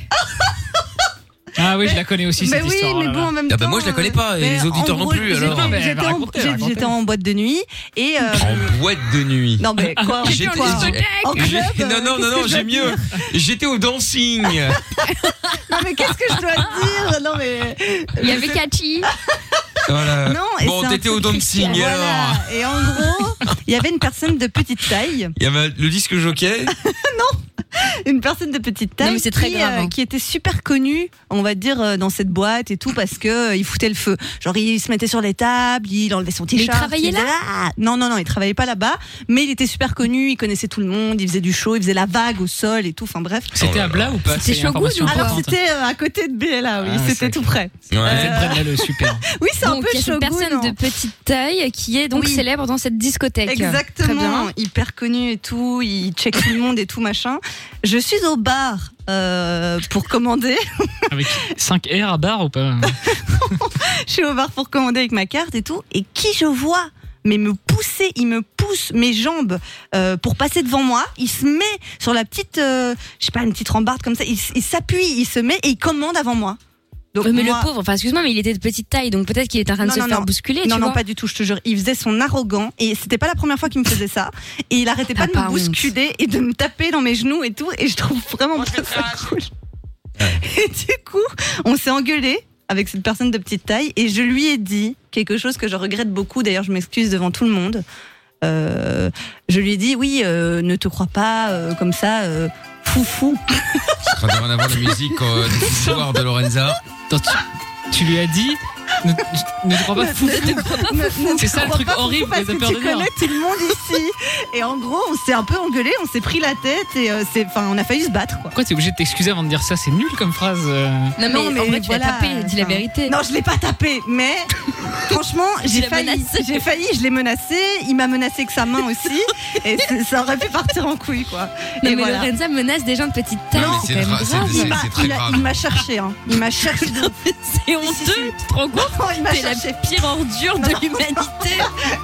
S4: Ah oui, je la connais aussi
S5: Mais
S4: cette
S5: oui,
S4: histoire. oh
S5: mais
S2: oh
S4: là,
S5: bon,
S4: là.
S5: en même Ah bah
S2: ben moi, je la connais pas, et les auditeurs non plus, alors. Non, mais
S5: J'étais
S2: elle va
S5: en-
S2: raconter,
S5: j'ai-
S2: raconter.
S5: J'étais en boîte de nuit et euh,
S2: En boîte de nuit.
S5: Non, mais quoi,
S2: J'étais-
S5: en discothèque
S2: j'ai-
S5: En club,
S2: j'ai-
S5: euh,
S2: Non non non
S5: qu'est-ce
S2: non,
S5: que je
S2: j'ai
S5: dois
S2: mieux. J'étais au dancing.
S5: Non mais qu'est-ce que je dois dire Non mais
S13: Il y avait Cathy.
S2: Voilà.
S5: Non, et
S2: Euh, bon
S5: c'est un
S2: t'étais au
S5: truc
S2: dancing
S5: Voilà.
S2: alors.
S5: Et en gros, il y avait une personne de petite taille.
S2: Il y avait le disque jockey.
S5: Une personne de petite taille
S13: Non, mais c'est très
S5: qui, euh,
S13: grave, hein.
S5: qui était super connue, on va dire, euh, dans cette boîte et tout, parce que euh, il foutait le feu. Genre, il se mettait sur les tables, il enlevait son
S13: il
S5: t-shirt.
S13: travaillait
S5: faisait,
S13: là
S5: Ah Non, non, non, il travaillait pas là-bas, mais il était super connu, il connaissait tout le monde, il faisait du show, il faisait la vague au sol et tout, enfin bref.
S4: C'était à Bla ou pas
S5: C'était
S4: chaud
S5: Shogun ou Alors c'était euh, à côté de BLA, oui,
S4: Ah,
S5: c'était tout près.
S4: Ouais.
S5: Euh,
S4: Prenne-la le super.
S5: Oui, c'est un
S13: Donc,
S5: peu
S13: il y a cette
S5: Shogun,
S13: personne
S5: hein.
S13: de petite taille qui est donc
S5: Oui.
S13: célèbre dans cette discothèque. Très
S5: Exactement,
S13: bien.
S5: hyper connu et tout, il check tout le monde et tout machin. Je suis au bar euh, pour commander.
S4: Avec 5 Ah R à barre ou pas
S5: je suis au bar pour commander avec ma carte et tout. Et qui je vois mais me pousser, il me pousse mes jambes euh, pour passer devant moi. Il se met sur la petite, euh, je sais pas, une petite rambarde comme ça. Il, s- il s'appuie, il se met et il commande avant moi.
S13: Ouais, Euh, mais
S5: moi-
S13: le pauvre, enfin excuse-moi, mais il était de petite taille, donc peut-être qu'il était en train de
S5: Non,
S13: se
S5: non,
S13: faire
S5: non.
S13: bousculer.
S5: Non,
S13: tu
S5: non,
S13: vois.
S5: pas du tout. Je te jure, il faisait son arrogant et c'était pas la première fois qu'il me faisait ça. Et il arrêtait pas de me bousculer et de me taper dans mes genoux et tout. Et je trouve vraiment pas ça cool. Et du coup, on s'est engueulé avec cette personne de petite taille et je lui ai dit quelque chose que je regrette beaucoup. D'ailleurs, je m'excuse devant tout le monde. Euh, je lui ai dit oui, euh, ne te crois pas euh, comme ça, euh, foufou.
S2: Ça devrait en avoir la musique euh, des histoires de Lorenza.
S4: Tu lui as dit ne, ne te crois pas fou. C'est ça le truc horrible
S5: parce
S4: des
S5: que
S4: affaires de
S5: tu
S4: nerfs.
S5: connais tout le monde ici. Et en gros, on s'est un peu engueulé, on s'est pris la tête et euh, c'est, enfin, on a failli se battre. Quoi.
S4: Pourquoi t'es obligé de t'excuser avant de dire ça C'est nul comme phrase. euh.
S13: Non, mais en vrai, tu l'as tapé, dis la
S5: enfin,
S13: vérité.
S5: Non, je l'ai pas tapé, mais franchement, j'ai
S13: l'as
S5: failli,
S13: menacé.
S5: j'ai failli, je l'ai menacé. Il m'a menacé avec sa main aussi, et c'est- ça aurait pu partir en couille, quoi.
S13: Non,
S5: et
S13: mais
S5: voilà.
S13: Lorenza menace des gens de petite taille.
S5: Non,
S13: c'est quand même grave.
S5: il m'a- il a- il m'a cherché, hein. Il m'a cherché.
S13: C'est honteux, tu te rends compte
S9: Oh,
S5: Il m'a
S13: T'es la
S5: cherché.
S13: pire ordure de l'humanité.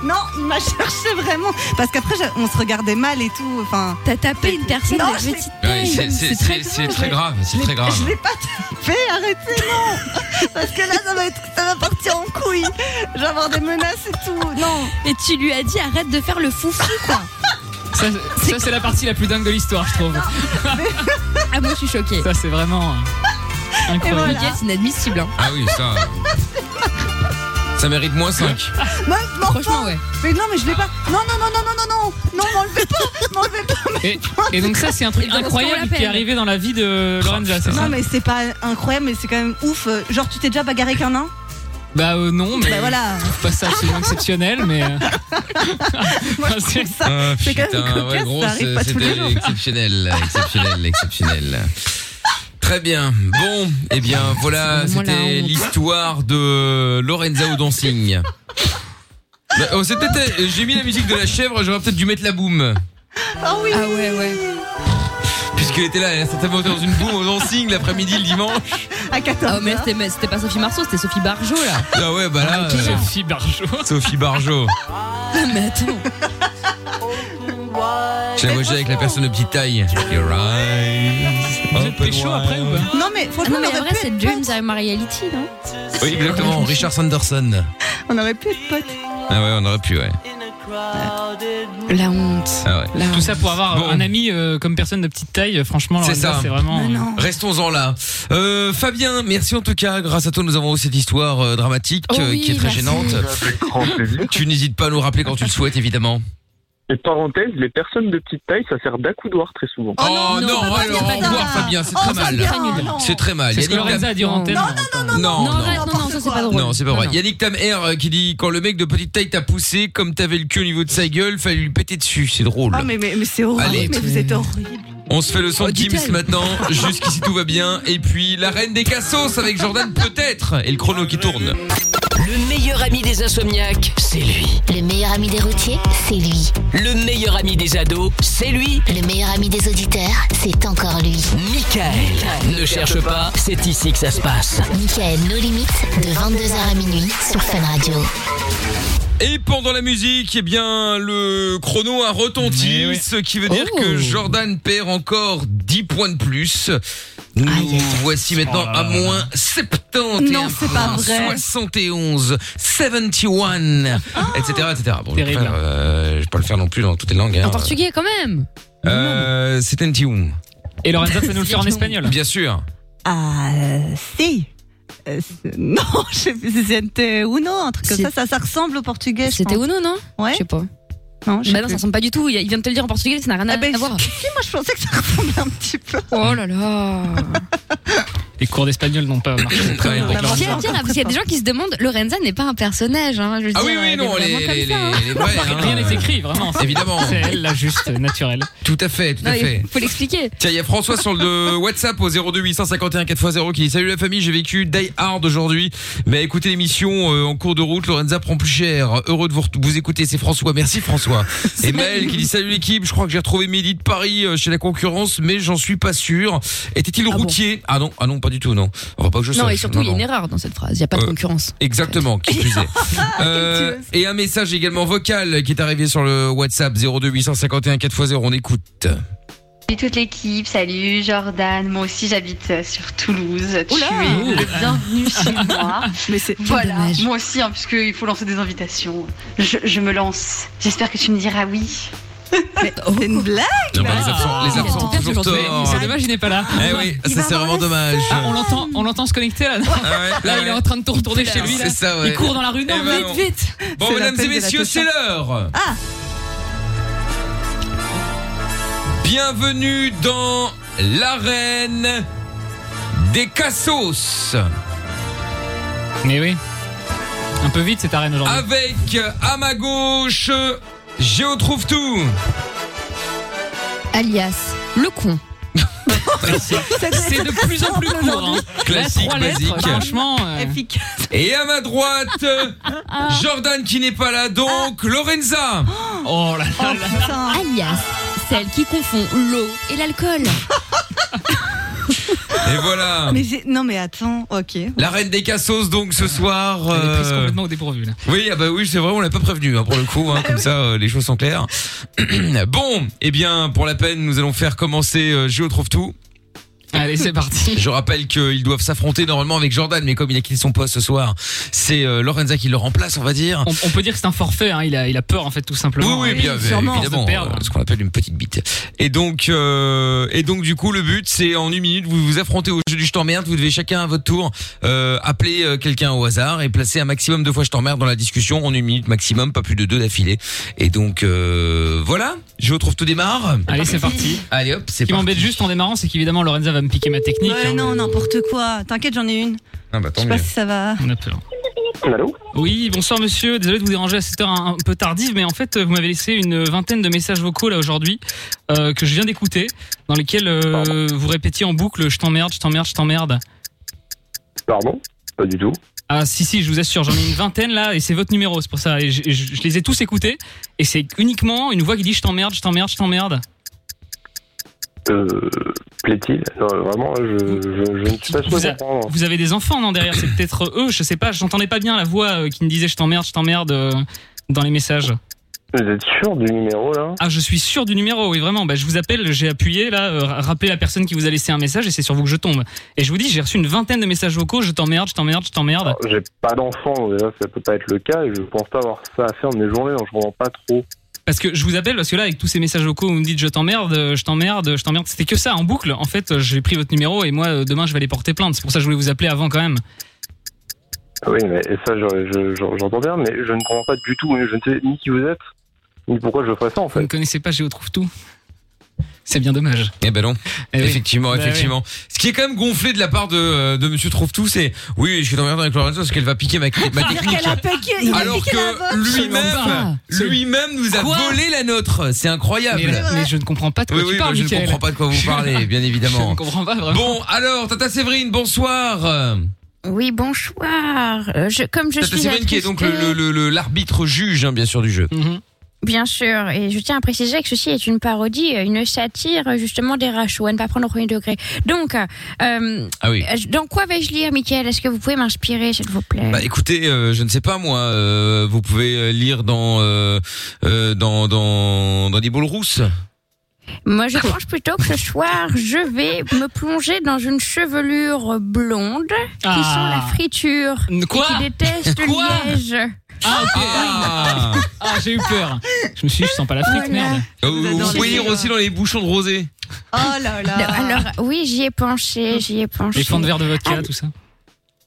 S5: Non, il m'a cherché vraiment. Parce qu'après, j'a- on se regardait mal et tout. Enfin,
S13: t'as tapé une personne de petite
S2: Ouais, c'est- c'est- c'est c'est très grave, c'est très grave.
S5: Je l'ai pas tapé, arrêtez, non Parce que là, ça va, être- ça va partir en couille. Je vais avoir des menaces et tout. Non
S13: Et tu lui as dit arrête de faire le foufou, quoi.
S4: Ça, ça, c'est la partie la plus dingue de l'histoire, je trouve.
S13: ah, moi, je suis choquée.
S4: Ça, c'est vraiment euh, incroyable.
S13: Miguel, c'est inadmissible. hein.
S2: Ah oui, ça. Ça mérite moins 5.
S5: Mais non, Franchement, ouais. Mais non, mais je l'ai pas. Non, non, non, non, non, non, non, non, m'enlevez pas, m'enlevez pas.
S4: Et, et donc ça, c'est un truc
S5: Et dans ce qu'on
S4: incroyable qui est
S5: l'appelle.
S4: arrivé dans la vie de
S2: Oh,
S4: Lorenza, c'est ça
S5: Non, mais c'est pas incroyable, mais c'est quand même ouf. Euh, Genre, tu t'es déjà bagarré avec un nain
S4: Bah euh, non, mais
S5: Bah voilà.
S4: je trouve pas ça absolument exceptionnel, mais... euh, c'est-
S2: Ah,
S5: c'est quand même
S2: putain,
S5: cocasse,
S2: ouais, gros,
S5: ça arrive
S2: c'est-
S5: pas tous les
S2: c'était
S5: jours.
S2: exceptionnel, exceptionnel, exceptionnel. Très bien. Bon, eh bien, voilà,
S16: C'est vraiment la
S2: c'était
S16: honte.
S2: l'histoire de Lorenza au dancing. Bah, oh, c'est peut-être- euh, J'ai mis la musique de la chèvre, j'aurais peut-être dû mettre la boum.
S5: Ah oui
S13: Ah ouais, ouais.
S2: Puisqu'elle était là, elle a certainement été dans une boum au dancing l'après-midi, le dimanche.
S5: À 14
S13: Oh, mais c'était- mais c'était pas Sophie Marceau, c'était Sophie Barjot, là.
S2: Ah ouais, bah là. euh,
S4: Sophie Barjot.
S2: Sophie Barjot.
S13: Ah, mais attends.
S2: Je la vois déjà avec la personne de petite taille. Your eyes. open wide.
S5: Non, mais franchement,
S13: Ah non, mais
S5: on
S13: en
S5: aurait
S13: vrai,
S5: pu
S13: c'est
S5: être
S13: Dreams Are Reality, non
S2: Oui, exactement, Richard Sanderson.
S5: On aurait pu être potes.
S2: Ah ouais, on aurait pu, ouais.
S13: La honte.
S2: Ah ouais.
S4: Tout ça pour avoir euh, un ami euh, comme personne de petite taille, euh, franchement,
S2: C'est
S4: Lorenza,
S2: ça.
S4: c'est vraiment... euh,
S2: Restons-en là. Euh, Fabien, merci en tout cas. Grâce à toi, nous avons eu cette histoire euh, dramatique
S10: Oh
S2: euh,
S10: oui,
S2: qui est très
S10: merci.
S2: gênante.
S10: Avec grand plaisir.
S2: tu n'hésites pas à nous rappeler quand tu le souhaites, évidemment.
S10: Et parenthèse, les personnes de petite taille, ça sert d'accoudoir très souvent.
S2: Oh, non, non, alors, au revoir, Oh, Fabien, c'est très mal. C'est très mal.
S4: C'est ce que
S2: Yannick
S4: Lorenza
S2: Tam-
S4: a dit en antenne.
S2: non, non, non.
S13: arrête, non, non, ça c'est pas drôle.
S2: Non, c'est pas
S5: Ah
S2: vrai. Yannick Tamer euh, qui dit quand le mec de petite taille t'a poussé, comme t'avais le cul au niveau de sa gueule, fallait lui péter dessus. C'est drôle.
S5: Ah, mais, mais, mais c'est horrible,
S2: Oh Allez.
S5: mais vous êtes horrible.
S2: On se fait le son
S5: Oh,
S2: de Gims
S5: dit-elle.
S2: maintenant. Jusqu'ici tout va bien. Et puis la reine des cassos avec Jordan peut-être. Et le chrono qui tourne.
S1: Le meilleur ami des insomniaques, c'est lui.
S7: Le meilleur ami des routiers, c'est lui.
S1: Le meilleur ami des ados, c'est lui.
S7: Le meilleur ami des auditeurs, c'est encore lui.
S1: Michael. Ne cherche pas, c'est ici que ça se passe.
S7: Michael, nos limites, de 22h à minuit sur Fun Radio.
S2: Et pendant la musique, eh bien, le chrono a retenti, ce qui veut dire
S5: Oh.
S2: que Jordan perd encore 10 points de plus. Nous voici maintenant à moins 71
S5: Non, c'est pas
S2: points,
S5: vrai. Oh.
S2: 71, 71, etc., etc. Bon, je vais, pas le faire, euh, je vais pas le faire non plus dans toutes les langues. hein.
S13: En portugais, quand même.
S2: Euh, c'est un tium.
S4: Et Lorenza peut nous le faire en espagnol.
S2: Bien sûr.
S5: Ah, si. Euh, c'est- non, je sais plus, c'était Uno, un truc comme ça, ça, ça ressemble au portugais.
S13: C'était
S5: Uno,
S13: non
S5: Ouais. Je
S13: sais pas.
S5: Non, je sais plus.
S13: Bah non,
S5: Ah ben,
S13: ça ressemble pas du tout. Il il vient de te le dire en portugais, ça n'a rien à, à voir.
S5: Si, moi je pensais que ça ressemblait un petit peu. Bah,
S13: Oh là là.
S4: Les cours d'espagnol n'ont pas marché très bien avec
S13: Je
S4: Lorenza.
S5: bah,
S13: tiens à le dire, parce qu'il y a des gens qui se demandent Lorenza n'est pas un personnage. Hein. Je veux
S2: Ah
S13: dire,
S2: oui, oui,
S13: elle
S2: non,
S13: est
S2: elle
S13: vraiment
S2: est-
S13: comme
S2: elle est-
S13: ça, hein.
S2: elle est vraie, hein.
S4: Rien n'est écrit, vraiment. C'est-
S2: Évidemment.
S4: C'est elle, la juste, euh, naturelle.
S2: Tout à fait, tout à
S13: Non, il
S2: fait.
S13: euh, faut- faut l'expliquer.
S2: Tiens, il y a François sur le de WhatsApp au 02851 4x0 qui dit Salut la famille, j'ai vécu Die Hard aujourd'hui. Mais écoutez l'émission euh, en cours de route, Lorenza prend plus cher. Heureux de vous, re- vous écouter, c'est François. Merci François. Et Maël qui dit Salut l'équipe, je crois que j'ai retrouvé Mehdi de Paris euh, chez la concurrence, mais j'en suis pas sûr. Était-il routier Ah non, ah non, pas du tout, non. Enfin, pas que je
S13: Non,
S2: sache.
S13: et surtout, il y a une erreur dans cette phrase. Il n'y a pas de
S2: Euh,
S13: concurrence.
S2: Exactement, qui plus est. Euh, et un message également vocal qui est arrivé sur le WhatsApp 02851 4x0, on écoute.
S17: Salut toute l'équipe, salut Jordan, moi aussi j'habite euh, sur Toulouse, tu
S5: Oula
S17: es le bienvenu chez moi.
S5: Mais c'est
S17: voilà, moi aussi, hein, parce qu'il faut lancer des invitations. Je, je me lance, j'espère que tu me diras oui.
S13: Oh.
S5: C'est une blague
S2: Non, bah, les absents, les absents ont toujours tort.
S4: C'est Ah, dommage, Bah, il n'est pas là.
S2: Eh oui, ça c'est vraiment dommage.
S4: Ah, on l'entend, on l'entend se connecter
S2: Ah
S4: là. non là, il est en train de retourner chez lui. Là.
S2: C'est ça, ouais.
S4: Il court dans la rue.
S2: Eh
S4: Non,
S2: ben,
S4: vite,
S2: on-
S4: vite.
S2: Bon,
S4: C'est la
S2: mesdames et
S4: peine de la
S2: messieurs, c'est
S4: caution.
S2: l'heure.
S5: Ah
S2: Bienvenue dans l'arène des cassos.
S4: Mais oui. Un peu vite cette arène aujourd'hui.
S2: Avec euh, à ma gauche, Géo trouve tout.
S13: Alias, le con.
S4: C'est de plus en plus court. hein.
S2: Classique,
S4: Là, trois lettres,
S2: basique.
S4: Franchement. Ah. euh,
S2: Et à ma droite, Jordan qui n'est pas là,
S4: Ah.
S2: donc Lorenza.
S4: Oh là là.
S13: Alias, celle qui confond l'eau et l'alcool.
S2: Et voilà.
S5: Mais j'ai- non, mais attends, ok.
S2: Ah. La reine des cassos donc ce soir.
S4: Elle est prise
S2: euh,
S4: complètement au dépourvu là. Ah
S2: Oui, ah bah oui, c'est vrai, on l'a pas prévenu hein, pour le coup, hein, comme ça euh, les choses sont claires. bon, eh bien, pour la peine, nous allons faire commencer euh, Géo trouve tout.
S4: Allez, c'est parti.
S2: Je rappelle qu'ils doivent s'affronter normalement avec Jordan, mais comme il a quitté son poste ce soir, c'est euh, Lorenza qui le remplace, on va dire.
S4: On, on peut dire que c'est un forfait, hein, il, a, il a peur en fait tout simplement.
S2: Oui, oui, bien, bien, évidemment, euh, ce qu'on appelle une petite bite. Et donc, euh, et donc du coup, le but, c'est en une minute, vous vous affrontez au jeu du je t'emmerde. Vous devez chacun à votre tour euh, appeler euh, quelqu'un au hasard et placer un maximum de fois je t'emmerde dans la discussion en une minute maximum, pas plus de deux d'affilée. Et donc euh, voilà, je retrouve tout démarre.
S4: Allez, c'est parti.
S2: Allez hop,
S4: Ce
S2: c'est
S4: qui
S2: parti.
S4: m'embête juste en démarrant, c'est qu'évidemment Lorenza va me piquer ma technique.
S5: Ouais,
S4: hein,
S5: non,
S4: mais-
S5: n'importe quoi. T'inquiète, j'en ai une.
S2: Ah bah
S5: Je
S2: tant
S5: sais
S2: mieux.
S5: pas si ça va.
S4: On a peur. Oui, bonsoir monsieur. Désolé de vous déranger à cette heure un, un peu tardive, mais en fait, vous m'avez laissé une vingtaine de messages vocaux là aujourd'hui euh, que je viens d'écouter, dans lesquels euh, vous répétiez en boucle je t'emmerde, je t'emmerde, je t'emmerde.
S9: Pardon Pas du tout.
S4: Ah si si, je vous assure, j'en ai une vingtaine là et c'est votre numéro, c'est pour ça. Et je, et je- je les ai tous écoutés et c'est uniquement une voix qui dit je t'emmerde, je t'emmerde, je t'emmerde.
S9: Euh, plaît-il Non, vraiment, je, je, je ne suis pas sûr
S4: Vous,
S9: de
S4: a-
S10: hein.
S9: comprendre.
S4: vous avez des enfants non derrière, c'est peut-être euh, eux, je sais pas, j'entendais pas bien la voix euh, qui me disait je t'emmerde, je t'emmerde euh, dans les messages.
S9: Vous êtes sûr du numéro là
S4: Ah, je suis sûr du numéro, oui, vraiment. Bah, je vous appelle, j'ai appuyé, là, euh, ra- rappelez la personne qui vous a laissé un message et c'est sur vous que je tombe. Et je vous dis, j'ai reçu une vingtaine de messages vocaux, je t'emmerde, je t'emmerde, je t'emmerde.
S9: J'ai pas d'enfant, donc déjà ça peut pas être le cas et je pense pas avoir ça à faire de mes journées, donc je comprends pas trop.
S4: Parce que je vous appelle, parce que là, avec tous ces messages vocaux, vous me dites, je t'emmerde, euh, je t'emmerde, je t'emmerde. C'était que ça, en boucle. En fait, euh, j'ai pris votre numéro et moi, euh, demain, je vais aller porter plainte. C'est pour ça que je voulais vous appeler avant quand même.
S9: Ah Oui, mais et ça je- je- je- j'entends bien, mais je ne comprends pas du tout, je ne sais ni qui vous êtes, ni pourquoi je ferais ça en
S4: Vous
S9: fait.
S4: ne connaissez pas, je trouve tout. C'est bien dommage.
S2: Eh ben non.
S4: Eh oui.
S2: effectivement,
S4: Bah
S2: effectivement. Ce qui est quand même gonflé de la part de, euh, de Monsieur Trouve Tout, c'est oui, je suis dans avec Lorenzo parce qu'elle va piquer ma, ma
S5: C'est-à-dire
S2: technique.
S5: qu'elle a piqué- il a
S2: Alors
S5: piqué la
S2: que
S5: vôtre.
S2: lui-même,
S4: Absolument pas.
S2: lui-même nous a
S4: Quoi
S2: volé la nôtre. C'est incroyable.
S4: Mais, mais je ne comprends pas de quoi
S2: Oui,
S4: tu
S2: oui,
S4: parles,
S2: bah, je ne
S4: Mickaël.
S2: comprends pas de quoi vous
S4: Je-
S2: parlez, bien évidemment.
S4: Je ne comprends pas vraiment.
S2: Bon, alors, Tata Séverine, bonsoir.
S13: Oui, bonsoir. Euh, je, comme je
S2: Tata
S13: suis.
S2: Séverine qui est
S13: actrice
S2: donc le-
S13: de-
S2: le- le- le- l'arbitre juge, hein, bien sûr, du jeu.
S4: Mm-hmm.
S13: Bien sûr, et je tiens à préciser que ceci est une parodie, euh, une satire justement des rachos, à ne pas prendre au premier degré. Donc, euh,
S2: Ah oui.
S13: euh, dans quoi vais-je lire, Mickaël Est-ce que vous pouvez m'inspirer, s'il vous plaît
S2: Bah écoutez, euh, je ne sais pas moi. euh, vous pouvez euh, lire dans euh, euh, dans dans dans des boules rousses.
S13: Moi, je pense plutôt que ce soir, je vais me plonger dans une chevelure blonde qui
S2: Ah.
S13: sent la friture
S4: Quoi
S13: et qui déteste
S4: Quoi
S13: Liège.
S4: Ah, ok.
S2: Ah,
S4: Ah, j'ai eu peur. Je me suis dit, je sens pas la
S13: Oh
S4: frite,
S13: là.
S4: merde.
S2: vous vous pouvez lire aussi dans les bouchons de rosé.
S5: Oh là là.
S13: Alors, oui, j'y ai pensé, j'y ai pensé.
S4: Les fonds de verre de vodka,
S13: Ah,
S4: tout ça.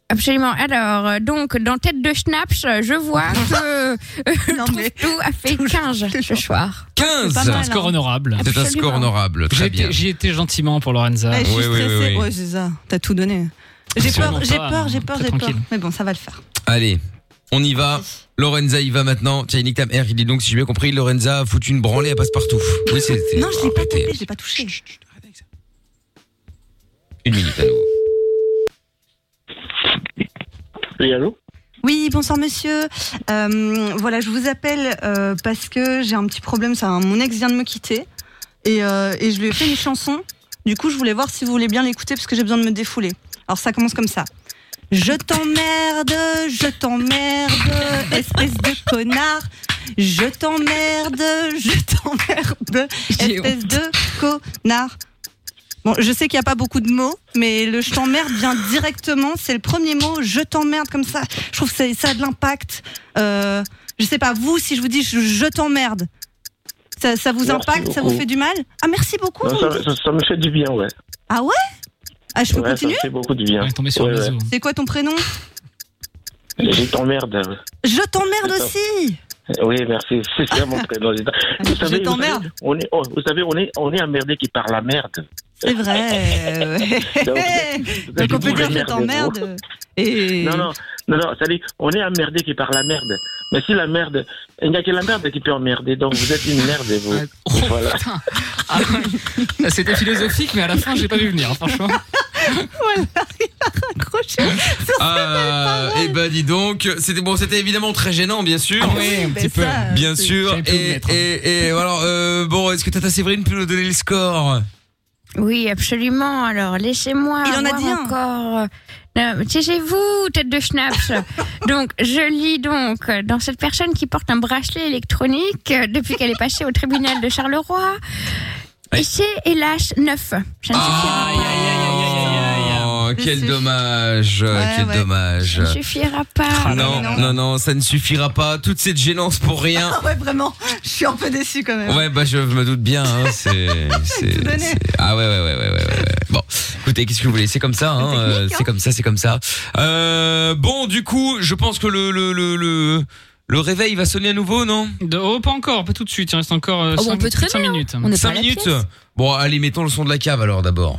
S13: Absolument. Alors, euh, donc, dans Tête de Schnaps, euh, je vois que euh, tout a fait 15 ce soir.
S2: 15
S13: C'est pas mal,
S4: Un score
S13: hein.
S4: honorable.
S2: C'est un
S13: Absolument. Bah,
S2: score honorable,
S4: J'ai
S2: très
S4: été-
S2: bien.
S4: J'y étais gentiment pour Lorenza.
S5: Ouais, je suis
S2: Oui, oui, oui,
S5: stressée.
S2: oui.
S5: Ouais, c'est ça. T'as tout donné. J'ai
S2: Absolument
S5: peur, j'ai
S2: pas,
S5: peur, j'ai
S2: hein.
S5: peur,
S2: Très
S5: j'ai peur.
S2: tranquille.
S5: Mais bon, ça va le faire.
S2: Allez, on y va. Lorenza y va maintenant. Tiens, Nick Tam R, il dit donc, si j'ai bien compris, Lorenza a foutu une branlée à passe-partout. Oui, c'est. c'est-
S5: Non, je l'ai pas
S2: arrêtez.
S5: tapé, je l'ai pas touché.
S2: Une minute à nouveau.
S9: Oui, allô
S5: Oui, bonsoir monsieur. Euh, voilà, je vous appelle euh, parce que j'ai un petit problème. Ça, mon ex vient de me quitter et, euh, et je lui ai fait une chanson. Du coup, je voulais voir si vous voulez bien l'écouter parce que j'ai besoin de me défouler. Alors ça commence comme ça. Je t'emmerde, je t'emmerde, espèce de connard. Je t'emmerde, je t'emmerde, espèce de connard. Bon, je sais qu'il n'y a pas beaucoup de mots, mais le je t'emmerde vient directement. C'est le premier mot, je t'emmerde, comme ça. Je trouve que c'est- ça a de l'impact. Euh, je sais pas, vous, si je vous dis je, je t'emmerde, ça, ça vous
S9: Merci
S5: impacte, ça vous
S9: beaucoup.
S5: fait du mal Ah, merci beaucoup.
S9: Non,
S5: vous me
S9: ça,
S5: dites.
S9: ça- ça me fait du bien, ouais.
S5: Ah ouais Ah, je peux
S9: Ouais, ça me
S5: continuer
S9: fait beaucoup de bien.
S4: On est tombé sur
S9: Ouais,
S4: le
S9: ouais.
S4: réseau.
S5: C'est quoi ton prénom
S9: Et Je t'emmerde.
S5: Je t'emmerde aussi
S9: Oui, merci. C'est ça mon prénom. Vous savez, vous savez,
S5: t'emmerde.
S9: on est, on- vous savez, on est, on est emmerdé qui par la merde.
S5: C'est vrai. Donc on peut dire je t'emmerde. Et...
S9: Non, non, non, non, ça dit, on est emmerdé qui par la merde. Mais si la merde, il n'y a que la merde qui peut emmerder, donc vous êtes une merde, vous.
S4: oh,
S9: voilà.
S4: Ah ouais. C'était philosophique, mais à la fin, j'ai pas vu venir, hein, franchement.
S2: Ah, eh ben dis donc, c'était bon, c'était évidemment très gênant, bien sûr.
S4: Ah oui, un petit peu.
S2: Bien
S4: c'est-
S2: sûr.
S4: j'avais pu le
S2: Et,
S4: mettre.
S2: et, et alors, euh, bon, est-ce que Tata Séverine peut nous donner le score
S13: Oui, absolument. Alors, laissez-moi
S5: Il en a
S13: avoir
S5: dit un.
S13: encore. Non, Taisez-vous, tête de schnapps. donc, je lis donc euh, dans cette personne qui porte un bracelet électronique euh, depuis qu'elle est passée au tribunal de Charleroi. Et c'est hélas neuf. Ça ne suffira pas.
S2: Oh, quel dommage, quel
S3: ouais.
S2: dommage.
S3: Ça ne suffira
S5: Ah,
S3: pas.
S2: Ah, non, non, non, ça ne suffira pas. Toute cette gênance pour rien.
S5: Ah ouais, vraiment, je suis un peu déçue quand même.
S2: Ouais, bah je me doute bien. hein, c'est, c'est-
S5: Tout donné.
S2: c'est- ah ouais, ouais, ouais, ouais, ouais, ouais, ouais. Bon, écoutez, qu'est-ce que vous voulez C'est comme ça, hein, euh, c'est comme ça, c'est comme ça. Euh, bon, du coup, je pense que le le le Euh, le, le réveil va sonner à nouveau, non
S4: De- oh, pas encore, pas tout de suite. Il reste encore
S3: Oh, on peut
S4: 5
S3: traîner, hein.
S4: minutes.
S3: On est pas
S2: Cinq
S3: à la
S2: minutes.
S3: pièce.
S2: Bon, allez, mettons le son de la cave alors d'abord.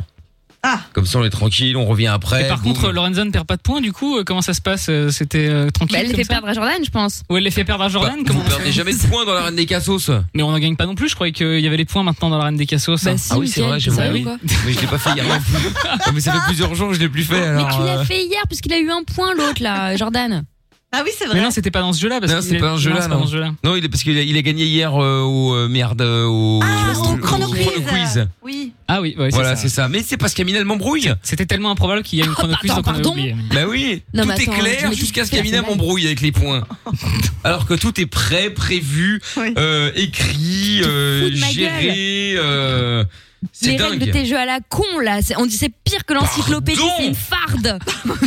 S5: Ah.
S2: Comme ça, on est tranquille, on revient après.
S4: Et par
S2: boum.
S4: contre, euh, Lorenzo ne perd pas de points. Du coup, euh, comment ça se passe Euh, C'était euh, tranquille.
S3: Bah, elle les
S4: comme
S3: fait
S4: ça
S3: perdre à Jordan, je pense.
S4: Ou elle les fait perdre à Jordan Comment
S2: Bah, Vous perdez jamais de points dans la reine des cassos.
S4: Mais on n'en gagne pas non plus. Je croyais qu'il y avait les points maintenant dans la reine des cassos.
S2: Bah si, Ah oui, c'est Mickaël, vrai, j'ai
S4: j'ai
S2: t'es oublié. sérieux, quoi Mais je l'ai pas fait hier non plus. Ah, Mais ça fait plusieurs jours que je l'ai plus fait.
S3: Mais
S2: Alors,
S3: tu
S4: Ah.
S3: l'as
S2: euh,
S3: fait hier, puisqu'il a eu un point l'autre, là, Jordan.
S5: Ah oui, c'est
S4: Mais non, c'était pas dans ce jeu-là. parce
S2: Non,
S4: qu'il
S2: c'est
S4: est-
S2: pas dans ce
S4: non,
S2: jeu-là,
S4: c'est pas
S2: non.
S4: dans ce jeu-là.
S2: Non, il est parce qu'il a, il a gagné hier euh, au euh, merde euh, au,
S3: Ah,
S2: au- au chrono quiz.
S5: Oui.
S4: Ah oui, Ah. ouais,
S2: Voilà, c'est ça. Mais c'est parce qu'Amina elle m'embrouille.
S4: C'était tellement improbable qu'il y a une chrono quiz donc on a oublié.
S2: Bah oui,
S4: Oh, Non,
S2: tout
S4: mais
S2: est
S4: attends, je
S2: clair
S4: me dis
S2: jusqu'à ce
S4: que c'est
S2: qu'Amina
S4: la semaine.
S2: m'embrouille avec les points. Alors que tout est prêt, prévu, euh, écrit, euh,
S3: de ma
S2: géré. euh, c'est
S3: Les
S2: dingue.
S3: règles de tes jeux à la con, là, c'est- on dit c'est pire que l'encyclopédie,
S2: Pardon
S3: c'est une farde.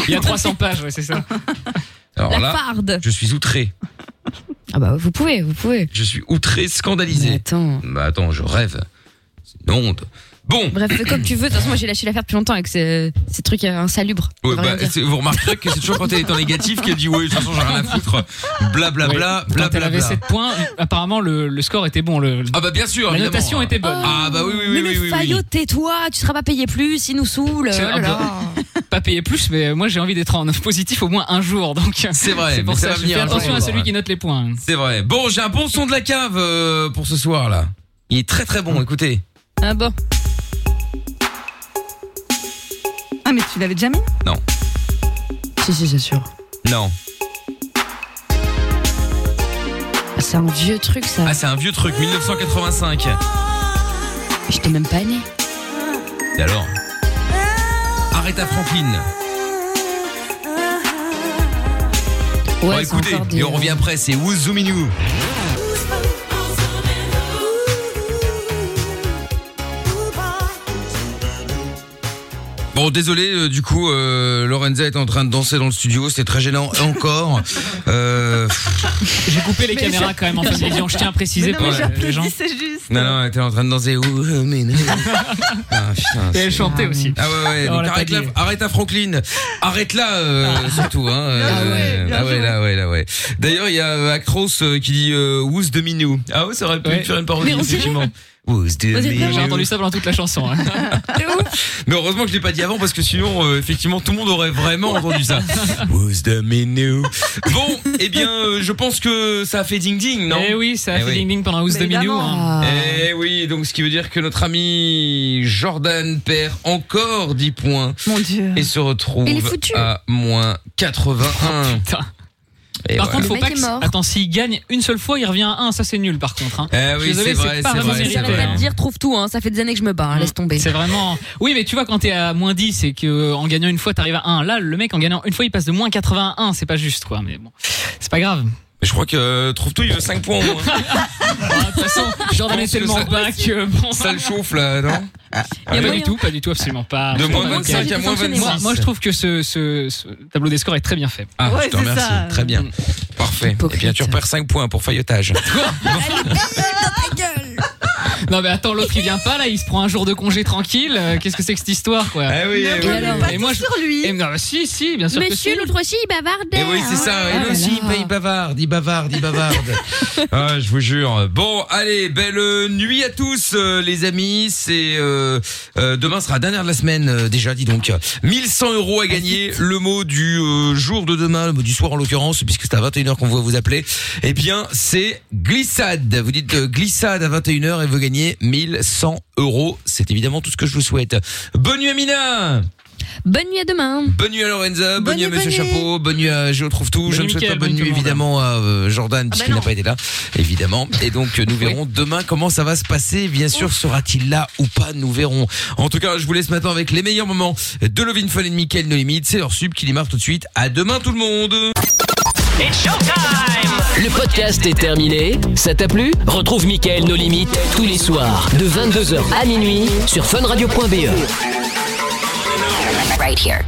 S4: Il y a 300 pages, ouais, c'est ça.
S2: Alors
S3: la
S2: là,
S3: farde.
S2: je suis outré.
S3: Ah bah vous pouvez, vous pouvez.
S2: Je suis outré, scandalisé.
S3: attends.
S2: Bah attends, je rêve. C'est une honte. Bon.
S3: Bref, fais comme tu veux. De toute façon, moi j'ai lâché l'affaire depuis longtemps avec ces, ces trucs euh, insalubres.
S2: Ouais,
S3: Ça veut rien
S2: bah,
S3: dire.
S2: c'est- vous remarquerez que c'est toujours quand elle est en négatif qu'elle dit ouais, de toute façon, j'ai rien à foutre. Blablabla,
S4: Quand elle avait
S2: blablabla.
S4: 7 points, apparemment le, le score était bon. Le,
S2: Ah bah bien sûr,
S4: La
S2: évidemment.
S4: notation était bonne.
S2: Ah bah oui, oui, oui,
S3: Mais
S2: oui,
S3: le
S2: oui,
S3: Fayot,
S2: oui.
S3: tais-toi, tu seras pas payé plus, il nous saoule.
S4: C'est
S3: oh là
S4: un peu-
S3: là.
S4: Pas payer plus, mais moi j'ai envie d'être en positif au moins un jour. Donc
S2: C'est vrai,
S4: C'est pour
S2: mais ça va
S4: ça, je
S2: venir hein,
S4: fais
S2: un jour,
S4: attention à
S2: c'est
S4: celui
S2: vrai.
S4: qui note les points.
S2: C'est vrai. Bon, j'ai un bon son de la cave euh, pour ce soir là. Il est très très bon, écoutez.
S3: Ah bon
S5: Ah, mais tu l'avais déjà mis
S2: Non.
S3: Si, si, c'est sûr.
S2: Non.
S3: Ah, C'est un vieux truc ça.
S2: Ah, c'est un vieux truc, 1985.
S3: J'étais même pas né.
S2: Et alors Arrête à Franklin. bon,
S3: Ouais, c'est
S2: écoutez,
S3: encore des-
S2: et on revient après, c'est Wuzuminu. Bon, désolé, euh, du coup, euh, Lorenza est en train de danser dans le studio, c'est très gênant encore. Euh,
S4: J'ai coupé les
S2: Mais
S4: caméras
S2: j'ai-
S4: quand même en fin d'émission, je tiens à préciser
S2: Mais non,
S4: pour
S2: mais
S4: euh, les gens.
S5: C'est juste.
S2: non, non, elle était en train de danser. Wuzuminu. Ah, putain,
S4: Et elle
S2: c'est-
S4: chantait aussi.
S2: Ah ouais, ouais,
S4: On
S2: donc
S4: l'a Ah. pas
S2: arrête,
S4: dit.
S2: là, arrête à Franklin. Arrête là, euh, surtout. Hein, euh, ah ouais, là, ouais, là, ouais. D'ailleurs, il y a euh, Actros euh, qui dit euh, Who's the Minou Ah ouais, ça aurait pu
S4: Ouais.
S2: faire une parodie,
S4: Mais on dirait-
S2: effectivement. Who's the
S4: J'ai
S2: Minou
S4: entendu ça pendant toute la chanson. hein.
S2: Mais heureusement que je l'ai pas dit avant parce que sinon, euh, effectivement, tout le monde aurait vraiment entendu ça. Who's the Minou Bon, eh bien, euh, je pense que ça a fait ding ding, non
S4: Eh oui, ça a fait ding-ding pendant Who's
S2: House
S4: Mais the Minou, évidemment. hein.
S2: Eh oui, donc ce qui veut dire que notre ami Jordan perd encore 10 points.
S5: Mon Dieu.
S2: Et se retrouve
S4: Il est foutu.
S2: à moins 81. Et
S4: par
S2: voilà.
S4: contre, faut pas que. Attends, s'il gagne une seule fois, il revient à 1, ça c'est nul par contre. hein.
S2: Eh
S4: Je
S2: oui,
S4: suis désolé,
S2: c'est vrai,
S4: pas
S2: c'est
S4: vraiment
S2: vrai, c'est
S4: mérité,
S2: vrai.
S4: hein. Mm.
S3: Dire trouve tout, hein. ça fait des années que je me bats, hein, laisse tomber.
S4: C'est vraiment. Oui, mais tu vois, quand t'es à moins 10 et que euh, en gagnant une fois, t'arrives à 1. Là, le mec, en gagnant une fois, il passe de moins 80 à 1. C'est pas juste, quoi. Mais bon, c'est pas grave.
S2: Je crois que euh, Trouve-Tout, il veut 5 points au moins.
S4: Ah, De toute façon, Jordan
S2: Je
S4: est
S2: pense que
S4: tellement
S2: ça-
S4: bas que. Bon.
S2: Ça le chauffe là, euh, non Ah, bah,
S4: Il y a pas du tout, pas du tout, absolument pas.
S2: De moins
S4: Absolument
S2: 25
S4: pas.
S2: à moins
S4: Moi,
S2: 26.
S4: moi, je trouve que ce, ce- ce tableau des scores est très bien fait.
S2: Ah, je te remercie. Très bien. Parfait. Et bien, tu repères 5 points pour faillotage.
S4: Non, mais attends, l'autre il vient pas là, il se prend un jour de congé tranquille. euh, Qu'est-ce que c'est que cette histoire, quoi
S2: Eh oui, Ne eh oui,
S3: roulez oui. pas
S4: Et moi, je...
S5: lui.
S4: non, mais si, si, bien sûr que si. Ah
S3: Monsieur l'autre aussi, il bavardait.
S2: Et
S13: hein.
S2: oui, c'est
S13: Ah
S2: ça. Et là aussi, il paye bavarde, il bavarde, il bavarde. ah, je vous jure. Bon, allez, belle euh, nuit à tous, euh, les amis. C'est euh, euh, demain sera la dernière de la semaine euh, déjà. Dis donc, 1100 euros à gagner. Le mot du euh, jour de demain, le mot du soir en l'occurrence, puisque c'est à 21h qu'on va vous appeler. Eh bien, c'est glissade. Vous dites euh, glissade à 21h et vous gagnez 1100 euros. C'est évidemment tout ce que je vous souhaite. Bonne nuit, Amina.
S3: Bonne nuit à demain.
S2: Bonne nuit à Lorenza, bonne, nuit à
S3: nuit,
S2: Monsieur
S3: bonne nuit.
S2: Chapeau, bonne nuit à Je trouve tout. je ne souhaite
S4: Mickaël,
S2: pas bonne
S4: bonne
S2: nuit
S4: commande.
S2: évidemment à euh, Jordan puisqu'il n'a pas été là, évidemment. Et donc euh, nous verrons demain comment ça va se passer. Bien sûr, sera-t-il là ou pas Nous verrons. En tout cas, je vous laisse maintenant avec les meilleurs moments de Lovin Fun et de Mickaël No Limit. C'est leur sub qui démarre tout de suite. À demain tout le monde.
S1: Le podcast est terminé. Ça t'a plu Retrouve Mickaël nos limites tous les E. soirs de 22h à minuit sur funradio.be.
S4: right here.